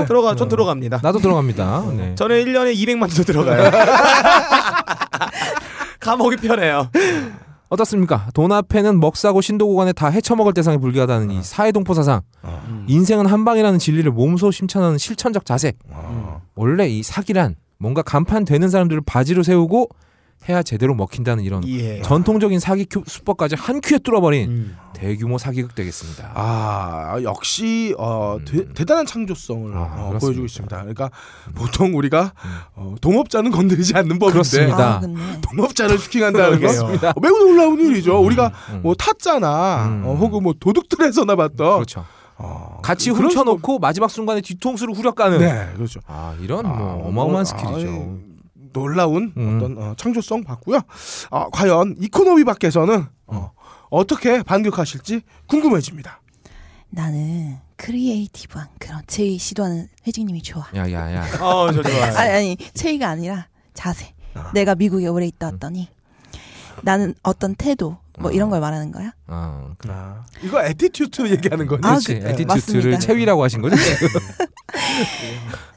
S1: 네. 음, 들어가, 전 들어갑니다.
S2: 나도 들어갑니다. 네.
S1: 저는 1년에 200만 주 들어가요. 감옥이 편해요.
S2: 어떻습니까? 돈 앞에는 먹사고 신도고간에 다 헤쳐먹을 대상에 불과하다는
S3: 어.
S2: 이 사회동포 사상. 인생은 한 방이라는 진리를 몸소 심찬하는 실천적 자세.
S3: 어.
S2: 원래 이 사기란 뭔가 간판 되는 사람들을 바지로 세우고 해야 제대로 먹힌다는 이런
S1: 예.
S2: 전통적인 사기 큐- 수법까지 한 큐에 뚫어버린
S1: 음.
S2: 대규모 사기극 되겠습니다.
S3: 아 역시 어, 대, 단한 창조성을
S2: 음. 아,
S3: 어,
S2: 그렇습니다. 음.
S3: 보여주고 있습니다. 그러니까 보통 우리가 어, 동업자는 건드리지 않는 법인데
S2: 그렇습니다.
S4: 아, 근데
S3: 동업자를 슈킹한다는 게
S1: 그렇습니다.
S3: 어, 매우 놀라운 일이죠. 우리가
S2: 음.
S3: 뭐 타짜나
S2: 음.
S3: 어, 혹은 뭐 도둑들에서나 봤던
S2: 그렇죠.
S3: 어,
S2: 같이
S3: 그런
S2: 훔쳐놓고 마지막 순간에 뒤통수를 후려까는.
S3: 식으로- 네 그렇죠.
S2: 아 이런
S3: 아,
S2: 뭐 어마어마한
S3: 어,
S2: 스킬이죠.
S3: 아이, 놀라운
S2: 음.
S3: 어떤 어, 창조성 봤고요. 아, 과연 이코노미 밖에서는
S2: 음.
S3: 어, 어떻게 반격하실지 궁금해집니다.
S4: 나는 크리에이티브한 그런 제이 시도하는 회장님이 좋아.
S2: 야야야.
S1: 어, 저 좋아요.
S4: 아니 아니 체이가 아니라 자세. 내가 미국에 오래 있다
S2: 음.
S4: 왔더니 나는 어떤 태도 뭐
S2: 아.
S4: 이런 걸 말하는 거야?
S2: 어, 그-
S3: 이거 에티튜드 얘기하는 거죠.
S4: 아,
S2: 그렇지.
S4: 그-
S2: 에티튜드를
S4: 맞습니다.
S2: 체위라고 하신 거죠? 지금?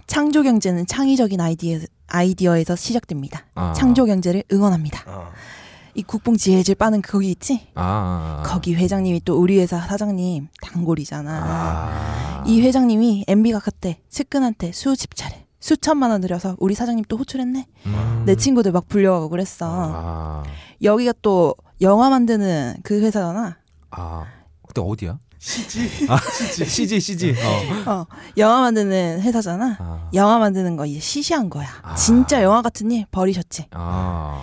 S4: 창조 경제는 창의적인 아이디어, 아이디어에서 시작됩니다.
S2: 아.
S4: 창조 경제를 응원합니다. 이 국뽕 지혜질 빠는 그 거기 있지?
S2: 아, 아, 아.
S4: 거기 회장님이 또 우리 회사 사장님 단골이잖아.
S2: 아.
S4: 이 회장님이 MB가 그때 측근한테 수십 차례 수천만 원 들여서 우리 사장님 또 호출했네.
S2: 음.
S4: 내 친구들 막 불려가고 그랬어.
S2: 아.
S4: 여기가 또 영화 만드는 그 회사잖아.
S2: 아. 그때 어디야? CG. 아, CG CG. 어.
S4: 어, 영화 만드는 회사잖아.
S2: 아.
S4: 영화 만드는 거 이제 시시한 거야.
S2: 아.
S4: 진짜 영화 같은 일 버리셨지.
S2: 아.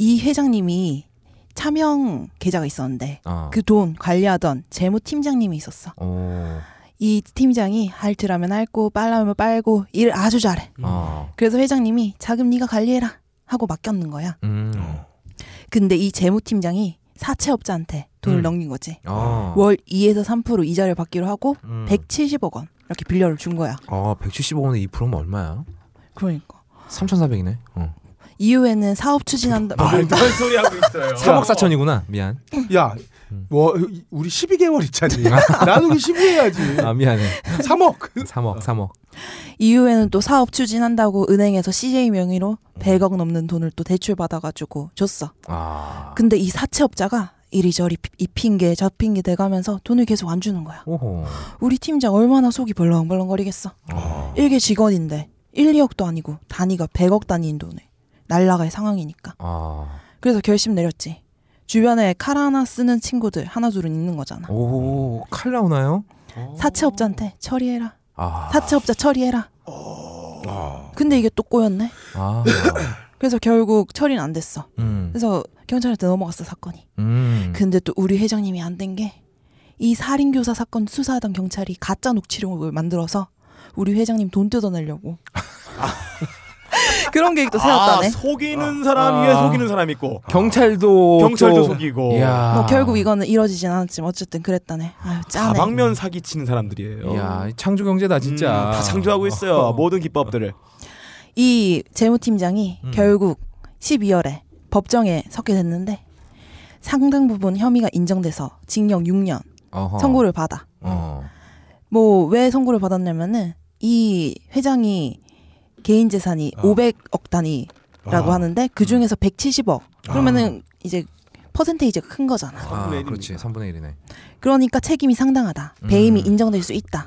S4: 이 회장님이 차명 계좌가 있었는데
S2: 아.
S4: 그 돈 관리하던 재무 팀장님이 있었어.
S2: 오.
S4: 이 팀장이 할줄 알면 핥고 빨라면 빨고 일을 아주 잘해.
S2: 어.
S4: 그래서 회장님이 자금 네가 관리해라 하고 맡겼는 거야.
S2: 음.
S1: 어.
S4: 근데 이 재무 팀장이 사채업자한테 돈을
S2: 음.
S4: 넘긴 거지.
S2: 어.
S4: 월 2에서 3% 이자를 받기로 하고
S2: 음.
S4: 170억 원 이렇게 빌려를 준 거야.
S2: 어, 170억 원에 2%면 얼마야?
S4: 그러니까
S2: 3,400이네. 어.
S4: 이후에는 사업 추진한다. 뭐
S2: 아,
S1: 말도 안 소리 하고 있어요.
S2: 3억 4천이구나. 미안.
S3: 야, 뭐 우리 12개월 있잖니. 나누기 12해야지.
S2: 아, 미안해.
S3: 3억.
S2: 3억, 3억.
S4: 이후에는 또 사업 추진한다고 은행에서 CJ 명의로
S2: 음.
S4: 100억 넘는 돈을 또 대출 받아가지고 줬어.
S2: 아.
S4: 근데 이 사채업자가 이리저리 피- 이 핑계 저 핑계 대가면서 돈을 계속 안 주는 거야.
S2: 오호.
S4: 우리 팀장 얼마나 속이 벌렁벌렁거리겠어.
S2: 어.
S4: 일개 직원인데 1, 2억도 아니고 단위가 100억 단위인 돈을 날라갈 상황이니까.
S2: 아.
S4: 그래서 결심 내렸지. 주변에 칼 하나 쓰는 친구들 하나둘은 있는 거잖아.
S2: 오, 칼 나오나요?
S4: 사채업자한테 처리해라.
S2: 어. 아.
S4: 사채업자 처리해라. 근데 이게 또 꼬였네.
S2: 아.
S4: 그래서 결국 처리는 안 됐어.
S2: 음.
S4: 그래서 경찰한테 넘어갔어 사건이.
S2: 음.
S4: 근데 또 우리 회장님이 안 된 게 이 살인교사 사건 수사하던 경찰이 가짜 녹취록을 만들어서 우리 회장님 돈 뜯어내려고 그런 계획도 세웠다네.
S1: 아, 속이는 사람 위에
S2: 아.
S1: 속이는 사람 있고
S2: 경찰도
S1: 경찰도
S2: 또-
S1: 속이고
S2: 이야.
S4: 뭐 결국 이거는 이루어지진 않았지만 어쨌든 그랬다네. 아유 짜네.
S1: 다방면 사기 치는 사람들이에요.
S2: 이야, 창조 경제다 진짜.
S1: 음, 다 창조하고 있어요. 뭐 모든 기법들을.
S4: 이 재무팀장이 결국 12월에 법정에 섰게 됐는데 상당 부분 혐의가 인정돼서 징역 6년
S2: 어허.
S4: 선고를 받아.
S2: 어.
S4: 뭐 왜 선고를 받았냐면은 이 회장이 개인 재산이
S2: 아.
S3: 어.
S4: 500억 단위라고
S3: 아.
S4: 하는데 그 중에서
S2: 음.
S4: 170억. 그러면은 이제 퍼센테이지가 큰 거잖아.
S2: 아,
S1: 3분의 1입니다.
S2: 그렇지. 3분의 1이네.
S4: 그러니까 책임이 상당하다. 배임이
S2: 음.
S4: 인정될 수 있다.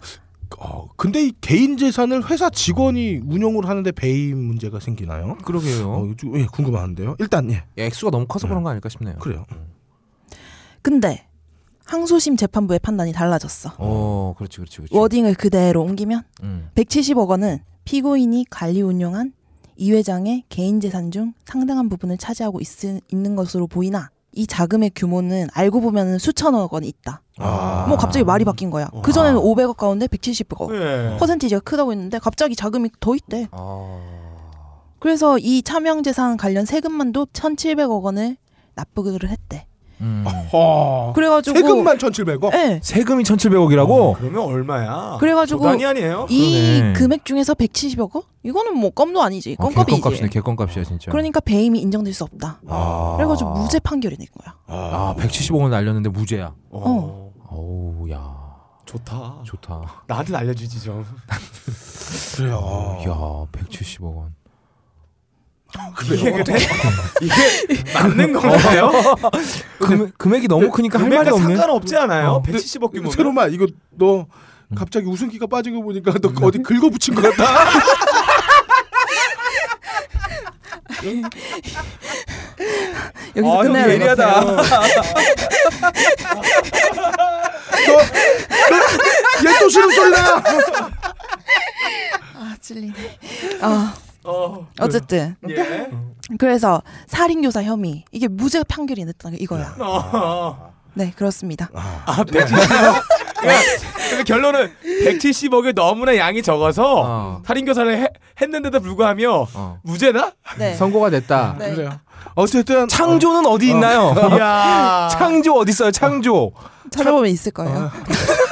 S3: 어, 근데 이 개인 재산을 회사 직원이 운영을 하는데 배임 문제가 생기나요?
S2: 그러게요.
S3: 어, 이거 좀, 예, 궁금한데요. 일단 예,
S2: 야, 액수가 너무 커서 그런 거 아닐까 싶네요.
S1: 그렇죠.
S3: 그래요.
S4: 근데 항소심 재판부의 판단이 달라졌어.
S2: 어, 그렇지, 그렇지, 그렇지.
S4: 워딩을 그대로 옮기면
S2: 음.
S4: 170억 원은 피고인이 관리 운영한 이 회장의 개인 재산 중 상당한 부분을 차지하고 있, 있는 것으로 보이나 이 자금의 규모는 알고 보면 수천억 원이 있다.
S3: 아.
S4: 뭐 갑자기 말이 바뀐 거야. 그전에는 500억 가운데 170억.
S1: 예.
S4: 퍼센티지가 크다고 했는데 갑자기 자금이 더 있대.
S2: 아,
S4: 그래서 이 차명 재산 관련 세금만도 1,700억 원을 납부를 했대.
S2: 음.
S1: 아.
S3: 허.
S4: 그래가지고
S3: 어. 세금만 1,700억.
S4: 예.
S2: 세금이 1,700억이라고?
S1: 어, 그러면 얼마야?
S4: 그래가지고
S1: 조단이 아니에요?
S4: 이
S2: 그러네. 어,
S4: 금액 중에서 170억 원? 이거는 뭐 껌도 아니지. 껌값이지.
S2: 개껌값이네, 개껌값이야 진짜.
S4: 그러니까 배임이 인정될 수 없다.
S2: 아.
S4: 그래가지고 무죄 판결이 낸 거야.
S2: 아, 170억 원 날렸는데 무죄야.
S1: 어.
S2: 어우, 야,
S1: 좋다.
S2: 좋다.
S1: 나한테 알려주지 좀.
S3: 그래요.
S1: 아.
S2: 야, 170억 원.
S1: 이게 그래? 이게 맞는 건가요?
S2: 금, 금액이 너무 크니까 어, 그러니까 할 말이
S1: 그 금액과
S2: 없네.
S1: 상관없지 않아요?
S2: 어.
S1: 170억 규모.
S3: 새로 말 이거 너 갑자기 웃음기가 빠진 거 보니까 너 어디 긁어붙인 것 같다.
S4: 여기서
S1: 아,
S4: 끝내야
S1: 형 예리하다.
S4: 되겠어요.
S3: 얘 또 싫은 소리다.
S4: 아 찔리네. 아
S1: 어.
S4: 어쨌든
S1: 예.
S4: 그래서 살인교사 혐의 이게 무죄 판결이 냈다는 게 이거야.
S1: 어.
S4: 네 그렇습니다.
S1: 아, 170억. 그래서 결론은 170억이 너무나 양이 적어서
S2: 어.
S1: 살인 교사를 해- 했는데도 불구하며
S2: 어.
S1: 무죄다?
S4: 네.
S2: 선고가 됐다.
S4: 네.
S3: 그래요. 어쨌든
S2: 창조는 어디 있나요?
S1: 이야.
S2: 창조 어디 있어요? 창조.
S4: 찾아보면 있을 거예요.
S3: 어,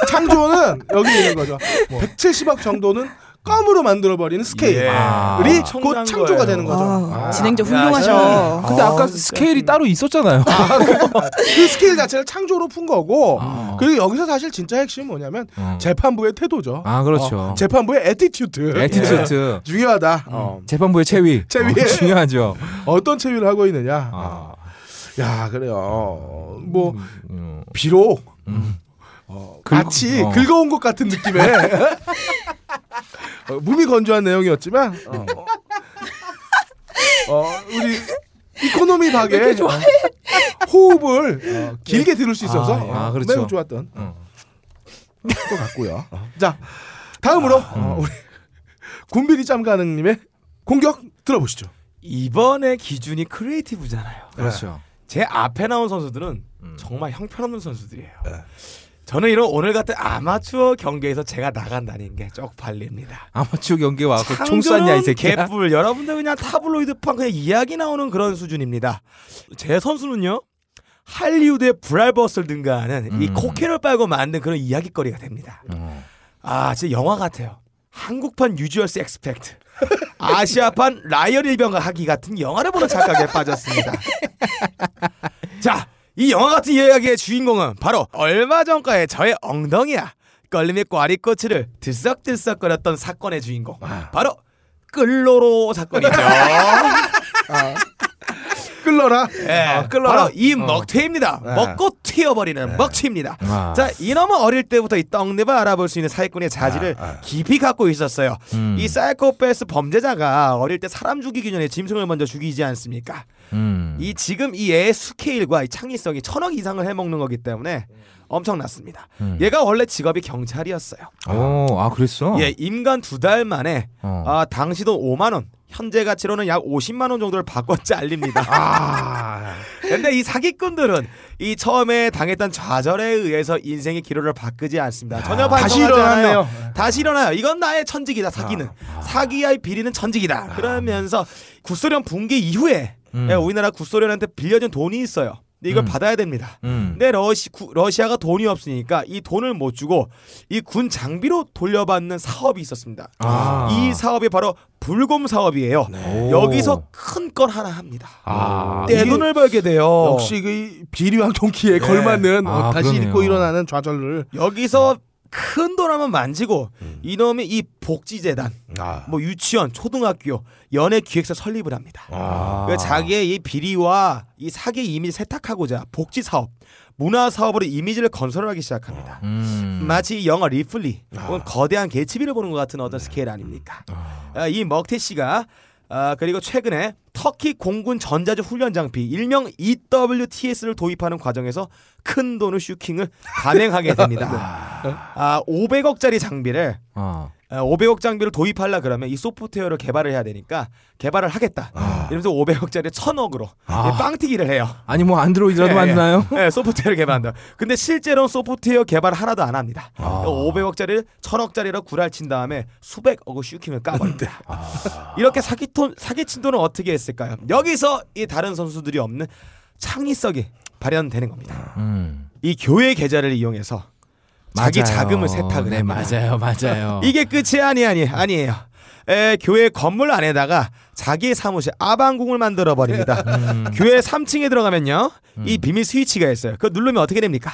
S3: 창조는 여기 있는 거죠.
S2: 뭐.
S3: 170억 정도는 껌으로 만들어버리는 스케일이
S1: 예.
S3: 아. 곧
S1: 엄청난
S3: 창조가
S1: 거예요.
S3: 되는 거죠.
S4: 아,
S3: 아.
S4: 진행자
S1: 야,
S4: 훌륭하셔.
S2: 근데 아, 까
S1: 음.
S2: 스케일이 따로 있었잖아요.
S3: 그 스케일 자체를 창조로 푼 거고
S2: 아.
S3: 그리고 여기서 사실 진짜 핵심은 뭐냐면
S1: 아,
S2: 어.
S3: 재판부의 태도죠.
S2: 아, 그렇죠.
S3: 어, 재판부의 에티튜드.
S2: 에티튜드.
S3: 예. 중요하다. 어.
S2: 음. 재판부의 체위.
S3: 체위.
S2: 어, 중요하죠.
S3: 어떤 체위를 하고 있느냐.
S2: 아.
S3: 야 그래요. 어, 뭐
S2: 음,
S3: 비록
S2: 음.
S3: 어,
S2: 긁-
S3: 마치
S2: 어.
S3: 긁어온 것 같은 느낌의 어, 몸이 건조한 내용이었지만 어, 어, 우리 이코노미 박의 어, 호흡을 어, 길게 들을 수 있어서
S2: 아, 예. 아,
S3: 어,
S2: 그렇죠.
S3: 매우 좋았던
S2: 음.
S3: 것 같고요. 자 다음으로
S2: 아,
S3: 어, 우리 군비리 짬가능님의 공격 들어보시죠.
S1: 이번에 기준이 크리에이티브잖아요.
S3: 네.
S2: 그렇죠.
S1: 제 앞에 나온 선수들은
S2: 음.
S1: 정말 형편없는 선수들이에요.
S3: 네.
S1: 저는 이런 오늘 같은 아마추어 경기에서 제가 나간다는 게 쪽팔립니다.
S2: 아마추어 경기 와갖고 총 쐈냐 이 새끼야.
S1: 개뿔 그 여러분들 그냥 타블로이드판 그냥 이야기 나오는 그런 수준입니다. 제 선수는요 할리우드의 브랄버스를 등가하는 이
S2: 음.
S1: 코케를 빨고 만든 그런 이야기거리가 됩니다.
S2: 어.
S1: 아 진짜 영화 같아요. 한국판 유주얼스 엑스펙트 아시아판 라이언 일병과 하기 같은 영화를 보는 착각에 빠졌습니다. 자, 이 영화 같은 이야기의 주인공은 바로 얼마 전과의 저의 엉덩이야. 걸림의 꽈리꼬치를 들썩들썩거렸던 사건의 주인공. 바로 끌로로 사건이죠.
S3: 끌러라.
S1: 예, 끌로로 바로 이 먹튀입니다.
S3: 네.
S1: 먹고 튀어버리는 먹튀입니다.
S2: 아.
S1: 자, 이놈은 어릴 때부터 이 떡잎을 알아볼 수 있는 사기꾼의 자질을 깊이 갖고 있었어요.
S2: 음.
S1: 이 사이코패스 범죄자가 어릴 때 사람 죽이기 전에 짐승을 먼저 죽이지 않습니까?
S2: 음.
S1: 이 지금 이 애의 스케일과 이 창의성이 천억 이상을 해먹는 거기 때문에 엄청났습니다.
S2: 음.
S1: 얘가 원래 직업이 경찰이었어요.
S2: 오, 아 그랬어.
S1: 예, 임관 두 달 만에
S2: 어.
S1: 아, 당시 돈 5만 원, 현재 가치로는 약 50만 원 정도를 바꿨지 알립니다.
S3: 아.
S1: 근데 이 사기꾼들은 이 처음에 당했던 좌절에 의해서 인생의 기로를 바꾸지 않습니다. 전혀
S3: 다시
S1: 반성하지 않아요.
S3: 일어났네요. 아.
S1: 다시 일어나요. 이건 나의 천직이다. 사기는 사기야의 비리는 천직이다. 그러면서 구소련 붕괴 이후에
S2: 음.
S1: 예, 우리나라 구소련한테 빌려준 돈이 있어요. 근데 이걸
S2: 음.
S1: 받아야 됩니다.
S2: 음.
S1: 근데 러시, 구- 러시아가 돈이 없으니까 이 돈을 못 주고 이 군 장비로 돌려받는 사업이 있었습니다.
S2: 아.
S1: 이 사업이 바로 불곰 사업이에요.
S2: 네.
S1: 여기서 큰 건 하나 합니다.
S2: 아,
S1: 내
S3: 이게
S1: 돈을 벌게 돼요.
S3: 역시 그 비리왕 동키에 걸맞는
S2: 어. 아,
S3: 어, 다시
S2: 그러네요.
S3: 잊고 일어나는 좌절을
S1: 여기서 큰 돈하면 만지고 이놈이 이 복지재단,
S3: 아.
S1: 뭐 유치원, 초등학교, 연예 기획사 설립을 합니다.
S3: 아.
S1: 그 자기의 이 비리와 이 사기 이미지 세탁하고자 복지 사업, 문화 사업으로 이미지를 건설하기 시작합니다.
S2: 음. 아.
S1: 마치 이 영화 리플리 혹은 거대한 개츠비를 보는 것 같은
S2: 네.
S1: 어떤 스케일 아닙니까? 아, 이 먹태 씨가 아, 그리고 최근에 터키 공군 전자주 훈련 장비 일명 E EWTS를 도입하는 과정에서 큰 돈을 슈킹을 감행하게 됩니다.
S2: 네.
S1: 아, 500억짜리 장비를
S2: 어.
S1: 아, 500억 장비를 도입하려 그러면 이 소프트웨어를 개발을 해야 되니까 개발을 하겠다. 이러면서 500억짜리 1000억으로
S2: 아.
S1: 빵튀기를 해요.
S2: 아니 뭐 안드로이드라도
S1: 예,
S2: 만드나요?
S1: 예, 예, 소프트웨어를 개발한다. 근데 실제로는 소프트웨어 개발 하나도 안 합니다.
S2: 아.
S1: 500억짜리를 1000억짜리로 구랄친 다음에 수백억을 슈킹을 까버린다.
S2: 아.
S1: 이렇게 사기톤, 사기친 돈은 어떻게 했을까요? 여기서 이 다른 선수들이 없는 창의성이 발현되는 겁니다.
S2: 음.
S1: 이 교회 계좌를 이용해서 자기
S2: 맞아요.
S1: 자금을 세탁을
S2: 네
S1: 합니다.
S2: 맞아요 맞아요.
S1: 이게 끝이 아니 아니 아니에요. 에, 교회 건물 안에다가 자기 사무실 아방궁을 만들어 버립니다.
S2: 음.
S1: 교회 3층에 들어가면요, 이 비밀 스위치가 있어요. 그거 누르면 어떻게 됩니까?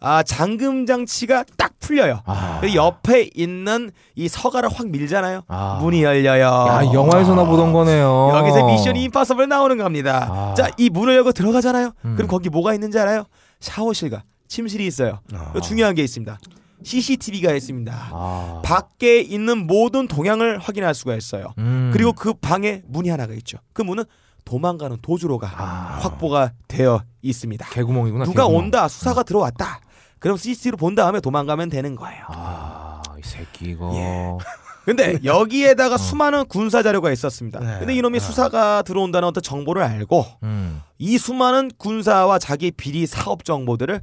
S1: 아 잠금 장치가 딱 풀려요. 그 옆에 있는 이 서가를 확 밀잖아요.
S2: 아.
S1: 문이 열려요.
S2: 아 영화에서나 보던 거네요.
S1: 여기서 미션 임파서블 나오는 겁니다.
S2: 아.
S1: 자, 이 문을 열고 들어가잖아요.
S2: 음.
S1: 그럼 거기 뭐가 있는지 알아요? 샤워실과 침실이 있어요. 그리고 중요한 게 있습니다. CCTV가 있습니다.
S2: 아.
S1: 밖에 있는 모든 동향을 확인할 수가 있어요.
S2: 음.
S1: 그리고 그 방에 문이 하나가 있죠. 그 문은 도망가는 도주로가
S2: 아.
S1: 확보가 되어 있습니다.
S2: 개구멍이구나.
S1: 누가
S2: 개구멍.
S1: 온다, 수사가 들어왔다. 그럼 CCTV로 본 다음에 도망가면 되는 거예요.
S2: 아, 이 새끼 이거.
S1: 예. 근데
S2: 어.
S1: 여기에다가 수많은 군사 자료가 있었습니다.
S3: 네.
S1: 근데 이놈이 수사가 들어온다는 어떤 정보를 알고
S2: 음.
S1: 이 수많은 군사와 자기 비리 사업 정보들을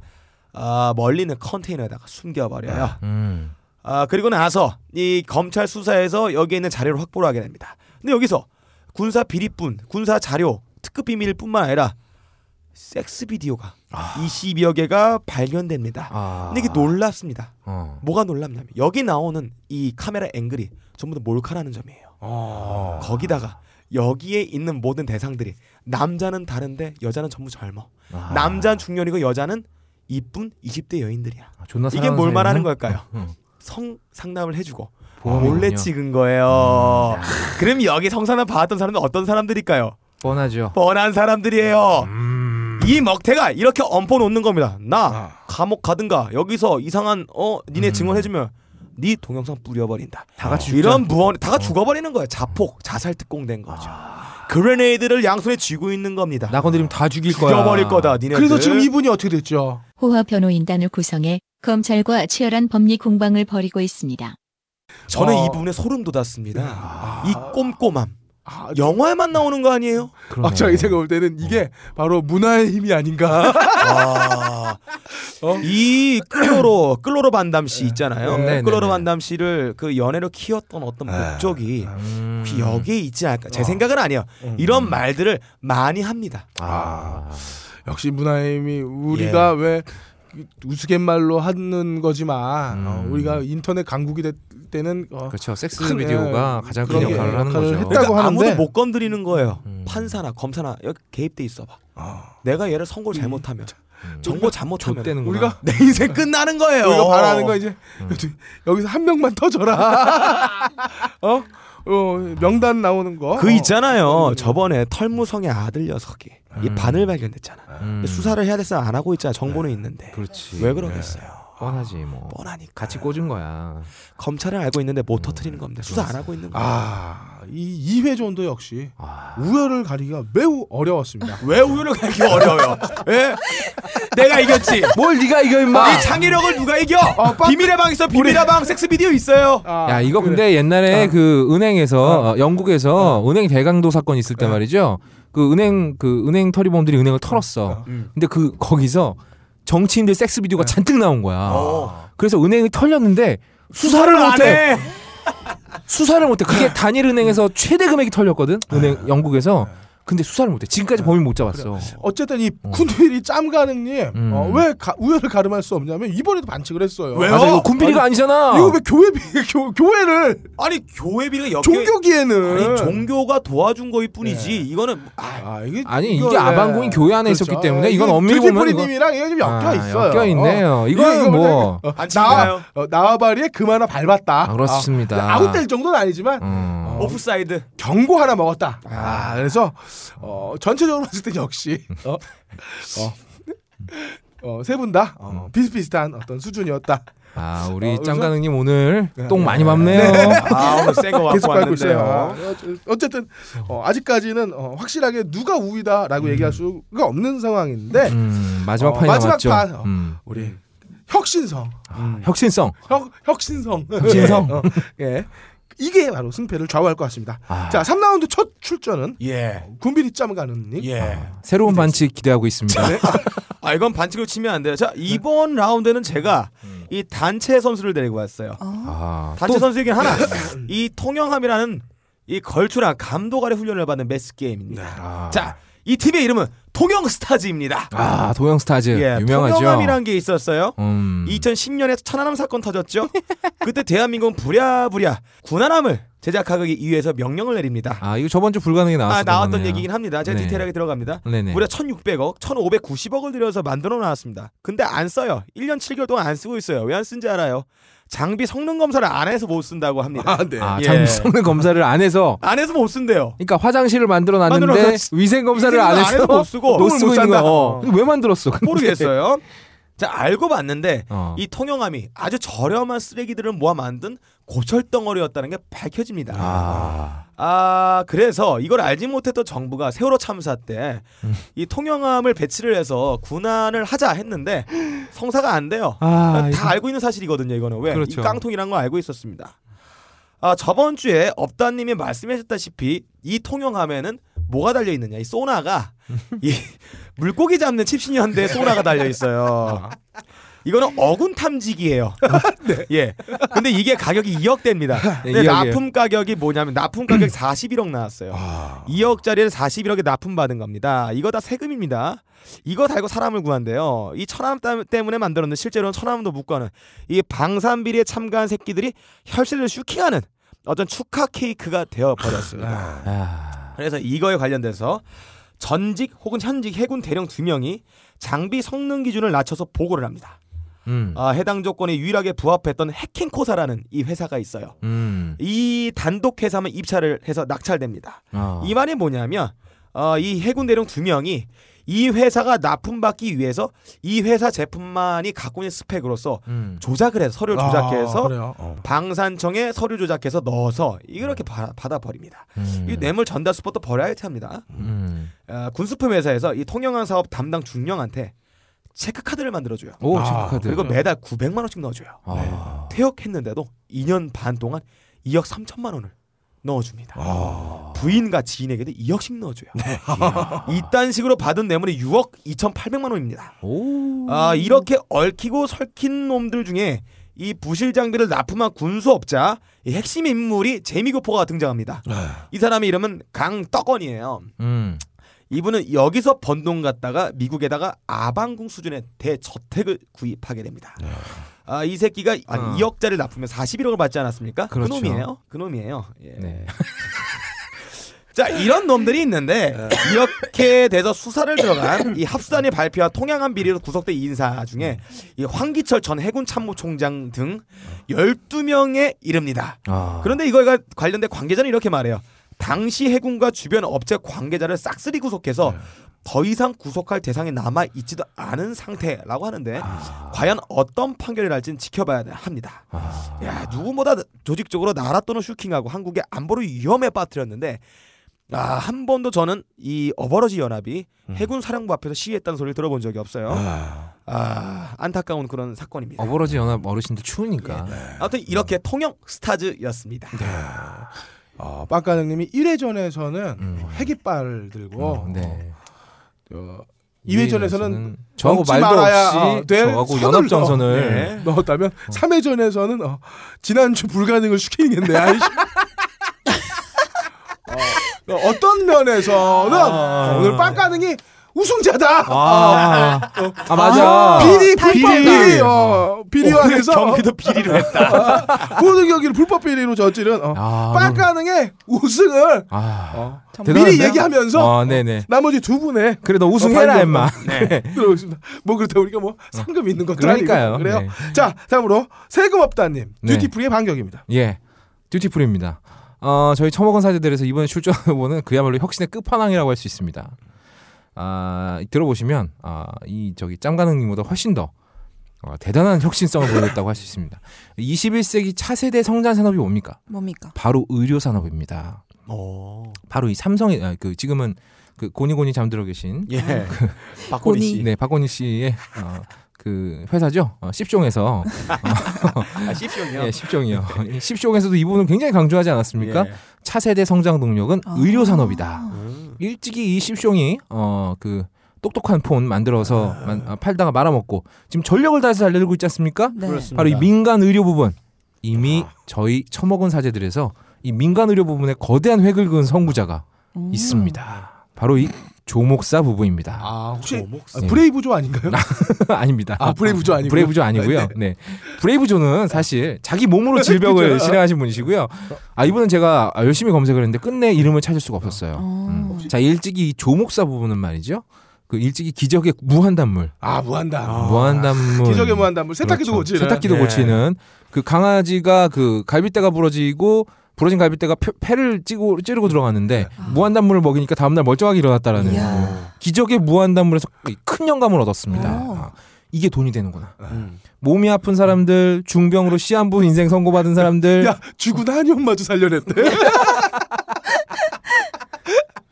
S1: 아, 멀리 있는 컨테이너에다가 숨겨버려요.
S2: 음.
S1: 아, 그리고 나서 이 검찰 수사에서 여기에 있는 자료를 확보를 하게 됩니다. 근데 여기서 군사 비리뿐, 군사 자료, 특급 비밀뿐만 아니라 섹스 비디오가 22여 개가 발견됩니다.
S2: 아.
S1: 근데 이게 놀랍습니다.
S2: 어.
S1: 뭐가 놀랍냐면 여기 나오는 이 카메라 앵글이 전부 다 몰카라는 점이에요.
S2: 아,
S1: 거기다가 여기에 있는 모든 대상들이 남자는 다른데 여자는 전부 젊어.
S2: 아.
S1: 남자는 중년이고 여자는 이쁜 20대 여인들이야.
S2: 아, 존나
S1: 이게 뭘
S2: 사랑하는
S1: 말하는
S2: 사람이네?
S1: 걸까요?
S2: 응.
S1: 성 상담을 해주고
S2: 보험이군요.
S1: 몰래 찍은 거예요. 그럼 여기 성상담 받았던 사람은 어떤 사람들일까요?
S2: 뻔하죠.
S1: 뻔한 사람들이에요. 이 먹태가 이렇게 엄포 놓는 겁니다. 나 감옥 가든가 여기서 이상한 어 니네 증언해주면 네 동영상 뿌려버린다. 다 같이
S2: 어,
S1: 이런 무언 다가 죽어버리는 거예요. 자폭 자살 특공된 거죠. 그레네이드를 양손에 쥐고 있는 겁니다.
S2: 나 건드리면 다 죽일 거야.
S1: 죽여버릴 거다. 니네.
S3: 그래서 지금 이분이 어떻게 됐죠?
S5: 호화 변호인단을 구성해 검찰과 치열한 법리 공방을 벌이고 있습니다.
S1: 저는
S3: 어.
S1: 이 부분에 소름 돋았습니다.
S3: 아.
S1: 이 꼼꼼함.
S3: 아,
S1: 영화에만 나오는 거 아니에요?
S2: 그러네.
S3: 막 제가 이 생각 올 때는 이게
S1: 어.
S3: 바로 문화의 힘이 아닌가.
S1: 아, 이 클로로 클로로 반담 씨 있잖아요.
S2: 네, 네,
S1: 클로로
S2: 네.
S1: 반담 씨를 그 연애로 키웠던 어떤 목적이
S2: 음.
S1: 혹시 여기에 있지 않을까? 제 생각은 아니에요. 이런 말들을 많이 합니다.
S2: 아.
S3: 역시 문화의 힘이 우리가
S1: 예.
S3: 왜 우스갯말로 하는 거지만 어,
S2: 음.
S3: 우리가 인터넷 강국이 될 때는 어,
S2: 그렇죠. 섹스
S3: 큰,
S2: 비디오가
S3: 예,
S2: 가장 큰
S3: 그런
S1: 게
S2: 역할을 하는
S3: 역할을
S2: 거죠.
S3: 했다고
S1: 그러니까 아무도
S3: 하는데.
S1: 못 건드리는 거예요.
S2: 음.
S1: 판사나 검사나 여기 개입돼 있어봐.
S3: 아.
S1: 내가 얘를 선고 를 잘못하면
S2: 음.
S1: 정보 잘못하면
S2: 족대는구나.
S3: 우리가-
S1: 내 인생 끝나는 거예요.
S3: 우리가 바라는 건 이제
S1: 음.
S3: 여기서 한 명만 터져라. 어? 어, 명단 나오는 거.
S1: 그
S3: 어.
S1: 있잖아요. 저번에 털무성의 아들 녀석이 이
S2: 음.
S1: 반을 발견됐잖아.
S2: 음.
S1: 근데 수사를 해야 될 사람 안 하고 있잖아. 정보는 있는데.
S2: 그렇지.
S1: 왜 그러겠어요?
S2: 뻔하지 뭐.
S1: 뻔하니까
S2: 같이 꽂은 거야.
S1: 검찰은 알고 있는데 못 터트리는 겁니다. 수사 안 하고 있는 거예요.
S3: 아, 이 이회전도 역시
S2: 아.
S3: 우열을 가리기가 매우 어려웠습니다.
S1: 왜 우유를 가기 어려워요? 예? 내가 이겼지.
S2: 뭘 네가 이겨
S1: 이 창의력을 누가 이겨? 비밀의 방 있어. 비밀의 방 섹스 비디오 있어요.
S3: 아,
S2: 야 이거
S3: 그래.
S2: 근데 옛날에 그 은행에서 어, 영국에서 은행 대강도 사건 있을 때 말이죠. 그 은행 그 은행 털이범들이 은행을 털었어. 근데 그 거기서 정치인들 섹스 비디오가 잔뜩 나온 거야. 그래서 은행이 털렸는데 수사를
S1: 안
S2: 못해.
S1: 해.
S2: 수사를 못해. 그게 단일 은행에서 최대 금액이 털렸거든. 은행 영국에서. 근데 수사를 못해. 지금까지 범인 못 잡았어.
S3: 어쨌든 이
S2: 어.
S3: 군필이 짬가능님
S2: 음.
S3: 어, 왜 가- 우열을 가름할 수 없냐면 이번에도 반칙을 했어요.
S1: 왜요?
S2: 맞아 이거 군필이가 아니잖아.
S3: 이거 왜 교회 비, 교, 교회를
S1: 아니 교회비가 역
S3: 종교기에는 네.
S1: 아니 종교가 도와준 거일 뿐이지 이거는 아,
S3: 아, 이게, 그렇죠.
S2: 아니, 이게 아방공이 교회 안에 있었기 때문에 이건 엄밀히 보면 이거-
S3: 님이랑 이거 좀 엮여
S2: 아,
S3: 있어요.
S2: 엮여 있네요.
S3: 이거
S2: 이거는 뭐.
S3: 어,
S1: 반칙인가요?
S3: 어, 나와바리에 금 하나 밟았다.
S2: 아, 그렇습니다.
S3: 아, 아웃될 정도는 아니지만 어,
S2: 음.
S1: 오프사이드
S3: 경고 하나 먹었다. 아, 그래서 어, 전체적으로 봤을 때 역시 어, 어, 어, 세 분 다 어, 비슷비슷한 어떤 수준이었다.
S2: 아
S3: 어,
S2: 우리
S3: 우선-
S2: 짱가능님 오늘
S3: 네.
S2: 똥 많이 밟네요.
S1: 아 오늘 센거
S3: 계속
S1: 갖고
S3: 밟고 있어요.
S1: 왔는데요
S3: 어, 쨌든 아직까지는 어, 확실하게 누가 우위다라고 얘기할 수가 없는 상황인데
S2: 음, 마지막
S3: 어,
S2: 판이
S3: 마지막
S2: 남았죠.
S3: 판. 어.
S2: 음.
S3: 우리 혁신성,
S2: 혁신성.
S3: 혁 혁신성,
S2: 혁신성.
S3: 어, 예. 이게 바로 승패를 좌우할 것 같습니다.
S2: 아.
S3: 자, 3라운드 첫 출전은
S1: 예예 예.
S3: 군비리 짬 가는 님.
S2: 새로운 반칙 기대하고 있습니다.
S1: 아 이건 반칙으로 치면 안 돼요 자 이번 라운드는 제가 이 단체 선수를 데리고 왔어요
S2: 아,
S1: 단체 선수 얘기는 하나
S2: 네.
S1: 이 통영함이라는 이 걸출한 감독 아래 훈련을 받는 매스 게임입니다
S2: 아.
S1: 자이 팀의 이름은 통영 스타즈입니다
S2: 아 도영 스타즈
S1: 예,
S2: 유명하죠.
S1: 통영함이란 게 있었어요
S2: 음.
S1: 2010년에 천안함 사건 터졌죠. 그때 대한민국은 부랴부랴 군안함을 제작하기 위해서 명령을 내립니다.
S2: 아 이거 저번 주 불가능에
S1: 아,
S2: 나왔던
S1: 나왔던 얘기긴 합니다. 제가
S2: 네.
S1: 디테일하게 들어갑니다.
S2: 네네.
S1: 무려 1,600억, 1,590억을 들여서 만들어 놨습니다. 근데 안 써요. 1년 7개월 동안 안 쓰고 있어요. 왜 안 쓴지 알아요? 장비 성능 검사를 안 해서 못 쓴다고 합니다.
S3: 아, 네.
S2: 아
S1: 예.
S2: 장비 성능 검사를 안 해서
S1: 안 해서 못 쓴대요.
S2: 그러니까 화장실을 만들어 놨는데
S1: 만들어놨-
S2: 위생 검사를 안
S1: 위생도 안
S2: 해서
S1: 해서 못 쓰고
S2: 못
S1: 똥을
S2: 쓰고
S1: 못
S2: 있는 거야.
S1: 싼다.
S2: 어. 이거 왜 만들었어? 근데?
S1: 모르겠어요. 자, 알고 봤는데
S2: 네. 어.
S1: 이 통영함이 아주 저렴한 쓰레기들을 모아 만든 고철덩어리였다는 게 밝혀집니다.
S2: 아.
S1: 아 그래서 이걸 알지 못했던 정부가 세월호 참사 때 이
S2: 음.
S1: 통영함을 배치를 해서 군안을 하자 했는데 성사가 안 돼요.
S2: 아,
S1: 다
S2: 이거-
S1: 알고 있는 사실이거든요. 이거는 왜 이
S2: 그렇죠.
S1: 깡통이란 거 알고 있었습니다. 아 저번 주에 업다님이 말씀하셨다시피 이 통영함에는 뭐가 달려 있느냐? 이 소나가 이 물고기 잡는 칩신이었는데 소나가 달려 있어요. 이거는 어군 탐지기예요. 예. 근데 이게 가격이 2억대입니다. 근데
S2: 예, 2억 네. 이에요. 음.
S1: 납품 가격이 뭐냐면 납품 가격 41억 나왔어요.
S2: 아.
S1: 2억짜리를 41억에 납품 받은 겁니다. 이거 다 세금입니다. 이거 달고 사람을 구한대요. 이 천암 따- 때문에 만들었는데 실제로는 천암도 묵과는 이 방산비리에 참가한 새끼들이 혈세를 슈킹하는 어떤 축하 케이크가 되어 버렸습니다.
S2: 아.
S1: 그래서 이거에 관련돼서 전직 혹은 현직 해군 대령 두 명이 장비 성능 기준을 낮춰서 보고를 합니다.
S2: 음.
S1: 아, 해당 조건에 유일하게 부합했던 해킹코사라는 이 회사가 있어요.
S2: 음.
S1: 이 단독 회사만 입찰을 해서 낙찰됩니다.
S3: 아.
S2: 어.
S1: 이 말이 뭐냐면 어, 이 해군 대령 두 명이 이 회사가 납품받기 위해서 이 회사 제품만이 갖고 있는 스펙으로서
S2: 음.
S1: 조작을 해서 서류 조작해서
S3: 아, 그래요? 어.
S1: 방산청에 서류 조작해서 넣어서
S3: 음.
S1: 이렇게 받아, 받아 버립니다.
S2: 음.
S1: 이 뇌물 전달 수법도 버려야 합니다.
S2: 음.
S1: 어, 군수품 회사에서 이 통영항 사업 담당 중령한테 체크카드를 만들어줘요.
S2: 오
S3: 아,
S2: 체크카드.
S1: 그리고 매달 900만 원씩 넣어줘요.
S2: 음.
S1: 네.
S2: 아.
S1: 퇴역했는데도 2년 반 동안 2억 3천만 원을 넣어줍니다. 부인과 지인에게도 2억씩 넣어줘요. 이딴 식으로 받은 뇌물이 6억 2,800만 원입니다.
S2: 오.
S1: 아 이렇게 얽히고 설킨 놈들 중에 이 부실 장비를 납품한 군수업자 이 핵심 인물이 재미교포가 등장합니다. 이 사람의 이름은 강떡원이에요.
S2: 음.
S1: 이분은 여기서 번 돈 갖다가 미국에다가 아방궁 수준의 대저택을 구입하게 됩니다.
S2: 네.
S1: 아, 이 새끼가 아니,
S2: 어.
S1: 2억짜리를 납품해 41억을 받지 않았습니까? 그
S2: 그렇죠.
S1: 놈이에요. 그 놈이에요. 예.
S2: 네.
S1: 자, 이런 놈들이 있는데 이렇게 돼서 수사를 들어간 이 합수단의 발표와 통양한 비리로 구속된 인사 중에 이 황기철 전 해군 참모총장 등 12명에 이릅니다.
S2: 아.
S1: 그런데 이거가 관련된 관계자는 이렇게 말해요. 당시 해군과 주변 업체 관계자를 싹쓸이 구속해서 더 이상 구속할 대상이 남아 있지도 않은 상태라고 하는데 과연 어떤 판결이 날지는 지켜봐야 합니다. 야 누구보다 조직적으로 나라 또는 슈킹하고 한국의 안보를 위험에 빠뜨렸는데 아 한 번도 저는 이 어버러지 연합이 해군 사령부 앞에서 시위했다는 소리를 들어본 적이 없어요. 아 안타까운 그런 사건입니다.
S2: 어버러지 뭐, 연합 어르신들 추우니까.
S3: 예.
S2: 네.
S1: 아무튼 이렇게 통영 스타즈였습니다.
S3: 어, 빵가능 님이 1회전에서는
S2: 음.
S3: 회깃발을 들고
S2: 음, 네.
S3: 어, 2회전에서는
S2: 저하고
S3: 넘지
S2: 말도
S3: 말아야, 어,
S2: 없이
S3: 될
S2: 저하고
S3: 선을
S2: 연합 정선을 어.
S1: 네.
S3: 넣었다면 3회전에서는 지난주 불가능을 시키겠네. 아이씨. 어, 어떤 면에서는
S2: 아.
S3: 오늘 빵가능이 우승자다.
S2: 아, 아 맞아.
S3: 비리
S4: 탈퇴가.
S3: 불법 비리
S2: 아.
S3: 어, 비리와
S1: 오늘
S3: 해서
S1: 경기도 비리로 했다.
S3: 모든 경기를 불법 비리로 저지른 어,
S2: 아,
S3: 빵가능의 우승을
S2: 아,
S3: 어,
S4: 정말.
S3: 미리
S2: 대단한데요?
S3: 얘기하면서
S2: 아, 네네.
S3: 나머지 두 분의
S2: 그래 너 우승해라
S3: 어,
S2: 임마. 네.
S3: 들어보겠습니다. 뭐 그렇다 우리가 뭐 상금 있는 것도
S2: 그러니까요.
S3: 아니고 그래요.
S2: 네.
S3: 자 다음으로 세금업다님
S2: 네.
S3: 듀티프리의 반격입니다.
S2: 예, 듀티풀입니다. 어, 저희 처먹은 사제들에서 이번에 출전한 후보는 그야말로 혁신의 끝판왕이라고 할 수 있습니다. 아, 들어보시면 아, 이 저기 짬가능님보다 훨씬 더 어, 대단한 혁신성을 보였다고 할 수 있습니다. 21세기 차세대 성장 산업이 뭡니까?
S4: 뭡니까?
S2: 바로 의료 산업입니다.
S1: 어.
S2: 바로 이 삼성의 아, 그 지금은 그 고니고니 잠들어 계신
S1: 예. 박고리 씨.
S2: 네 박건희 씨의 어, 그 회사죠 어, 십종에서
S1: 아, 씹쇼요.
S2: 예, 십종이요 십종에서도 이 부분을 굉장히 강조하지 않았습니까?
S1: 예.
S2: 차세대 성장 동력은
S4: 아.
S2: 의료 산업이다.
S1: 음.
S2: 일찍이 이 십종이 어 그 똑똑한 폰 만들어서 만- 아, 팔다가 말아먹고 지금 전력을 다해서 달려들고 있지 않습니까?
S4: 네.
S1: 그렇습니다.
S2: 바로 이 민간 의료 부분 이미
S3: 아.
S2: 저희 처먹은 사제들에서 이 민간 의료 부분에 거대한 획을 그은 선구자가
S4: 음.
S2: 있습니다. 바로 이 조목사 부부입니다.
S1: 아,
S3: 아, 혹시
S1: 오목사.
S2: 네.
S3: 아, 브레이브조 아닌가요?
S2: 아, 닙니다
S3: 아, 브레이브조 아니고요? 아.
S2: 브레이브조 아니고요. 네. 브레이브조는 사실 자기 몸으로 질병을 실행하신 분이시고요. 아, 이분은 제가 열심히 검색을 했는데 끝내 이름을 찾을 수가 없었어요.
S4: 어.
S2: 음. 자, 일찍이 이 조목사 부부는 말이죠. 그 일찍이 기적의 무한단물.
S3: 아 무한다.
S2: 무한단물.
S3: 기적의 무한담물 세탁기도
S2: 그렇죠.
S3: 고치는
S2: 세탁기도
S1: 네.
S2: 고치는 그 강아지가 그 갈비뼈가 부러지고 부러진 갈비뼈가 펴- 폐를 찌고 찌르고
S3: 네.
S2: 들어갔는데 무한단물을 먹이니까 다음날 멀쩡하게 일어났다라는
S4: 이야.
S2: 기적의 무한단물에서 큰 영감을 얻었습니다.
S4: 오.
S2: 아, 이게 돈이 되는구나.
S1: 음.
S2: 몸이 아픈 사람들, 중병으로 시한부 인생 선고받은 사람들,
S3: 야 죽은 한이 엄마도 살려냈대.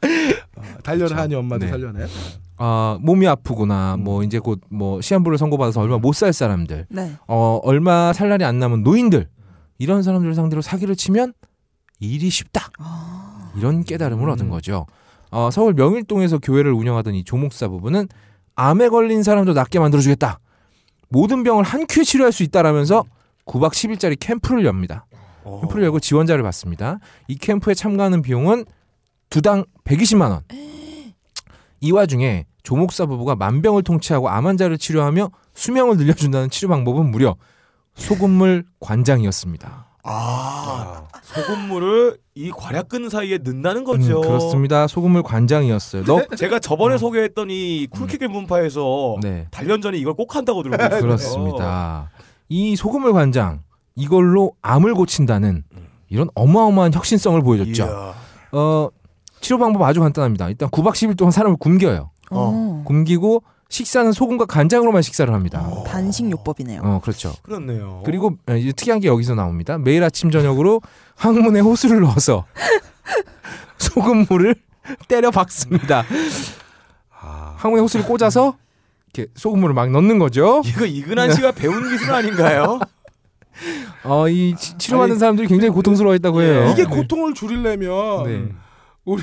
S3: 아, 달려라 한이 엄마도
S2: 네.
S3: 살려내.
S2: 아, 몸이 아프구나. 뭐 이제 곧 뭐 시한부를 선고받아서 얼마 못 살 사람들,
S4: 네.
S2: 어, 얼마 살 날이 안 남은 노인들 이런 사람들을 상대로 사기를 치면 일이 쉽다.
S4: 아.
S2: 이런 깨달음을
S1: 음.
S2: 얻은 거죠. 어, 서울 명일동에서 교회를 운영하던 이 조목사 부부는 암에 걸린 사람도 낫게 만들어주겠다. 모든 병을 한 큐에 치료할 수 있다라면서 9박 10일짜리 캠프를 엽니다.
S1: 어.
S2: 캠프를 열고 지원자를 받습니다. 이 캠프에 참가하는 비용은 두당 120만 원. 이 와중에 조목사 부부가 만병을 통치하고 암 환자를 치료하며 수명을 늘려준다는 치료 방법은 무려 소금물 관장이었습니다.
S1: 아, 소금물을 이 과략근 사이에 넣는다는 거죠. 네.
S2: 음, 그렇습니다. 소금물 관장이었어요. 너
S1: 제가 저번에 소개했던 이 쿨킥의 문파에서
S2: 음. 네.
S1: 단련 전에 이걸 꼭 한다고 들었어요.
S2: 그렇습니다.
S1: 어.
S2: 이 소금물 관장 이걸로 암을 고친다는 이런 어마어마한 혁신성을 보여줬죠.
S1: 이야.
S2: 어, 치료 방법 아주 간단합니다. 일단 9박 10일 동안 사람을 굶겨요.
S4: 어.
S2: 굶기고 식사는 소금과 간장으로만 식사를 합니다.
S1: 어.
S4: 단식 요법이네요.
S2: 어, 그렇죠.
S1: 그렇네요.
S2: 그리고 예, 이제 특이한 게 여기서 나옵니다. 매일 아침 저녁으로 항문에 호수를 넣어서 소금물을 때려 박습니다. 항문에 호수를 꽂아서 이렇게 소금물을 막 넣는 거죠.
S1: 이거 이근한 씨가 배운 기술 아닌가요?
S2: 어, 이 치, 치료받는
S3: 아니, 예,
S2: 사람들이 굉장히 고통스러워했다고 해요.
S3: 이게
S2: 네.
S3: 고통을 줄이려면
S2: 네.
S3: 우리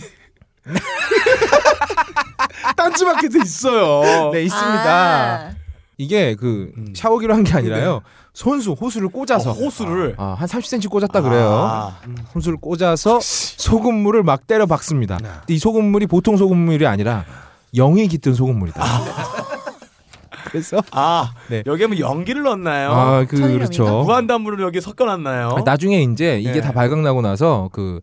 S3: 딴지마켓에 있어요.
S2: 네, 있습니다.
S4: 아.
S2: 이게 그
S1: 음.
S2: 샤워기로 한 게 아니라요. 손수 호수를 꽂아서
S1: 어, 호수를. 아.
S2: 아, 한 30cm 꽂았다 그래요. 호수를 꽂아서 소금물을 막 때려 박습니다.
S1: 네.
S2: 근데 이 소금물이 보통 소금물이 아니라 영이 깃든 소금물이다. 그래서
S1: 아,
S2: 네.
S1: 여기 하면 연기를 넣었나요?
S2: 아, 그
S4: 천일염이다.
S2: 그렇죠.
S1: 무한담물을 여기 섞어놨나요?
S2: 아, 나중에 이제 이게
S1: 예.
S2: 다 발각나고 나서 그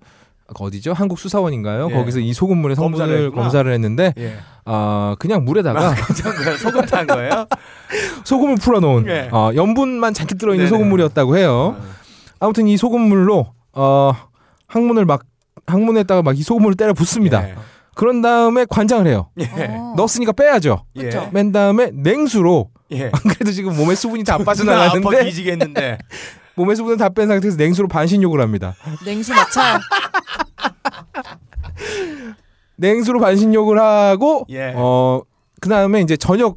S2: 어디죠? 한국 수사원인가요?
S1: 예.
S2: 거기서 이 소금물의
S1: 검사를
S2: 성분을
S1: 했구나.
S2: 검사를 했는데
S1: 예.
S2: 아, 그냥 물에다가
S1: 괜찮은 거예요? 소금 탄 거예요?
S2: 소금을 풀어놓은
S1: 예.
S2: 어, 연분만 잔뜩 들어있는
S1: 네네.
S2: 소금물이었다고 해요. 아무튼 이 소금물로 어, 항문을 막 항문에다가 막 이 소금물을 때려 붓습니다.
S1: 예.
S2: 그런 다음에 관장을 해요.
S1: 예.
S4: 어.
S2: 넣었으니까 빼야죠.
S1: 예.
S4: 그쵸.
S2: 맨 다음에 냉수로
S1: 예.
S2: 안 그래도 지금 몸에 수분이 다
S1: 나 아파
S2: 빠져나가는데
S1: 뒤지겠는데.
S2: 몸에 수분을 다 뺀 상태에서 냉수로 반신욕을 합니다.
S4: 냉수 마찰.
S2: 냉수로 반신욕을 하고
S1: 예.
S2: 어 그다음에 이제 저녁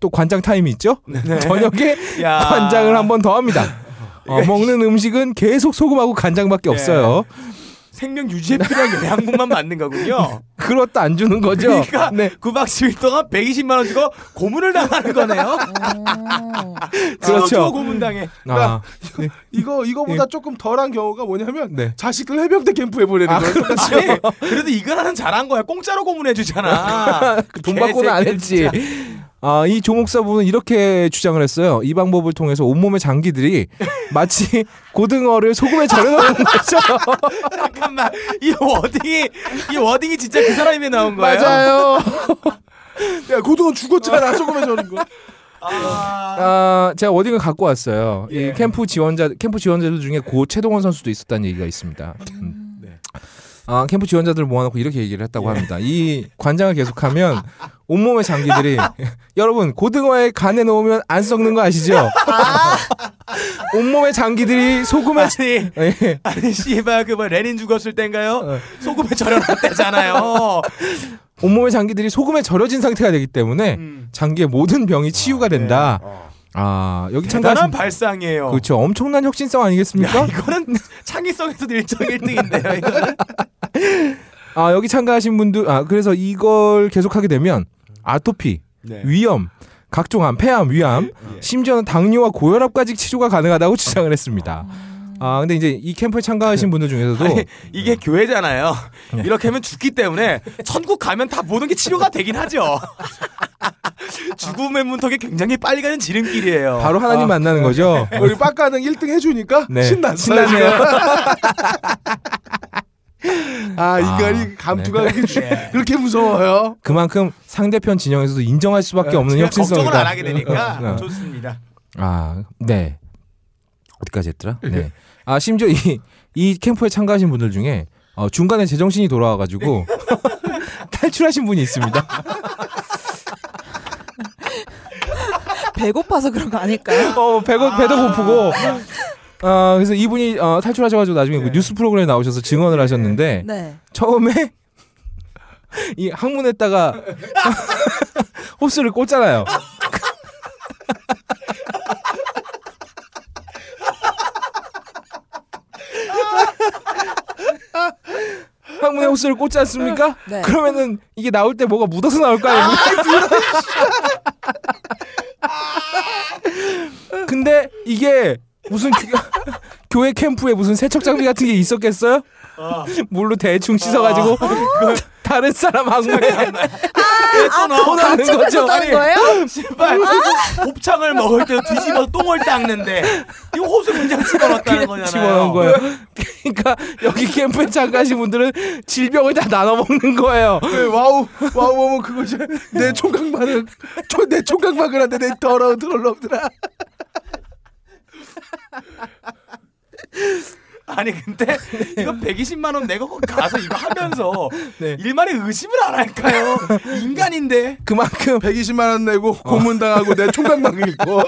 S2: 또 관장 타임이 있죠.
S1: 네네. 아.
S2: 저녁에
S1: 야. 예.
S2: 관장을 한 번 더 합니다. 어, 먹는 음식은 계속 소금하고 간장밖에 없어요.
S1: 생명 유지에 필요한 영양분만 맞는 거군요.
S2: 그렇다 안 주는 거죠.
S1: 그러니까
S2: 네.
S1: 9박 10일 동안 120만 원 주고 고문을 당하는 거네요.
S2: 그렇죠.
S1: 주워 고문 당해.
S2: 아,
S3: 이거 이거보다 조금 덜한 경우가 뭐냐면
S2: 예. 네.
S3: 자식들 해병대 캠프에 보내는 거예요.
S2: 그렇죠.
S1: 아니, 그래도 이건 하는 잘한 거야. 공짜로 고문해 주잖아.
S2: 돈 받고는 안 했지. 아, 이 조목사부는 이렇게 주장을 했어요. 이 방법을 통해서 온몸의 장기들이 마치 고등어를 소금에 절여놓은 것처럼
S1: 잠깐만. 이 워딩이 이 워딩이 진짜 그 사람이 나온 거예요.
S2: 맞아요.
S3: 야 고등어 죽었잖아 소금에 절인 거.
S1: 아,
S2: 아, 제가 워딩을 갖고 왔어요. 이
S1: 예.
S2: 캠프 지원자 캠프 지원자들 중에 고 최동원 선수도 있었다는 얘기가 있습니다. 음.
S1: 네.
S2: 아, 캠프 지원자들 모아놓고 이렇게 얘기를 했다고 합니다. 이 관장을 계속하면 온몸의 장기들이 여러분 고등어에 간에 넣으면 안 썩는 거 아시죠? 온몸의 장기들이 소금에
S1: 아니
S2: 예.
S1: 아니 씨발 그뭐 레닌 죽었을 땐가요?
S2: 어.
S1: 소금에 절여놨대잖아요.
S2: 온몸의 장기들이 소금에 절여진 상태가 되기 때문에
S1: 음. 네.
S2: 장기의 모든 병이 치유가 된다.
S3: 어.
S2: 아 여기
S1: 대단한
S2: 참가하신
S1: 발상이에요.
S2: 그렇죠. 엄청난 혁신성 아니겠습니까?
S1: 야, 이거는 창의성에서도 일정 1등인데요. 이거는
S2: 아 여기 참가하신 분들 아 그래서 이걸 계속하게 되면 아토피,
S1: 네.
S2: 위염, 각종 암, 폐암, 위암,
S1: 예.
S2: 심지어는 당뇨와 고혈압까지 치료가 가능하다고 주장을 했습니다. 아 근데 이제 이 캠프에 참가하신 분들 중에서도
S1: 아니, 이게 교회잖아요.
S2: 예.
S1: 이렇게 하면 죽기 때문에 천국 가면 다 모든 게 치료가 되긴 하죠. 죽음의 문턱에 굉장히 빨리 가는 지름길이에요.
S2: 바로 하나님
S3: 아,
S2: 만나는 거죠.
S3: 우리 빡가는 1등 해주니까
S2: 네.
S3: 신났어요.
S2: 신나네요.
S3: 아 인간이
S2: 아,
S3: 감투가 이렇게 주-
S1: 예.
S3: 그렇게 무서워요.
S2: 그만큼 상대편 진영에서도 인정할 수밖에 없는
S1: 제가 네,
S2: 혁신성이다.
S1: 걱정을 안 하게 되니까
S2: 어, 어.
S1: 좋습니다.
S2: 아, 네. 어디까지 했더라? 네. 아, 심지어 이, 이 캠프에 참가하신 분들 중에 어, 중간에 제정신이 돌아와가지고 탈출하신 분이 있습니다.
S4: 배고파서 그런 거 아닐까요?
S2: 어, 배고, 배도 고프고. 아, 그래서 이분이 어, 탈출하셔가지고 나중에 그 뉴스 프로그램에 나오셔서 증언을 하셨는데
S4: 네.
S2: 처음에 이 항문에다가 호스를 꽂잖아요. 항문에 호스를 꽂지 않습니까?
S4: 네.
S2: 그러면은 이게 나올 때 뭐가 묻어서 나올 거 아닙니까? 근데 이게 무슨 교- 교회 캠프에 무슨 세척 장비 같은 게 있었겠어요? 물로 대충 씻어가지고
S4: 아.
S2: 다른 사람 항문에
S1: 아, 또
S2: 아, 같이 거죠?
S4: 떠는 거예요?
S1: 신발 곱창을 먹을 때 뒤집어 똥을 닦는데 이거 호수 문장 집어넣었다는 거잖아요.
S2: 집어넣은 거예요. 그러니까 여기 캠프에 참가하신 분들은 질병을 다 나눠 먹는 거예요.
S3: 네, 와우 와우 와우 그거 이제 내 총각만을 내 총각만을 한데 내 더러운 트롤놈들아.
S1: 아니 근데 이거 120만 원 내가 거기 가서 이거 하면서
S2: 네.
S1: 일만의 의심을 안 할까요? 인간인데
S2: 그만큼
S3: 120만 원 내고
S2: 어.
S3: 고문당하고 내 총각만 읽고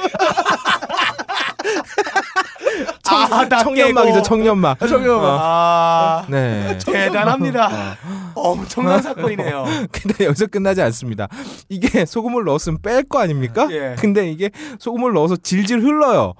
S1: 아, 나
S2: 청년막이죠,
S1: 깨고.
S2: 청년막. 어.
S3: 청년막.
S1: 아
S2: 네.
S1: 대단합니다.
S2: 아.
S1: 엄청난 사건이네요.
S2: 근데 여기서 끝나지 않습니다. 이게 소금을 넣었으면 뺄 거 아닙니까?
S1: 예.
S2: 근데 이게 소금을 넣어서 질질 흘러요.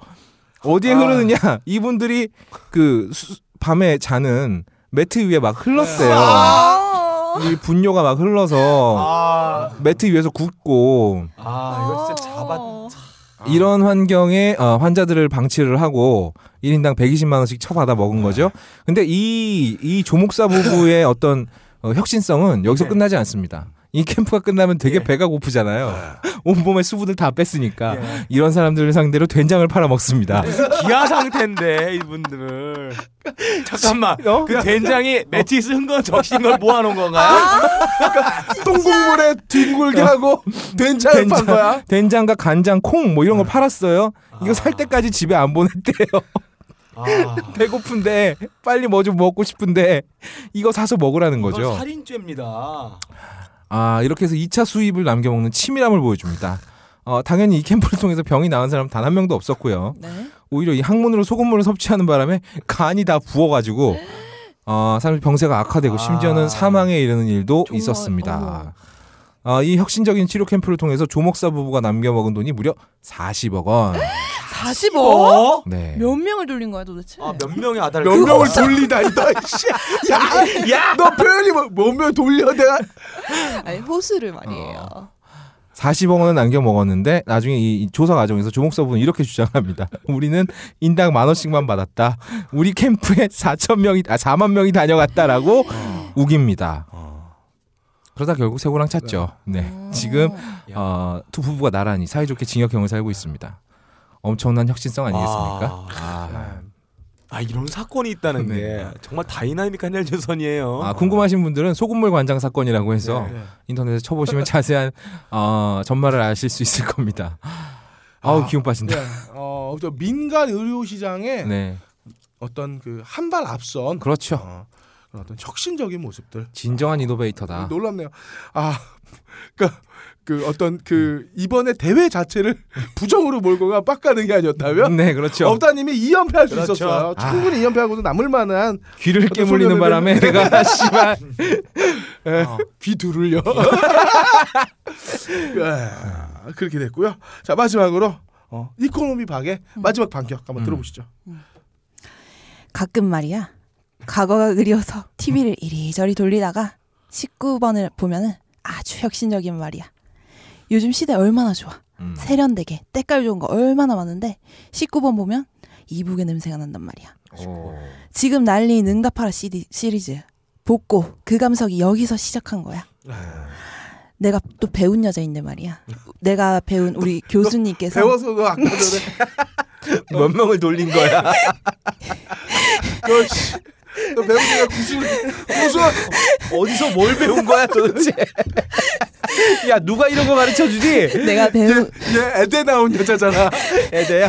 S2: 어디에
S1: 아.
S2: 흐르느냐? 이분들이 그 수- 밤에 자는 매트 위에 막 흘렀대요.
S4: 아.
S2: 이 분뇨가 막 흘러서
S1: 아,
S2: 매트 위에서 굽고
S1: 아 이거 진짜 잡았.
S2: 아. 이런 환경에 어, 환자들을 방치를 하고 1인당 120만 원씩 처받아 먹은 거죠. 근데 이, 이 조목사 부부의 어떤 어, 혁신성은 여기서
S1: 네.
S2: 끝나지 않습니다. 이 캠프가 끝나면 되게
S1: 예.
S2: 배가 고프잖아요. 온몸에 수분을 다 뺐으니까
S1: 예.
S2: 이런 사람들을 상대로 된장을 팔아 먹습니다.
S3: 네.
S1: 기아 상태인데 이분들. 잠깐만.
S2: 어?
S1: 그 된장이 매치스 흥건 적신 걸 모아놓은 건가요?
S3: 똥국물에 뒹굴게 하고 된장을 판 거야.
S2: 어.
S3: 아.
S2: 된장과 간장, 콩 뭐 이런 거 팔았어요. 이거 살 때까지 집에 안 보냈대요.
S1: 아,
S2: 배고픈데 빨리 뭐 좀 먹고 싶은데 이거 사서 먹으라는
S1: 이건
S2: 거죠.
S1: 살인죄입니다.
S2: 아 이렇게 해서 2차 수입을 남겨먹는 치밀함을 보여줍니다. 어, 당연히 이 캠프를 통해서 병이 나은 사람 단 한 명도 없었고요.
S4: 네.
S2: 오히려 이 항문으로 소금물을 섭취하는 바람에 간이 다 부어가지고 어, 사람 병세가 악화되고 심지어는
S1: 아.
S2: 사망에 이르는 일도
S4: 정말,
S2: 있었습니다. 어, 아, 이 혁신적인 치료 캠프를 통해서 조목사 부부가 남겨먹은 돈이 무려 40억 원.
S4: 45?
S1: 어?
S2: 네.
S4: 몇 명을 돌린 거야 도대체?
S2: 아몇 명의 아다를
S3: 몇 명을 돌리다 이너 씨. 야, 야, 너 표현이 뭐몇명 돌려 내가.
S4: 아니 호수를 말이에요.
S2: 어. 40억 원을 남겨 먹었는데 나중에 이, 이 조사 과정에서 조목사부는 이렇게 주장합니다. 우리는 인당 만 원씩만 받았다. 우리 캠프에 4천 명이 아 4만 명이 다녀갔다라고 우깁니다. 그러다 결국 세고랑 찼죠. 어. 네. 지금 어, 두 부부가 나란히 사이좋게 징역형을 살고 있습니다. 엄청난 혁신성 아니겠습니까?
S1: 아, 아, 이런 사건이 있다는
S2: 네.
S1: 게 정말 다이나믹한 혈전선이에요.
S2: 아, 궁금하신 분들은 소금물 관장 사건이라고 해서 인터넷에 쳐보시면 자세한 어, 전말을 아실 수 있을 겁니다. 아우 기운 빠진다.
S3: 어, 저 민간 의료 시장의
S2: 네.
S3: 어떤 그 한 발 앞선
S2: 그렇죠.
S3: 어, 그런 어떤 혁신적인 모습들
S2: 진정한 이노베이터다.
S3: 놀랍네요. 아, 그러니까 그 어떤 그 이번에 대회 자체를 부정으로 몰고 가 빡가는 게 아니었다면
S2: 네, 그렇죠.
S3: 업다님이 2연패 할수
S1: 그렇죠.
S3: 있었어요.
S2: 아.
S3: 충분히 2연패하고도 남을 만한
S2: 귀를 깨물리는
S3: 소리를
S2: 바람에 내가 어. 씨발
S3: 에, 어, 귀 두를요. 예, 그렇게 됐고요. 자 마지막으로 어, 이코노미 박의 마지막 반격 한번
S2: 음.
S3: 들어보시죠.
S4: 가끔 말이야. 과거가 그리워서 TV를 이리저리 돌리다가 19번을 보면은 아주 혁신적인 말이야. 요즘 시대 얼마나 좋아.
S2: 음.
S4: 세련되게 때깔 좋은 거 얼마나 많은데 19번 보면 이북의 냄새가 난단 말이야.
S2: 오.
S4: 지금 난리인 응답하라 CD, 시리즈 복고 그 감성이 여기서 시작한 거야. 내가 또 배운 여자인데 말이야. 내가 배운 우리 교수님께서
S3: 배워서 너 아까 전에
S2: 몇 명을 돌린 거야?
S3: 너, 씨, 너 배운 게 구슬 무슨
S2: 어디서 뭘 배운 거야 도대체? 야 누가 이런 거 가르쳐 주지?
S4: 내가 배운
S3: 얘 애대 나온 여자잖아.
S2: 애들야.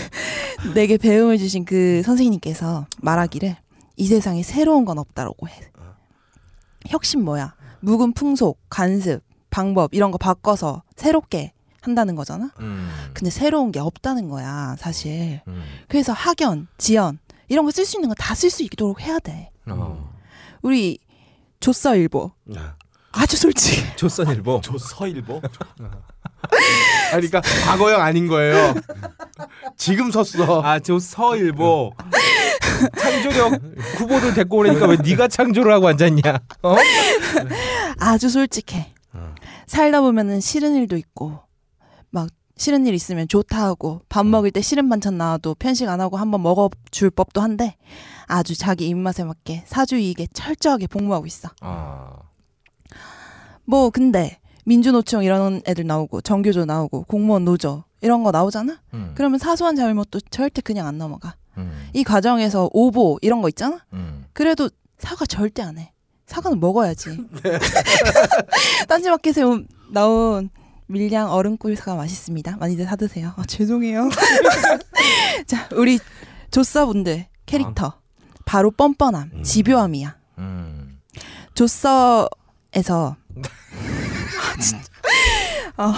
S4: 내게 배움을 주신 그 선생님께서 말하기를 이 세상에 새로운 건 없다라고 해. 혁신 뭐야? 묵은 풍속, 관습, 방법 이런 거 바꿔서 새롭게 한다는 거잖아.
S2: 음.
S4: 근데 새로운 게 없다는 거야, 사실.
S2: 음.
S4: 그래서 학연, 지연 이런 거 쓸 수 있는 거 다 쓸 수 있도록 해야 돼.
S2: 어.
S4: 우리 조사일보 아주 솔직히
S2: 조선일보.
S1: 조서일보.
S3: 아니, 그러니까 과거형 아닌 거예요. 지금 섰어.
S2: 아 조서일보. 창조력 후보들 데리고 오라니까 왜 네가 창조를 하고 앉았냐? 어?
S4: 아주 솔직해. 살다 보면은 싫은 일도 있고 막 싫은 일 있으면 좋다 하고 밥 먹을 때 싫은 반찬 나와도 편식 안 하고 한번 먹어줄 법도 한데 아주 자기 입맛에 맞게 사주 이익에 철저하게 복무하고 있어.
S2: 아.
S4: 뭐 근데 민주노총 이런 애들 나오고 정교조 나오고 공무원 노조 이런 거 나오잖아.
S2: 음.
S4: 그러면 사소한 잘못도 절대 그냥 안 넘어가.
S2: 음.
S4: 이 과정에서 오보 이런 거 있잖아.
S2: 음.
S4: 그래도 사과 절대 안 해. 사과는 먹어야지. 딴지마켓에 온- 나온 밀양 얼음꿀 사과 맛있습니다. 많이들 사드세요. 아, 죄송해요. 자, 우리 조서분들 캐릭터 바로 뻔뻔함, 집요함이야.
S2: 음.
S4: 조서에서 아, 진짜. 어.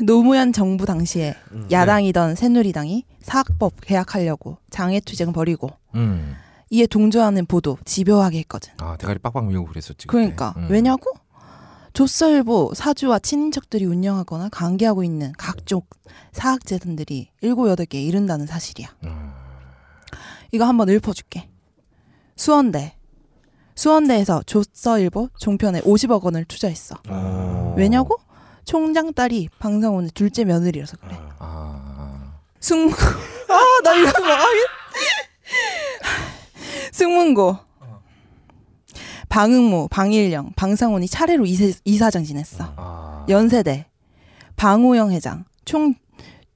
S4: 노무현 정부 당시에 야당이던 새누리당이 사학법 개혁하려고 장애투쟁 벌이고
S2: 음.
S4: 이에 동조하는 보도 집요하게 했거든.
S2: 아 대가리 빡빡 밀고 그랬었지. 그때.
S4: 그러니까
S2: 음.
S4: 왜냐고? 조선일보 사주와 친인척들이 운영하거나 관계하고 있는 각종 사학 재단들이 일곱 여덟 개에 이른다는 사실이야. 이거 한번 읊어줄게. 수원대 수원대에서 조서일보 종편에 50억 원을 투자했어.
S2: 아.
S4: 왜냐고? 총장 딸이 방상훈의 둘째 며느리라서 그래.
S2: 아.
S4: 승문고 아나 이거 막 승문고 방응모 방일영 방상훈이 차례로 이세, 이사장 지냈어
S2: 아.
S4: 연세대 방호영 회장 총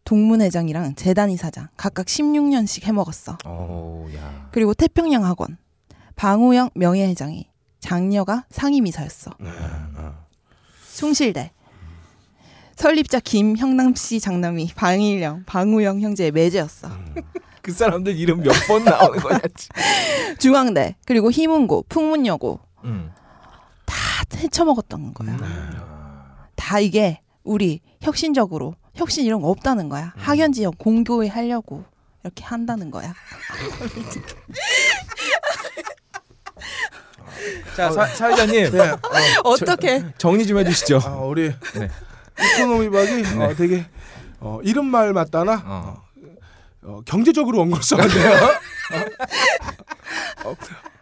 S4: 동문 회장이랑 재단 이사장 각각 16년씩 해먹었어
S2: 어, 야.
S4: 그리고 태평양 학원 방호영 명예 회장이 장녀가 상임이사였어 숭실대 설립자 김형남 씨 장남이 방일영 방우영 형제의 매제였어
S2: 그 사람들 이름 몇 번 나오는 거야?
S4: 중앙대 그리고 희문고 풍문여고
S2: 음.
S4: 다 헤쳐먹었던 거야. 다 이게 우리 혁신적으로 혁신 이런 거 없다는 거야. 학연 지역 공교회 하려고 이렇게 한다는 거야.
S2: 자, 사, 사회자님
S3: 네, 어,
S4: 어떻게
S2: 정리 좀 해주시죠.
S3: 아, 우리
S2: 네.
S3: 이코노미 박이 어, 되게 어, 어, 이런 말 맞다나
S2: 어.
S3: 어, 경제적으로 원고성한데요. 어,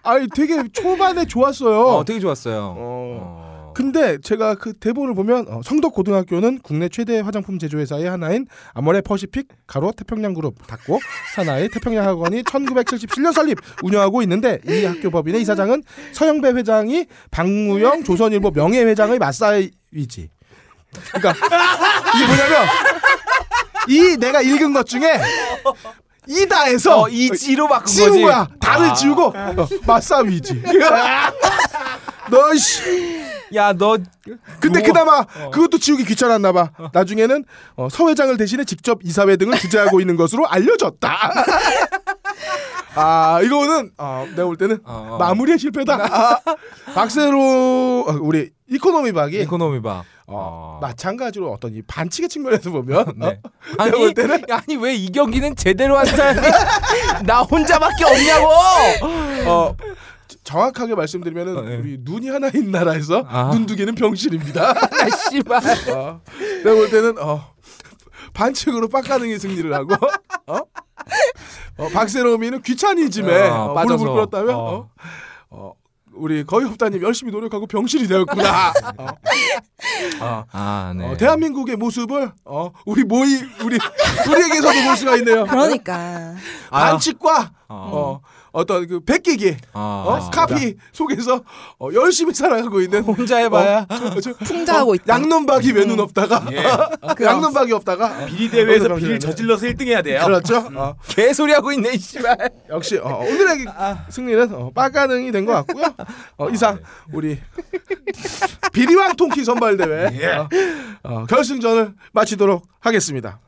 S3: 아니 되게 초반에 좋았어요.
S2: 어, 되게 좋았어요.
S3: 어.
S2: 어.
S3: 근데 제가 그 대본을 보면 어, 성덕 고등학교는 국내 최대 화장품 제조회사의 하나인 아모레 퍼시픽 가로 태평양 그룹 닫고 산하의 태평양 학원이 1977년 설립 운영하고 있는데 이 학교 법인의 이사장은 서영배 회장이 박무영 조선일보 명예회장의 맞사위지. 그러니까 이게 뭐냐면 이 내가 읽은 것 중에 이다에서
S2: 어, 이지로 바꾼 거지.
S3: 지운 거야. 다를
S2: 아.
S3: 지우고 어, 마사위지. 너 씨.
S2: 야, 너
S3: 근데
S2: 그거-
S3: 그나마 그것도 지우기 귀찮았나 봐. 나중에는 어, 서회장을 대신해 직접 이사회 등을 주재하고 있는 것으로 알려졌다. 아 이거는 어, 내가 볼 때는
S2: 어, 아. 어.
S3: 마무리의 실패다. 박세로 어, 우리 이코노미 박이
S2: 이코노미 봐.
S3: 어,
S2: 어.
S3: 마찬가지로 어떤 이 반칙의 측면에서 보면
S2: 네.
S3: 어, 내가 볼
S2: 아니,
S3: 때는
S2: 아니 왜 이경기는 제대로 한 사람이 나 혼자밖에 없냐고.
S3: 어, 정확하게 말씀드리면
S2: 어, 네.
S3: 우리 눈이 하나 있는 나라에서
S2: 아.
S3: 눈 두 개는 병실입니다.
S2: 아, 씨발.
S3: 어, 내가 볼 때는 어, 반칙으로 빡가능이 승리를 하고 어? 어, 박세롬이는 귀차니즘에
S2: 어,
S3: 어,
S2: 빠져서.
S3: 무릎을 꿇었다면 어.
S2: 어.
S3: 어, 우리 거의 없다님 열심히 노력하고 병실이 되었구나. 어, 어,
S2: 아, 네.
S3: 어, 대한민국의 모습을 어, 우리 모이 우리 우리에게서도 볼 수가 있네요.
S4: 그러니까
S2: 아.
S3: 반칙과
S2: 어.
S3: 어, 어떤 그 베끼기
S2: 아,
S3: 어?
S2: 아,
S3: 카피 속에서 어, 열심히 살아가고 있는
S2: 혼자 해봐야.
S3: 어, 저-
S4: 풍자하고 있다.
S3: 양놈박이 왜
S2: 음.
S3: 눈 없다가 그
S1: 예.
S2: 아,
S3: 양놈박이 없다가
S1: 비리 대회에서
S3: 어디서
S1: 비리를
S3: 병신하네.
S1: 저질러서 1등해야 돼요.
S3: 그렇죠. 어,
S2: 개소리 하고 있네, 이 씨발.
S3: 역시 어, 오늘의 승리는 어, 빠가능이 된 것 같고요. 어, 이상 우리 비리왕 통키 선발 대회
S1: 예.
S3: 어, 어, 결승전을 마치도록 하겠습니다.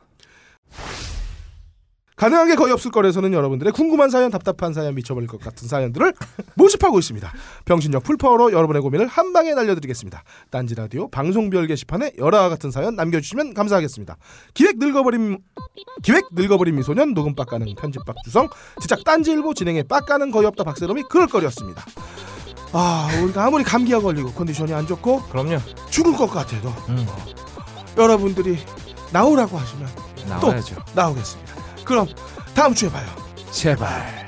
S3: 가능한 게 거의 없을 거래서는 여러분들의 궁금한 사연, 답답한 사연, 미쳐버릴 것 같은 사연들을 모집하고 있습니다. 병신력 풀파워로 여러분의 고민을 한 방에 날려드리겠습니다. 딴지 라디오 방송별 게시판에 열화와 같은 사연 남겨주시면 감사하겠습니다. 기획 늙어버린 기획 늙어버린 미소년 녹음 빡가는 편집 박주성 제작 딴지일보 진행의 빡가는 거의 없다 박세롬이 그럴거리였습니다. 아 우리가 아무리 감기가 걸리고 컨디션이 안 좋고
S2: 그럼요.
S3: 죽을 것 같아도
S2: 음.
S3: 여러분들이 나오라고 하시면
S2: 나와야죠.
S3: 나오겠습니다. 그럼 다음 주에 봐요.
S2: 제발.